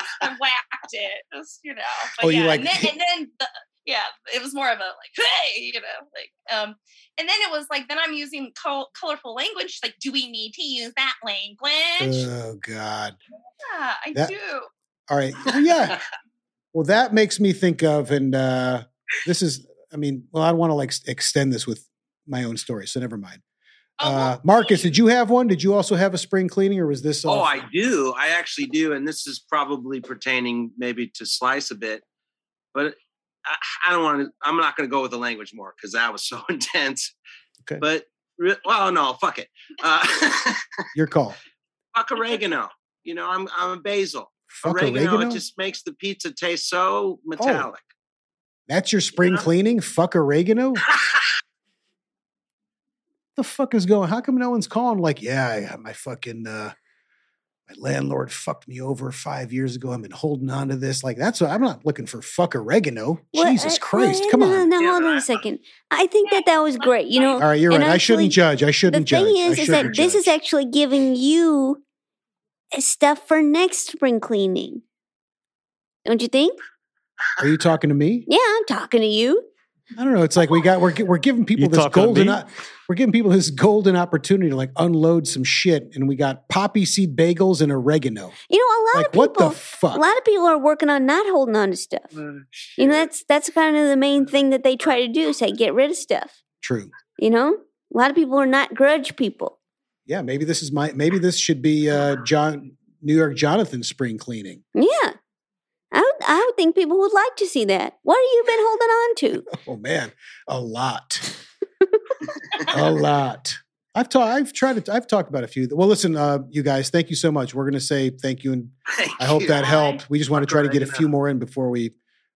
Speaker 8: I whacked it. Just, you know. But
Speaker 1: Oh,
Speaker 8: yeah,
Speaker 1: you like-
Speaker 8: and then, and then the, yeah, it was more of a like, hey, you know, like um, and then it was like, then I'm using col- colorful language. She's like, do we need to use that language?
Speaker 1: Oh God!
Speaker 8: yeah, I
Speaker 1: that-
Speaker 8: do.
Speaker 1: All right, Well, yeah. Well, that makes me think of, and uh, this is. I mean, well, I don't want to like s- extend this with my own story, so never mind.
Speaker 8: Oh, well,
Speaker 1: Uh, Marcus, did you have one? Did you also have a spring cleaning, or was this?
Speaker 7: Oh,
Speaker 1: off?
Speaker 7: I do. I actually do, and this is probably pertaining maybe to slice a bit, but I, I don't want to. I'm not going to go with the language more because that was so (laughs) intense.
Speaker 1: Okay.
Speaker 7: But re- well, no, fuck it. Uh, (laughs)
Speaker 1: your call.
Speaker 7: fuck oregano. You know, I'm I'm a basil.
Speaker 1: Fuck
Speaker 7: oregano,
Speaker 1: oregano. Oh,
Speaker 7: It just makes the pizza taste so metallic.
Speaker 1: That's your spring
Speaker 7: Yeah.
Speaker 1: cleaning. Fuck oregano. the fuck is going? How come no one's calling? Like, yeah, I, my fucking uh, my landlord fucked me over five years ago. I've been holding on to this. Like, that's what I'm not looking for. Fuck oregano.
Speaker 2: Well,
Speaker 1: Jesus
Speaker 2: I-
Speaker 1: Christ,
Speaker 2: well,
Speaker 1: come
Speaker 2: no,
Speaker 1: on.
Speaker 2: No,
Speaker 7: Yeah,
Speaker 2: hold
Speaker 7: but
Speaker 2: on
Speaker 7: I-
Speaker 2: a second. I think that that was great. You know,
Speaker 1: All right, you're
Speaker 2: and
Speaker 1: right. I shouldn't
Speaker 2: actually,
Speaker 1: judge. I
Speaker 2: the
Speaker 1: shouldn't judge.
Speaker 2: thing
Speaker 1: I
Speaker 2: is, is that
Speaker 1: shouldn't
Speaker 2: this is
Speaker 1: judge.
Speaker 2: actually giving you stuff for next spring cleaning. Don't you think?
Speaker 1: Are you talking to me?
Speaker 2: Yeah, I'm talking to you.
Speaker 1: I don't know. It's like we got we're gi- we're giving people
Speaker 3: You
Speaker 1: this
Speaker 3: talking to
Speaker 1: golden
Speaker 3: me?
Speaker 1: o- we're giving people this golden opportunity to like unload some shit, and we got poppy seed bagels and oregano.
Speaker 2: You know, a lot
Speaker 1: Like,
Speaker 2: of people.
Speaker 1: what the fuck?
Speaker 2: a lot of people are working on not holding on to stuff.
Speaker 7: Oh,
Speaker 2: You know, that's that's kind of the main thing that they try to do. Say, get rid of stuff.
Speaker 1: True.
Speaker 2: You know, a lot of people are not grudge people.
Speaker 1: Yeah, maybe this is my maybe this should be uh John New York Jonathan spring cleaning.
Speaker 2: Yeah, I would, I would think people would like to see that. What have you been holding on to?
Speaker 1: Oh man, a lot. a lot. I've talked I've tried to I've talked about a few. Well, listen, uh you guys, thank you so much. We're going to say thank you and
Speaker 7: Thank
Speaker 1: I hope
Speaker 7: you.
Speaker 1: that helped. We just want to try to get a
Speaker 7: Right
Speaker 1: few
Speaker 7: now.
Speaker 1: more in before we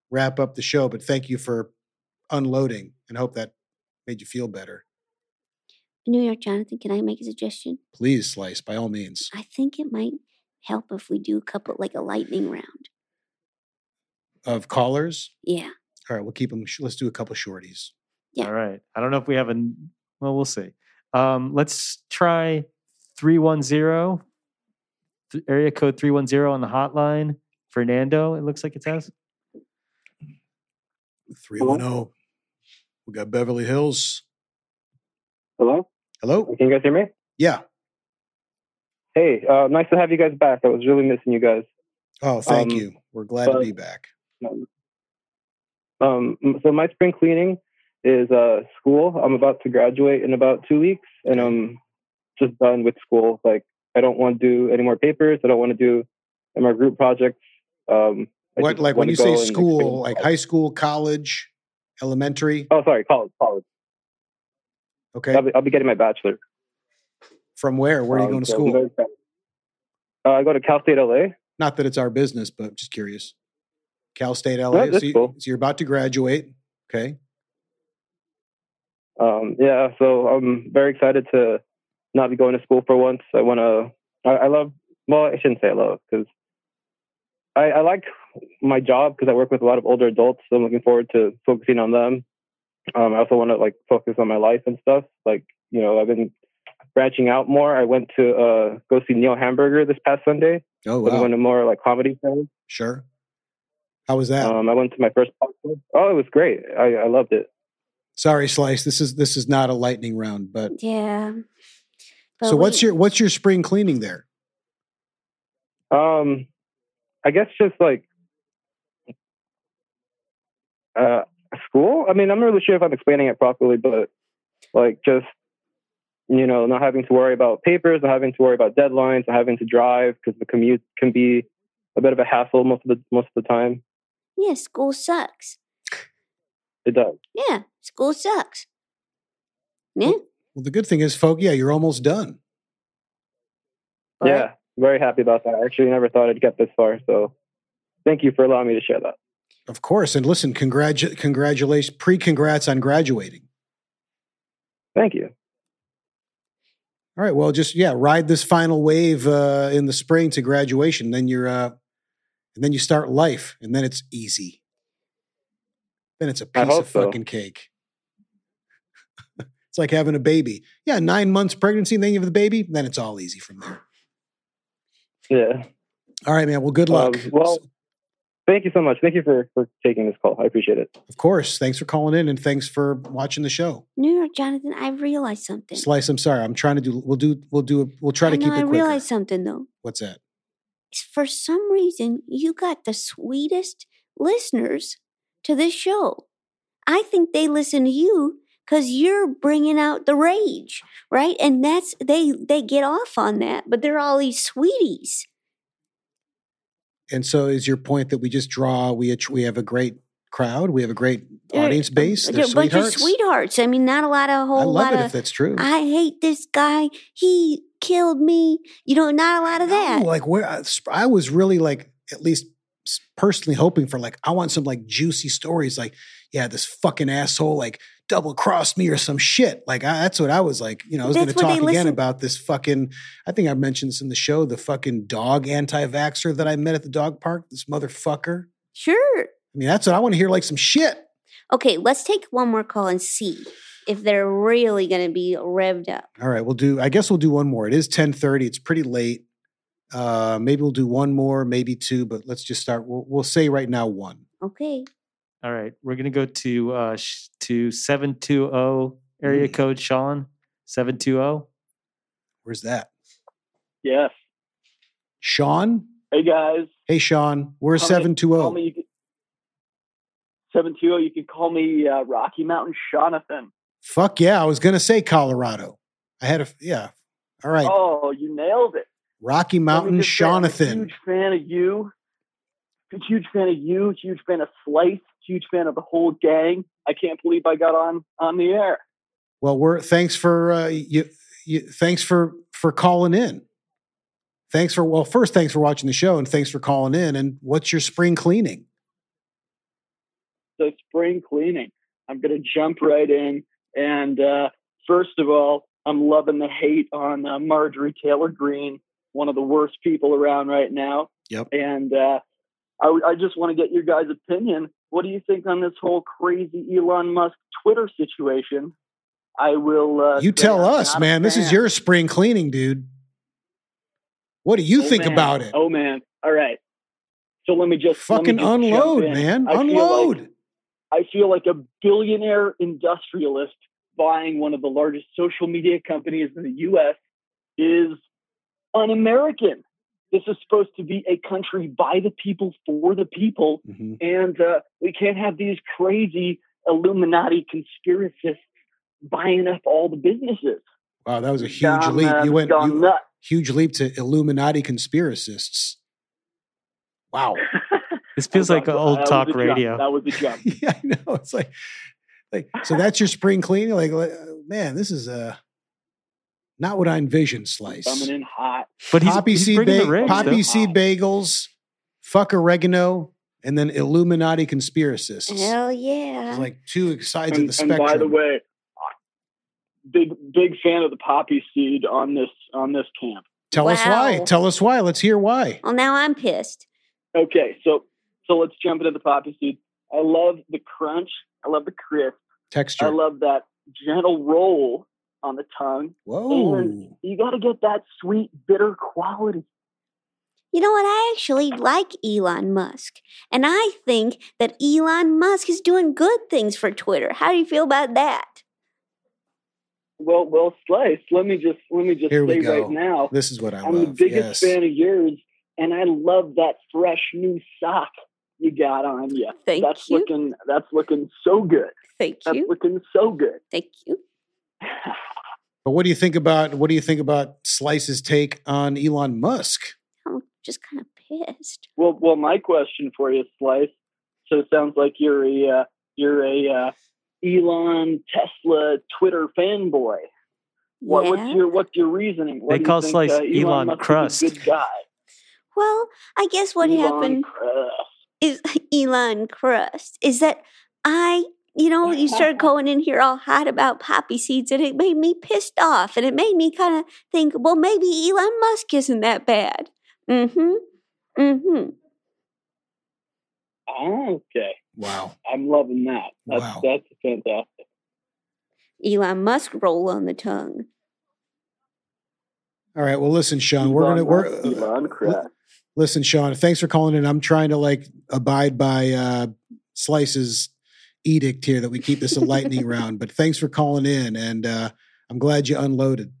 Speaker 1: wrap up the show, but thank you for unloading and hope that made you feel better.
Speaker 2: New York Jonathan, can I make a suggestion?
Speaker 1: Please slice by all means.
Speaker 2: I think it might help if we do a couple like a lightning round.
Speaker 1: Of callers.
Speaker 2: Yeah.
Speaker 1: All right, we'll keep them let's do a couple shorties.
Speaker 2: Yeah.
Speaker 3: All right. I don't know if we have a. n- Well, we'll see. Um, let's try 310, th- area code 310 on the hotline. Fernando, it looks like it's us.
Speaker 1: 310. oh. We got Beverly Hills.
Speaker 10: Hello?
Speaker 1: Hello?
Speaker 10: Can you guys hear me?
Speaker 1: Yeah.
Speaker 10: Hey, uh, nice to have you guys back. I was really missing you guys.
Speaker 1: Oh, thank
Speaker 10: Um,
Speaker 1: you. We're glad to
Speaker 10: but-
Speaker 1: be back.
Speaker 10: Um, m- so my spring cleaning is uh, school. I'm about to graduate in about two weeks, and I'm just done with school. Like, I don't want to do any more papers. I don't want to do any more group projects. Um, I
Speaker 1: What
Speaker 10: just
Speaker 1: like when
Speaker 10: wanna
Speaker 1: you
Speaker 10: go
Speaker 1: say
Speaker 10: and experience
Speaker 1: school, like
Speaker 10: life.
Speaker 1: high school, college, elementary?
Speaker 10: Oh, sorry, college, college.
Speaker 1: Okay.
Speaker 10: I'll, be, I'll be getting my bachelor.
Speaker 1: From where? Where are you
Speaker 10: Um,
Speaker 1: going to
Speaker 10: so I'm
Speaker 1: school?
Speaker 10: very excited. Uh, I go to Cal State LA.
Speaker 1: Not that it's our business, but just curious. Cal State LA.
Speaker 10: that's
Speaker 1: so, you,
Speaker 10: cool.
Speaker 1: so you're about to graduate. Okay.
Speaker 10: um, yeah, so I'm very excited to not be going to school for once. I want to. I, I love. Well, I shouldn't say I love because I, I, I like my job because I work with a lot of older adults. So I'm looking forward to focusing on them. Um, I also want to like focus on my life and stuff. Like, you know, I've been branching out more. I went to uh, go see Neil Hamburger this past Sunday.
Speaker 1: Oh
Speaker 10: I
Speaker 1: wow,
Speaker 10: went to more like comedy shows.
Speaker 1: sure. How was that?
Speaker 10: Um, I went to my first podcast. Oh, it was great. I, I loved it.
Speaker 1: Sorry, Slice. This is this is not a lightning round, but
Speaker 2: Yeah.
Speaker 1: so what's your what's your spring cleaning there?
Speaker 10: Um, I guess just like uh, school. I mean, I'm not really sure if I'm explaining it properly, but like just you know, not having to worry about papers, not having to worry about deadlines, not having to drive because the commute can be a bit of a hassle most of the most of the time.
Speaker 2: Yeah, school sucks.
Speaker 10: It does.
Speaker 2: Yeah, school sucks. Yeah.
Speaker 1: Well, the good thing is, folk, yeah, you're almost done.
Speaker 2: but-
Speaker 10: Yeah, very happy about that. I actually never thought I'd get this far, so thank you for allowing me to share that.
Speaker 1: Of course. And listen, congratu- congratulations, pre congrats on graduating.
Speaker 10: Thank you.
Speaker 1: All right. Well, just yeah, ride this final wave uh, in the spring to graduation. Then you're, uh, and then you start life, and then it's easy. Then it's a
Speaker 10: I
Speaker 1: piece
Speaker 10: hope
Speaker 1: of
Speaker 10: so.
Speaker 1: fucking cake. it's like having a baby. Yeah, nine months pregnancy, and then you have the baby. Then it's all easy from there.
Speaker 10: Yeah.
Speaker 1: All right, man. Well, good luck.
Speaker 10: Um, well, thank you so much. Thank you for, for taking this call. I appreciate it.
Speaker 1: of course. Thanks for calling in, and thanks for watching the show.
Speaker 2: No, no, Jonathan, I realized something.
Speaker 1: Slice. I'm sorry. I'm trying to do. We'll do. We'll do. a- We'll try to
Speaker 2: I know
Speaker 1: keep it
Speaker 2: I
Speaker 1: quicker.
Speaker 2: realized something though.
Speaker 1: What's that?
Speaker 2: It's for some reason you got the sweetest listeners to this show. I think they listen to you because you're bringing out the rage, right? And that's they they get off on that, but they're all these sweeties.
Speaker 1: And so is your point that we just draw, we att- we have a great crowd, we have a great
Speaker 2: They're-
Speaker 1: audience base.
Speaker 2: They're
Speaker 1: They're,
Speaker 2: a bunch of
Speaker 1: sweethearts.
Speaker 2: sweethearts. I mean, not a lot of a
Speaker 1: I
Speaker 2: whole
Speaker 1: love
Speaker 2: lot
Speaker 1: it
Speaker 2: of.
Speaker 1: if that's true.
Speaker 2: I hate this guy. He killed me. You know, not a lot of that.
Speaker 1: No, like where I sp- I was really like at least s- personally hoping for like I want some like juicy stories like yeah this fucking asshole like double crossed me or some shit like I, that's what I was like you know I was going to
Speaker 2: That's what
Speaker 1: talk
Speaker 2: they
Speaker 1: again
Speaker 2: listen-
Speaker 1: about this fucking I think I mentioned this in the show the fucking dog anti vaxxer that I met at the dog park this motherfucker
Speaker 2: Sure.
Speaker 1: I mean that's what I want to hear like some shit
Speaker 2: Okay, let's take one more call and see if they're really going to be revved up.
Speaker 1: All right, we'll do. I guess we'll do one more. It is ten thirty. It's pretty late. Uh, maybe we'll do one more, maybe two, but let's just start. We'll, we'll say right now one.
Speaker 2: Okay.
Speaker 3: All right, we're gonna go to uh sh- to seven two zero area
Speaker 1: Mm.
Speaker 3: code Sean seven two oh. zero.
Speaker 1: Where's that?
Speaker 11: Yes.
Speaker 1: Sean.
Speaker 11: Hey guys.
Speaker 1: Hey, Sean. We're
Speaker 11: Call me-
Speaker 1: seven two oh.
Speaker 11: Call
Speaker 1: zero.
Speaker 11: me. Seven two zero. You can call me uh, Rocky Mountain Jonathan.
Speaker 1: Fuck yeah! I was gonna say Colorado. I had a yeah. All right,
Speaker 11: Oh, you nailed it.
Speaker 1: Rocky
Speaker 11: Let me
Speaker 1: Mountain,
Speaker 11: just say, I'm a
Speaker 1: Jonathan.
Speaker 11: Huge fan of you. Huge fan of you. Huge fan of Slice. Huge fan of the whole gang. I can't believe I got on on the air.
Speaker 1: Well, we're thanks for uh, you, you. Thanks for for calling in. Thanks for well, first thanks for watching the show, and thanks for calling in. And what's your spring cleaning?
Speaker 11: So spring cleaning. I'm gonna jump right in. And uh, first of all, I'm loving the hate on uh, Marjorie Taylor Greene, one of the worst people around right now.
Speaker 1: Yep.
Speaker 11: And uh, I, w- I just want to get your guys' opinion. What do you think on this whole crazy Elon Musk Twitter situation? I will. Uh,
Speaker 1: you
Speaker 11: say
Speaker 1: tell
Speaker 11: I'm
Speaker 1: us,
Speaker 11: not a
Speaker 1: man. This is
Speaker 11: fan.
Speaker 1: your spring cleaning, dude. What do you
Speaker 11: Oh,
Speaker 1: think
Speaker 11: man.
Speaker 1: about it?
Speaker 11: Oh man! All right. So let me just let me
Speaker 1: Fucking
Speaker 11: just jump
Speaker 1: unload,
Speaker 11: in.
Speaker 1: man.
Speaker 11: I feel like-
Speaker 1: unload.
Speaker 11: I feel like a billionaire industrialist buying one of the largest social media companies in the US is un American. This is supposed to be a country by the people, for the people.
Speaker 1: Mhm.
Speaker 11: And uh, we can't have these crazy Illuminati conspiracists buying up all the businesses.
Speaker 1: Wow, that was a huge
Speaker 11: Gone,
Speaker 1: leap.
Speaker 11: uh,
Speaker 1: You went
Speaker 11: gone
Speaker 1: you,
Speaker 11: nuts.
Speaker 1: huge leap to Illuminati conspiracists.
Speaker 11: (laughs)
Speaker 1: Wow.
Speaker 3: This feels like
Speaker 11: That
Speaker 3: an
Speaker 11: was-
Speaker 3: old
Speaker 11: that was
Speaker 3: talk
Speaker 11: a jump.
Speaker 3: radio.
Speaker 11: That was a jump.
Speaker 1: (laughs) yeah, I know. It's like, like so. That's your spring cleaning. Like, like, uh, man, this is uh, not what I envisioned. Slice
Speaker 11: Coming in hot.
Speaker 3: But he's,
Speaker 1: poppy
Speaker 3: he's
Speaker 1: seed
Speaker 3: bringing
Speaker 1: ba-
Speaker 3: the rage.
Speaker 1: poppy
Speaker 3: though.
Speaker 1: seed bagels, fuck oregano, and then Illuminati conspiracists.
Speaker 2: Hell yeah.
Speaker 1: It's like two sides of
Speaker 11: and,
Speaker 1: the
Speaker 11: and
Speaker 1: spectrum.
Speaker 11: by the way, big big fan of the poppy seed on this on this camp.
Speaker 1: Tell us why.
Speaker 2: Wow.
Speaker 1: Tell us why. Let's hear why.
Speaker 2: well, now I'm pissed.
Speaker 11: Okay, so so let's jump into the poppy seed. I love the crunch. I love the crisp.
Speaker 1: Texture.
Speaker 11: I love that gentle roll on the tongue.
Speaker 1: Whoa.
Speaker 11: And you got to get that sweet bitter quality.
Speaker 2: You know what? I actually like Elon Musk. And I think that Elon Musk is doing good things for Twitter. How do you feel about that?
Speaker 11: Well, well sliced. Let me just let me just
Speaker 1: Here we
Speaker 11: say
Speaker 1: go.
Speaker 11: right now,
Speaker 1: This is what I
Speaker 11: I'm the
Speaker 1: love.
Speaker 11: biggest
Speaker 1: yes.
Speaker 11: fan of yours, and I love that fresh new sock you got on you.
Speaker 2: Thank
Speaker 11: that's
Speaker 2: you.
Speaker 11: looking that's looking so good.
Speaker 2: Thank
Speaker 11: That's
Speaker 2: you.
Speaker 11: looking so good.
Speaker 2: Thank you.
Speaker 1: But what do you think about what do you think about Slice's take on Elon Musk?
Speaker 2: I'm just kind of pissed.
Speaker 11: Well, well, my question for you, Slice. So it sounds like you're a uh, you're a uh, Elon Tesla Twitter fanboy. What, What's
Speaker 2: Yeah.
Speaker 11: your what's your reasoning? Why
Speaker 3: They
Speaker 11: do you
Speaker 3: call
Speaker 11: think,
Speaker 3: Slice
Speaker 11: uh, Elon,
Speaker 3: Elon
Speaker 11: Musk is a
Speaker 3: Crust.
Speaker 11: good guy.
Speaker 2: Well, I guess what
Speaker 11: Elon
Speaker 2: happened
Speaker 11: Crust.
Speaker 2: is (laughs) Elon Crust is that I, you know, you started going in here all hot about poppy seeds and it made me pissed off and it made me kind of think, well, maybe Elon Musk isn't that bad. Mm hmm. Mm hmm.
Speaker 11: Oh, okay.
Speaker 1: Wow.
Speaker 11: I'm loving that. That's
Speaker 1: Wow.
Speaker 11: that's fantastic.
Speaker 2: Elon Musk roll on the tongue.
Speaker 1: All right. Well, listen, Sean, we're
Speaker 11: Elon
Speaker 1: gonna we're uh,
Speaker 11: Musk, Elon Crust.
Speaker 1: listen, Sean. Thanks for calling in. I'm trying to like abide by uh, Slice's edict here that we keep this a
Speaker 11: (laughs)
Speaker 1: lightning round. But thanks for calling in, and uh, I'm glad you unloaded.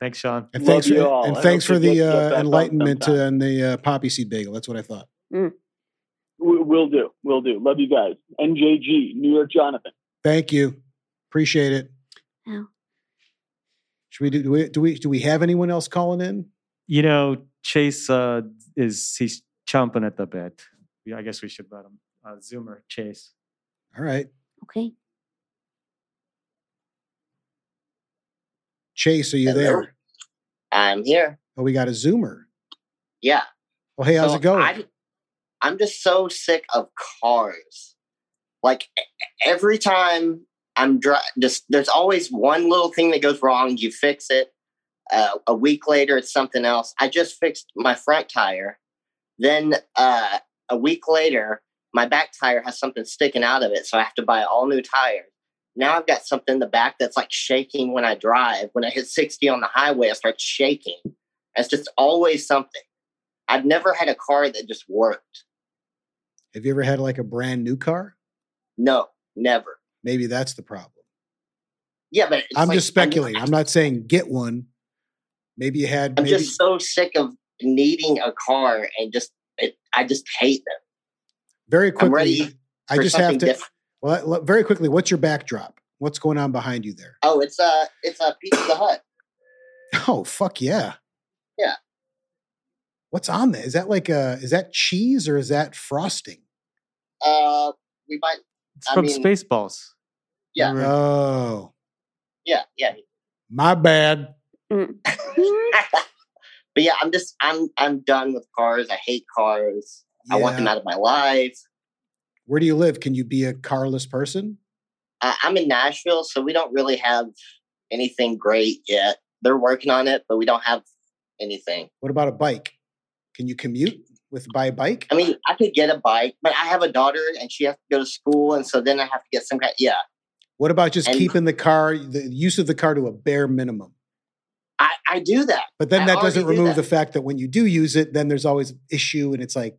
Speaker 3: Thanks, Sean.
Speaker 1: And
Speaker 11: Love
Speaker 1: thanks
Speaker 11: you
Speaker 1: for
Speaker 11: all.
Speaker 1: and
Speaker 11: I
Speaker 1: thanks
Speaker 11: hope
Speaker 1: for
Speaker 11: you
Speaker 1: the
Speaker 11: get- get back
Speaker 1: uh,
Speaker 11: on
Speaker 1: enlightenment
Speaker 11: sometime.
Speaker 1: and the uh, poppy seed bagel. That's what I thought.
Speaker 11: We, will do. We'll do. Love you guys. NJG, New York Jonathan.
Speaker 1: Thank you. Appreciate it.
Speaker 2: Oh.
Speaker 1: Should we do, do we do we do we have anyone else calling in?
Speaker 3: You know, Chase uh, is he's chomping at the bit. Yeah, I guess we should let him. Uh, Zoomer, Chase.
Speaker 1: All right.
Speaker 2: Okay.
Speaker 1: Chase, are you
Speaker 12: Hello?
Speaker 1: there?
Speaker 12: I'm here.
Speaker 1: Oh, we got a Zoomer.
Speaker 12: Yeah.
Speaker 1: Oh, hey, how's
Speaker 12: So
Speaker 1: it going?
Speaker 12: I, I'm just so sick of cars. Like e- every time I'm dri just there's always one little thing that goes wrong. You fix it. Uh, a week later, it's something else. I just fixed my front tire. Then uh, a week later, my back tire has something sticking out of it, so I have to buy all new tires. Now I've got something in the back that's like shaking when I drive. When I hit 60 on the highway, I start shaking. It's just always something. I've never had a car that just worked.
Speaker 1: Have you ever had like a brand new car?
Speaker 12: No, never.
Speaker 1: Maybe that's the problem.
Speaker 12: Yeah, but it's
Speaker 1: I'm
Speaker 12: like-
Speaker 1: just speculating. I'm not saying get one. Maybe you had
Speaker 12: I'm
Speaker 1: maybe
Speaker 12: just so sick of needing a car and just it, I just hate them.
Speaker 1: very quickly.
Speaker 12: I'm ready
Speaker 1: I
Speaker 12: for
Speaker 1: just
Speaker 12: something
Speaker 1: have to
Speaker 12: different.
Speaker 1: well let- very quickly, what's your backdrop? What's going on behind you there? (laughs)
Speaker 12: Oh, it's a it's a Pizza Hut.
Speaker 1: Oh fuck yeah.
Speaker 12: Yeah.
Speaker 1: What's on there? Is that like a is that cheese or is that frosting?
Speaker 12: Uh, we might.
Speaker 3: It's
Speaker 12: I
Speaker 3: from
Speaker 12: mean-
Speaker 3: Spaceballs.
Speaker 1: Uh,
Speaker 12: Yeah.
Speaker 3: Remember?
Speaker 1: Oh.
Speaker 12: Yeah, yeah.
Speaker 1: My bad.
Speaker 12: but yeah, I'm just I'm I'm done with cars. I hate cars. I want
Speaker 1: Yeah.
Speaker 12: them out of my life.
Speaker 1: Where do you live? Can you be a carless person?
Speaker 12: Uh, I'm in Nashville, so we don't really have anything great yet. They're working on it, but we don't have anything.
Speaker 1: What about a bike? Can you commute with by bike?
Speaker 12: I mean, I could get a bike, but I have a daughter and she has to go to school, and so then I have to get some kind. Yeah,
Speaker 1: What about just
Speaker 12: And-
Speaker 1: keeping the car, the use of the car to a bare minimum?
Speaker 12: I, I do that.
Speaker 1: But then
Speaker 12: I
Speaker 1: that doesn't
Speaker 12: already do
Speaker 1: remove
Speaker 12: that.
Speaker 1: the fact that when you do use it, then there's always an issue, and it's like,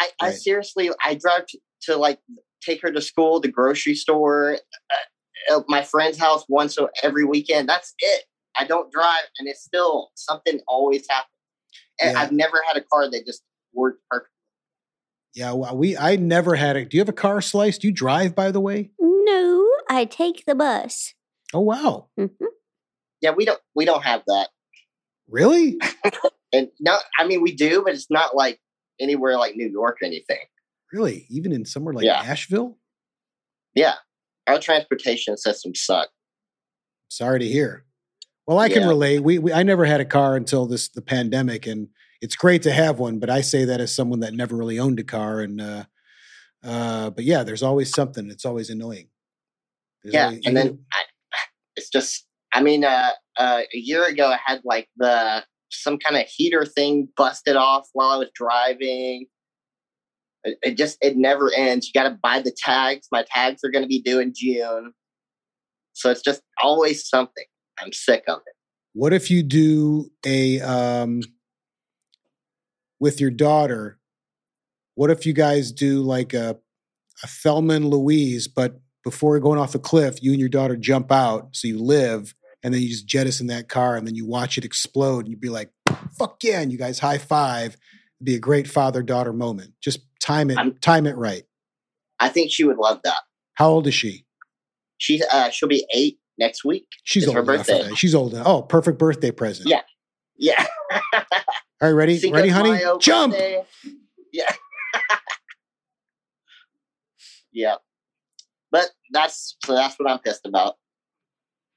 Speaker 12: I, I
Speaker 1: Right.
Speaker 12: seriously, I drive to, to like take her to school, the grocery store, uh, uh, my friend's house once o- every weekend. That's it. I don't drive, and it's still something always happens. And
Speaker 1: Yeah.
Speaker 12: I've never had a car that just worked perfect.
Speaker 1: yeah, well, we, I never had it. Do you have a car slice? Do you drive, by the way?
Speaker 2: No, I take the bus.
Speaker 1: Oh wow,
Speaker 2: hmm
Speaker 12: Yeah, we don't we don't have that,
Speaker 1: really?
Speaker 12: (laughs) and not. I mean, we do, but it's not like anywhere like New York or anything.
Speaker 1: Really? Even in somewhere like
Speaker 12: Yeah.
Speaker 1: Nashville?
Speaker 12: Yeah, our transportation system sucks.
Speaker 1: Sorry to hear. Well, I can
Speaker 12: Yeah.
Speaker 1: relate. We, we, I never had a car until this the pandemic, and it's great to have one. But I say that as someone that never really owned a car, and uh, uh, but yeah, there's always something. It's always annoying. There's
Speaker 12: yeah,
Speaker 1: always-
Speaker 12: and
Speaker 1: even-
Speaker 12: then I, it's just. I mean, uh, uh, a year ago, I had like the some kind of heater thing busted off while I was driving. It, it just it never ends. You got to buy the tags. My tags are going to be due in June, so it's just always something. I'm sick of it.
Speaker 1: What if you do a um with your daughter? What if you guys do like a a Thelman Louise, but before going off the cliff, you and your daughter jump out, so you live, and then you just jettison that car, and then you watch it explode, and you'd be like, "Fuck yeah!" and you guys high five. It'd be a great father daughter moment. Just time it, time it right.
Speaker 12: I think she would love that.
Speaker 1: How old is she?
Speaker 12: She's uh, she'll be eight next week.
Speaker 1: She's
Speaker 12: It's
Speaker 1: old
Speaker 12: her
Speaker 1: enough for
Speaker 12: birthday.
Speaker 1: that. She's old enough. Oh, perfect birthday present.
Speaker 12: Yeah, (laughs) yeah.
Speaker 1: All right, ready,
Speaker 12: Cinco
Speaker 1: ready,
Speaker 12: de
Speaker 1: honey,
Speaker 12: Mayo
Speaker 1: jump.
Speaker 12: birthday. Yeah. (laughs) yeah. But that's so that's what I'm pissed about.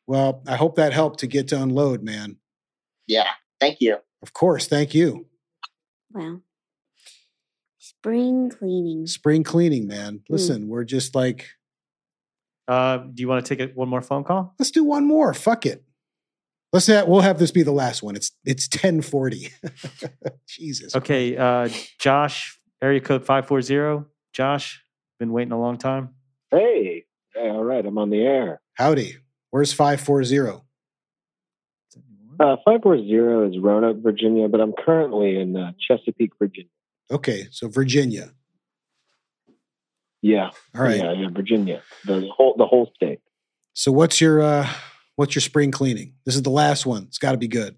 Speaker 1: Well, I hope that helped to get to unload, man.
Speaker 12: Yeah. Thank you.
Speaker 1: Of course, thank you.
Speaker 2: Wow. Spring cleaning. (laughs)
Speaker 1: Spring cleaning, man.
Speaker 9: Hmm.
Speaker 1: Listen, we're just like
Speaker 3: Uh, do you want to take it one more phone call?
Speaker 1: let's do one more. Fuck it. Let's have, we'll have this be the last one. It's it's ten forty. (laughs) Jesus.
Speaker 3: Okay, uh, Josh, area code five four zero. Josh, been waiting a long time.
Speaker 9: Hey, hey, all right, I'm on the air.
Speaker 1: Howdy. Where's five four zero?
Speaker 9: Uh, 540 is Roanoke, Virginia, but I'm currently in uh, Chesapeake, Virginia.
Speaker 1: Okay, so Virginia.
Speaker 9: Yeah.
Speaker 1: All right.
Speaker 9: Yeah, yeah Virginia. The whole the whole state.
Speaker 1: So what's your uh what's your spring cleaning? This is the last one. It's got to be good.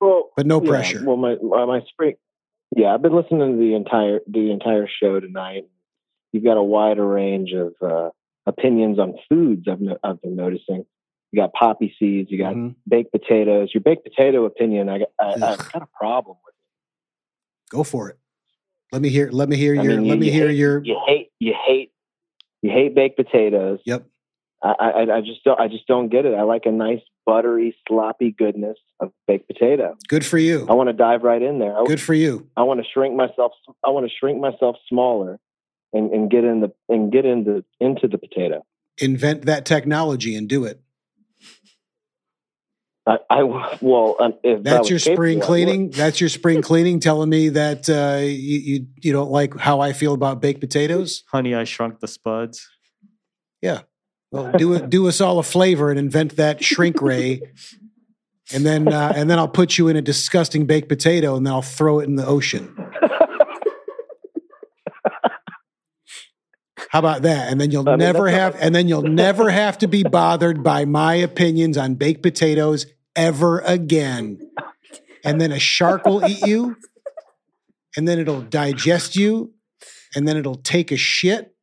Speaker 9: Well,
Speaker 1: But no
Speaker 9: yeah,
Speaker 1: pressure.
Speaker 9: Well, my, my my spring. Yeah, I've been listening to the entire the entire show tonight. You've got a wider range of uh, opinions on foods. I've no, I've been noticing. You got poppy seeds. You got
Speaker 1: Mm-hmm.
Speaker 9: baked potatoes. Your baked potato opinion. I got I, I've got a problem with.
Speaker 1: Go for it. Let me hear. Let me hear
Speaker 9: I
Speaker 1: your.
Speaker 9: mean, you-
Speaker 1: let me
Speaker 9: you
Speaker 1: hear
Speaker 9: hate-
Speaker 1: your.
Speaker 9: You hate. You hate. You hate baked potatoes.
Speaker 1: Yep.
Speaker 9: I, I I just don't I just don't get it. I like a nice buttery sloppy goodness of baked potato.
Speaker 1: Good for you.
Speaker 9: I want to dive right in there. I,
Speaker 1: Good for you.
Speaker 9: I want to shrink myself. I want to shrink myself smaller, and, and get in the and get in the into the potato.
Speaker 1: Invent that technology and do it.
Speaker 9: I, I (laughs) well um, if I
Speaker 1: That's
Speaker 9: was
Speaker 1: your spring
Speaker 9: capable, I would.
Speaker 1: cleaning. That's your spring cleaning. Telling me that uh, you, you you don't like how I feel about baked potatoes.
Speaker 3: Honey, I shrunk the spuds.
Speaker 1: Yeah. Well, do it. Do us all a flavor and invent that shrink ray, and then uh, and then I'll put you in a disgusting baked potato, and then I'll throw it in the ocean.
Speaker 9: (laughs)
Speaker 1: How about that? And then you'll
Speaker 9: mean,
Speaker 1: never
Speaker 9: that's
Speaker 1: have, and then you'll never have to be bothered by my opinions on baked potatoes ever again. And then a shark will eat you, and then it'll digest you, and then it'll take a shit,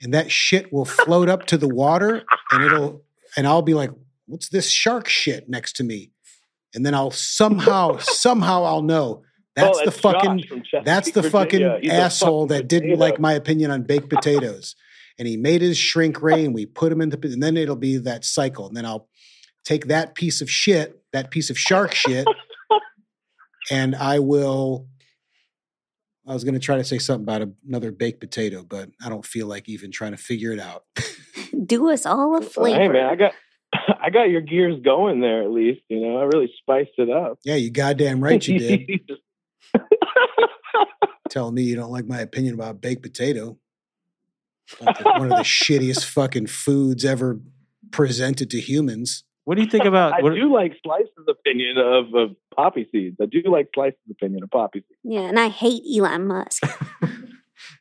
Speaker 1: and that shit will float up to the water, and it'll, and I'll be like, "What's this shark shit next to me?" And then I'll somehow, somehow, I'll know. That's
Speaker 9: Oh,
Speaker 1: the
Speaker 9: Josh
Speaker 1: fucking
Speaker 9: from Chesapeake,
Speaker 1: that's the
Speaker 9: Virginia.
Speaker 1: fucking
Speaker 9: He's a
Speaker 1: asshole that didn't
Speaker 9: potato.
Speaker 1: like my opinion on baked potatoes. and he made his shrink ray and we put him in the, and then it'll be that cycle. And then I'll take that piece of shit, that piece of shark shit, and I will. I was going to try to say something about another baked potato, but I don't feel like even trying to figure it out.
Speaker 2: Do us all a flavor.
Speaker 9: Hey man, I got I got (laughs) your gears going there at least. You know, I really spiced it up.
Speaker 1: Yeah, you goddamn right you did.
Speaker 9: (laughs)
Speaker 1: Telling me you don't like my opinion about baked potato. One of the- one of
Speaker 9: (laughs)
Speaker 1: the shittiest fucking foods ever presented to humans.
Speaker 3: What do you think about?
Speaker 9: I do like Slice's opinion of, of poppy seeds. I do like Slice's opinion of poppy seeds.
Speaker 2: Yeah, and I hate Elon Musk.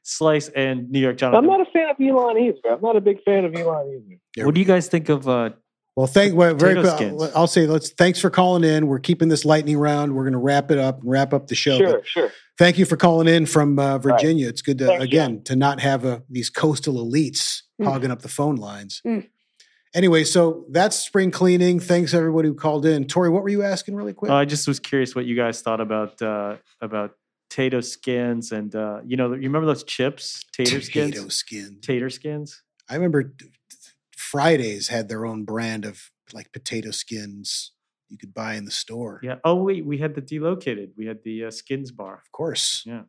Speaker 3: Slice and New York
Speaker 9: I'm
Speaker 3: Jonathan.
Speaker 9: not a fan of Elon either. I'm not a big fan of Elon either.
Speaker 3: what do you guys think of? Uh,
Speaker 1: Well, thank well, very.
Speaker 3: Potato
Speaker 1: I'll,
Speaker 3: skins.
Speaker 1: I'll say let's. Thanks for calling in. We're keeping this lightning round. We're going to wrap it up and wrap up the show.
Speaker 9: Sure,
Speaker 1: but
Speaker 9: sure.
Speaker 1: Thank you for calling in from uh, Virginia. It's good to
Speaker 9: Thanks,
Speaker 1: again to not have uh, these coastal elites
Speaker 2: Mm.
Speaker 1: hogging up the phone lines.
Speaker 2: Mm.
Speaker 1: Anyway, so that's spring cleaning. Thanks everybody who called in. Tori, what were you asking really quick?
Speaker 3: oh, I just was curious what you guys thought about uh, about tato skins and uh, you know you remember those chips tater skins
Speaker 1: Potato skin.
Speaker 3: tater skins.
Speaker 1: I remember t- t- Fridays had their own brand of like potato skins you could buy in the store.
Speaker 3: Yeah. Oh wait, we had the delocated. We had the uh, skins bar.
Speaker 1: Of course.
Speaker 3: Yeah.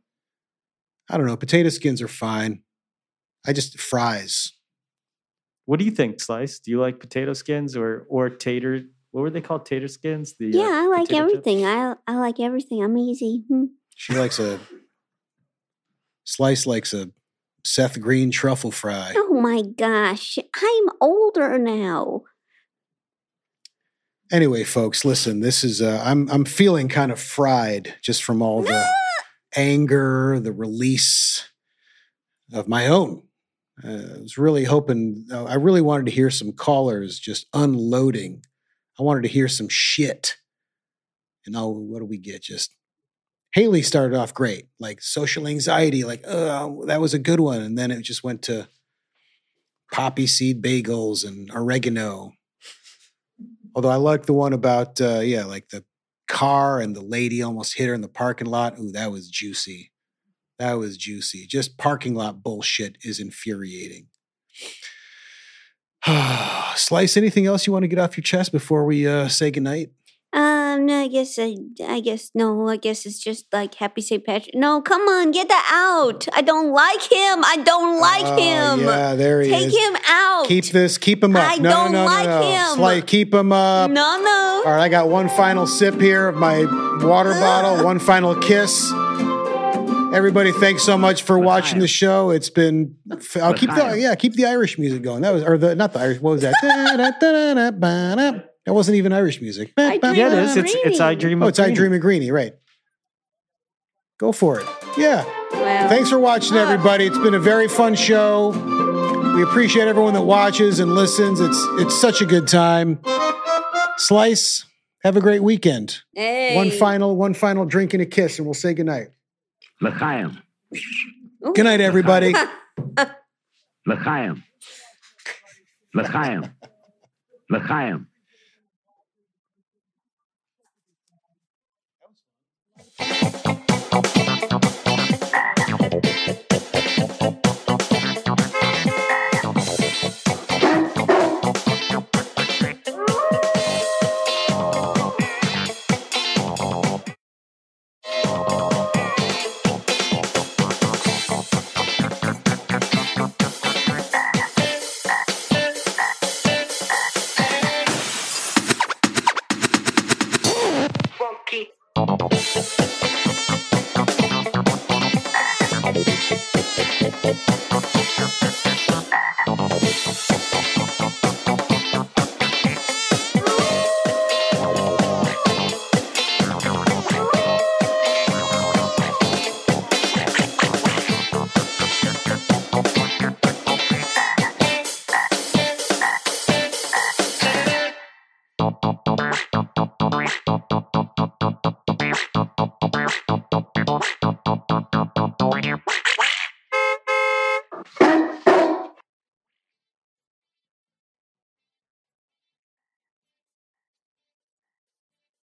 Speaker 1: I don't know. Potato skins are fine. I just fries.
Speaker 3: What do you think, Slice? Do you like potato skins or or tater What were they called? Tater skins? The uh,
Speaker 2: yeah, I like
Speaker 3: potato chips?
Speaker 2: everything. I I like everything. I'm easy. Hmm.
Speaker 1: She likes a slice likes a Seth Green truffle fry.
Speaker 2: Oh my gosh, I'm older now.
Speaker 1: Anyway, folks, listen. This is uh, I'm I'm feeling kind of fried just from all the anger, the release of my own. Uh, I was really hoping. uh, I really wanted to hear some callers just unloading. I wanted to hear some shit. And oh, what do we get? Just Haley started off great, like social anxiety, like oh, that was a good one, and then it just went to poppy seed bagels and oregano. Although I like the one about uh, yeah, like the car and the lady almost hit her in the parking lot. Ooh, that was juicy. That was juicy. Just parking lot bullshit is infuriating. (sighs) Slice, anything else you want to get off your chest before we uh, say goodnight?
Speaker 2: Um, no, I guess I, I guess no, I guess it's just like Happy St. Patrick. No, come on, get that out. I don't like him. I don't like
Speaker 1: Oh,
Speaker 2: him.
Speaker 1: Yeah, there he
Speaker 2: Take
Speaker 1: is.
Speaker 2: him out.
Speaker 1: Keep this. Keep him up.
Speaker 2: I
Speaker 1: no,
Speaker 2: don't
Speaker 1: no, no,
Speaker 2: like
Speaker 1: no.
Speaker 2: him.
Speaker 1: Slice, keep him up.
Speaker 2: no, no.
Speaker 1: All right, I got one final sip here of my water bottle, one final kiss. Everybody, thanks so much for watching the show. It's been I'll keep the yeah, keep the Irish music going. That was or the not the Irish. What was that? Da-da-da-da-ba-da. that wasn't even Irish music.
Speaker 2: I Dream
Speaker 3: Yeah, it is. It's- it's I Dream
Speaker 1: Oh,
Speaker 3: of
Speaker 1: it's I
Speaker 3: Greenie.
Speaker 1: Dream of Greenie, right? Go for it. Yeah.
Speaker 2: Wow.
Speaker 1: Thanks for watching,
Speaker 2: uh,
Speaker 1: everybody. It's been a very fun show. We appreciate everyone that watches and listens. It's it's such a good time. Slice, have a great weekend.
Speaker 2: Hey.
Speaker 1: One final one final drink and a kiss, and we'll say goodnight.
Speaker 4: L'chaim.
Speaker 1: Good night, everybody.
Speaker 4: L'chaim. L'chaim. L'chaim.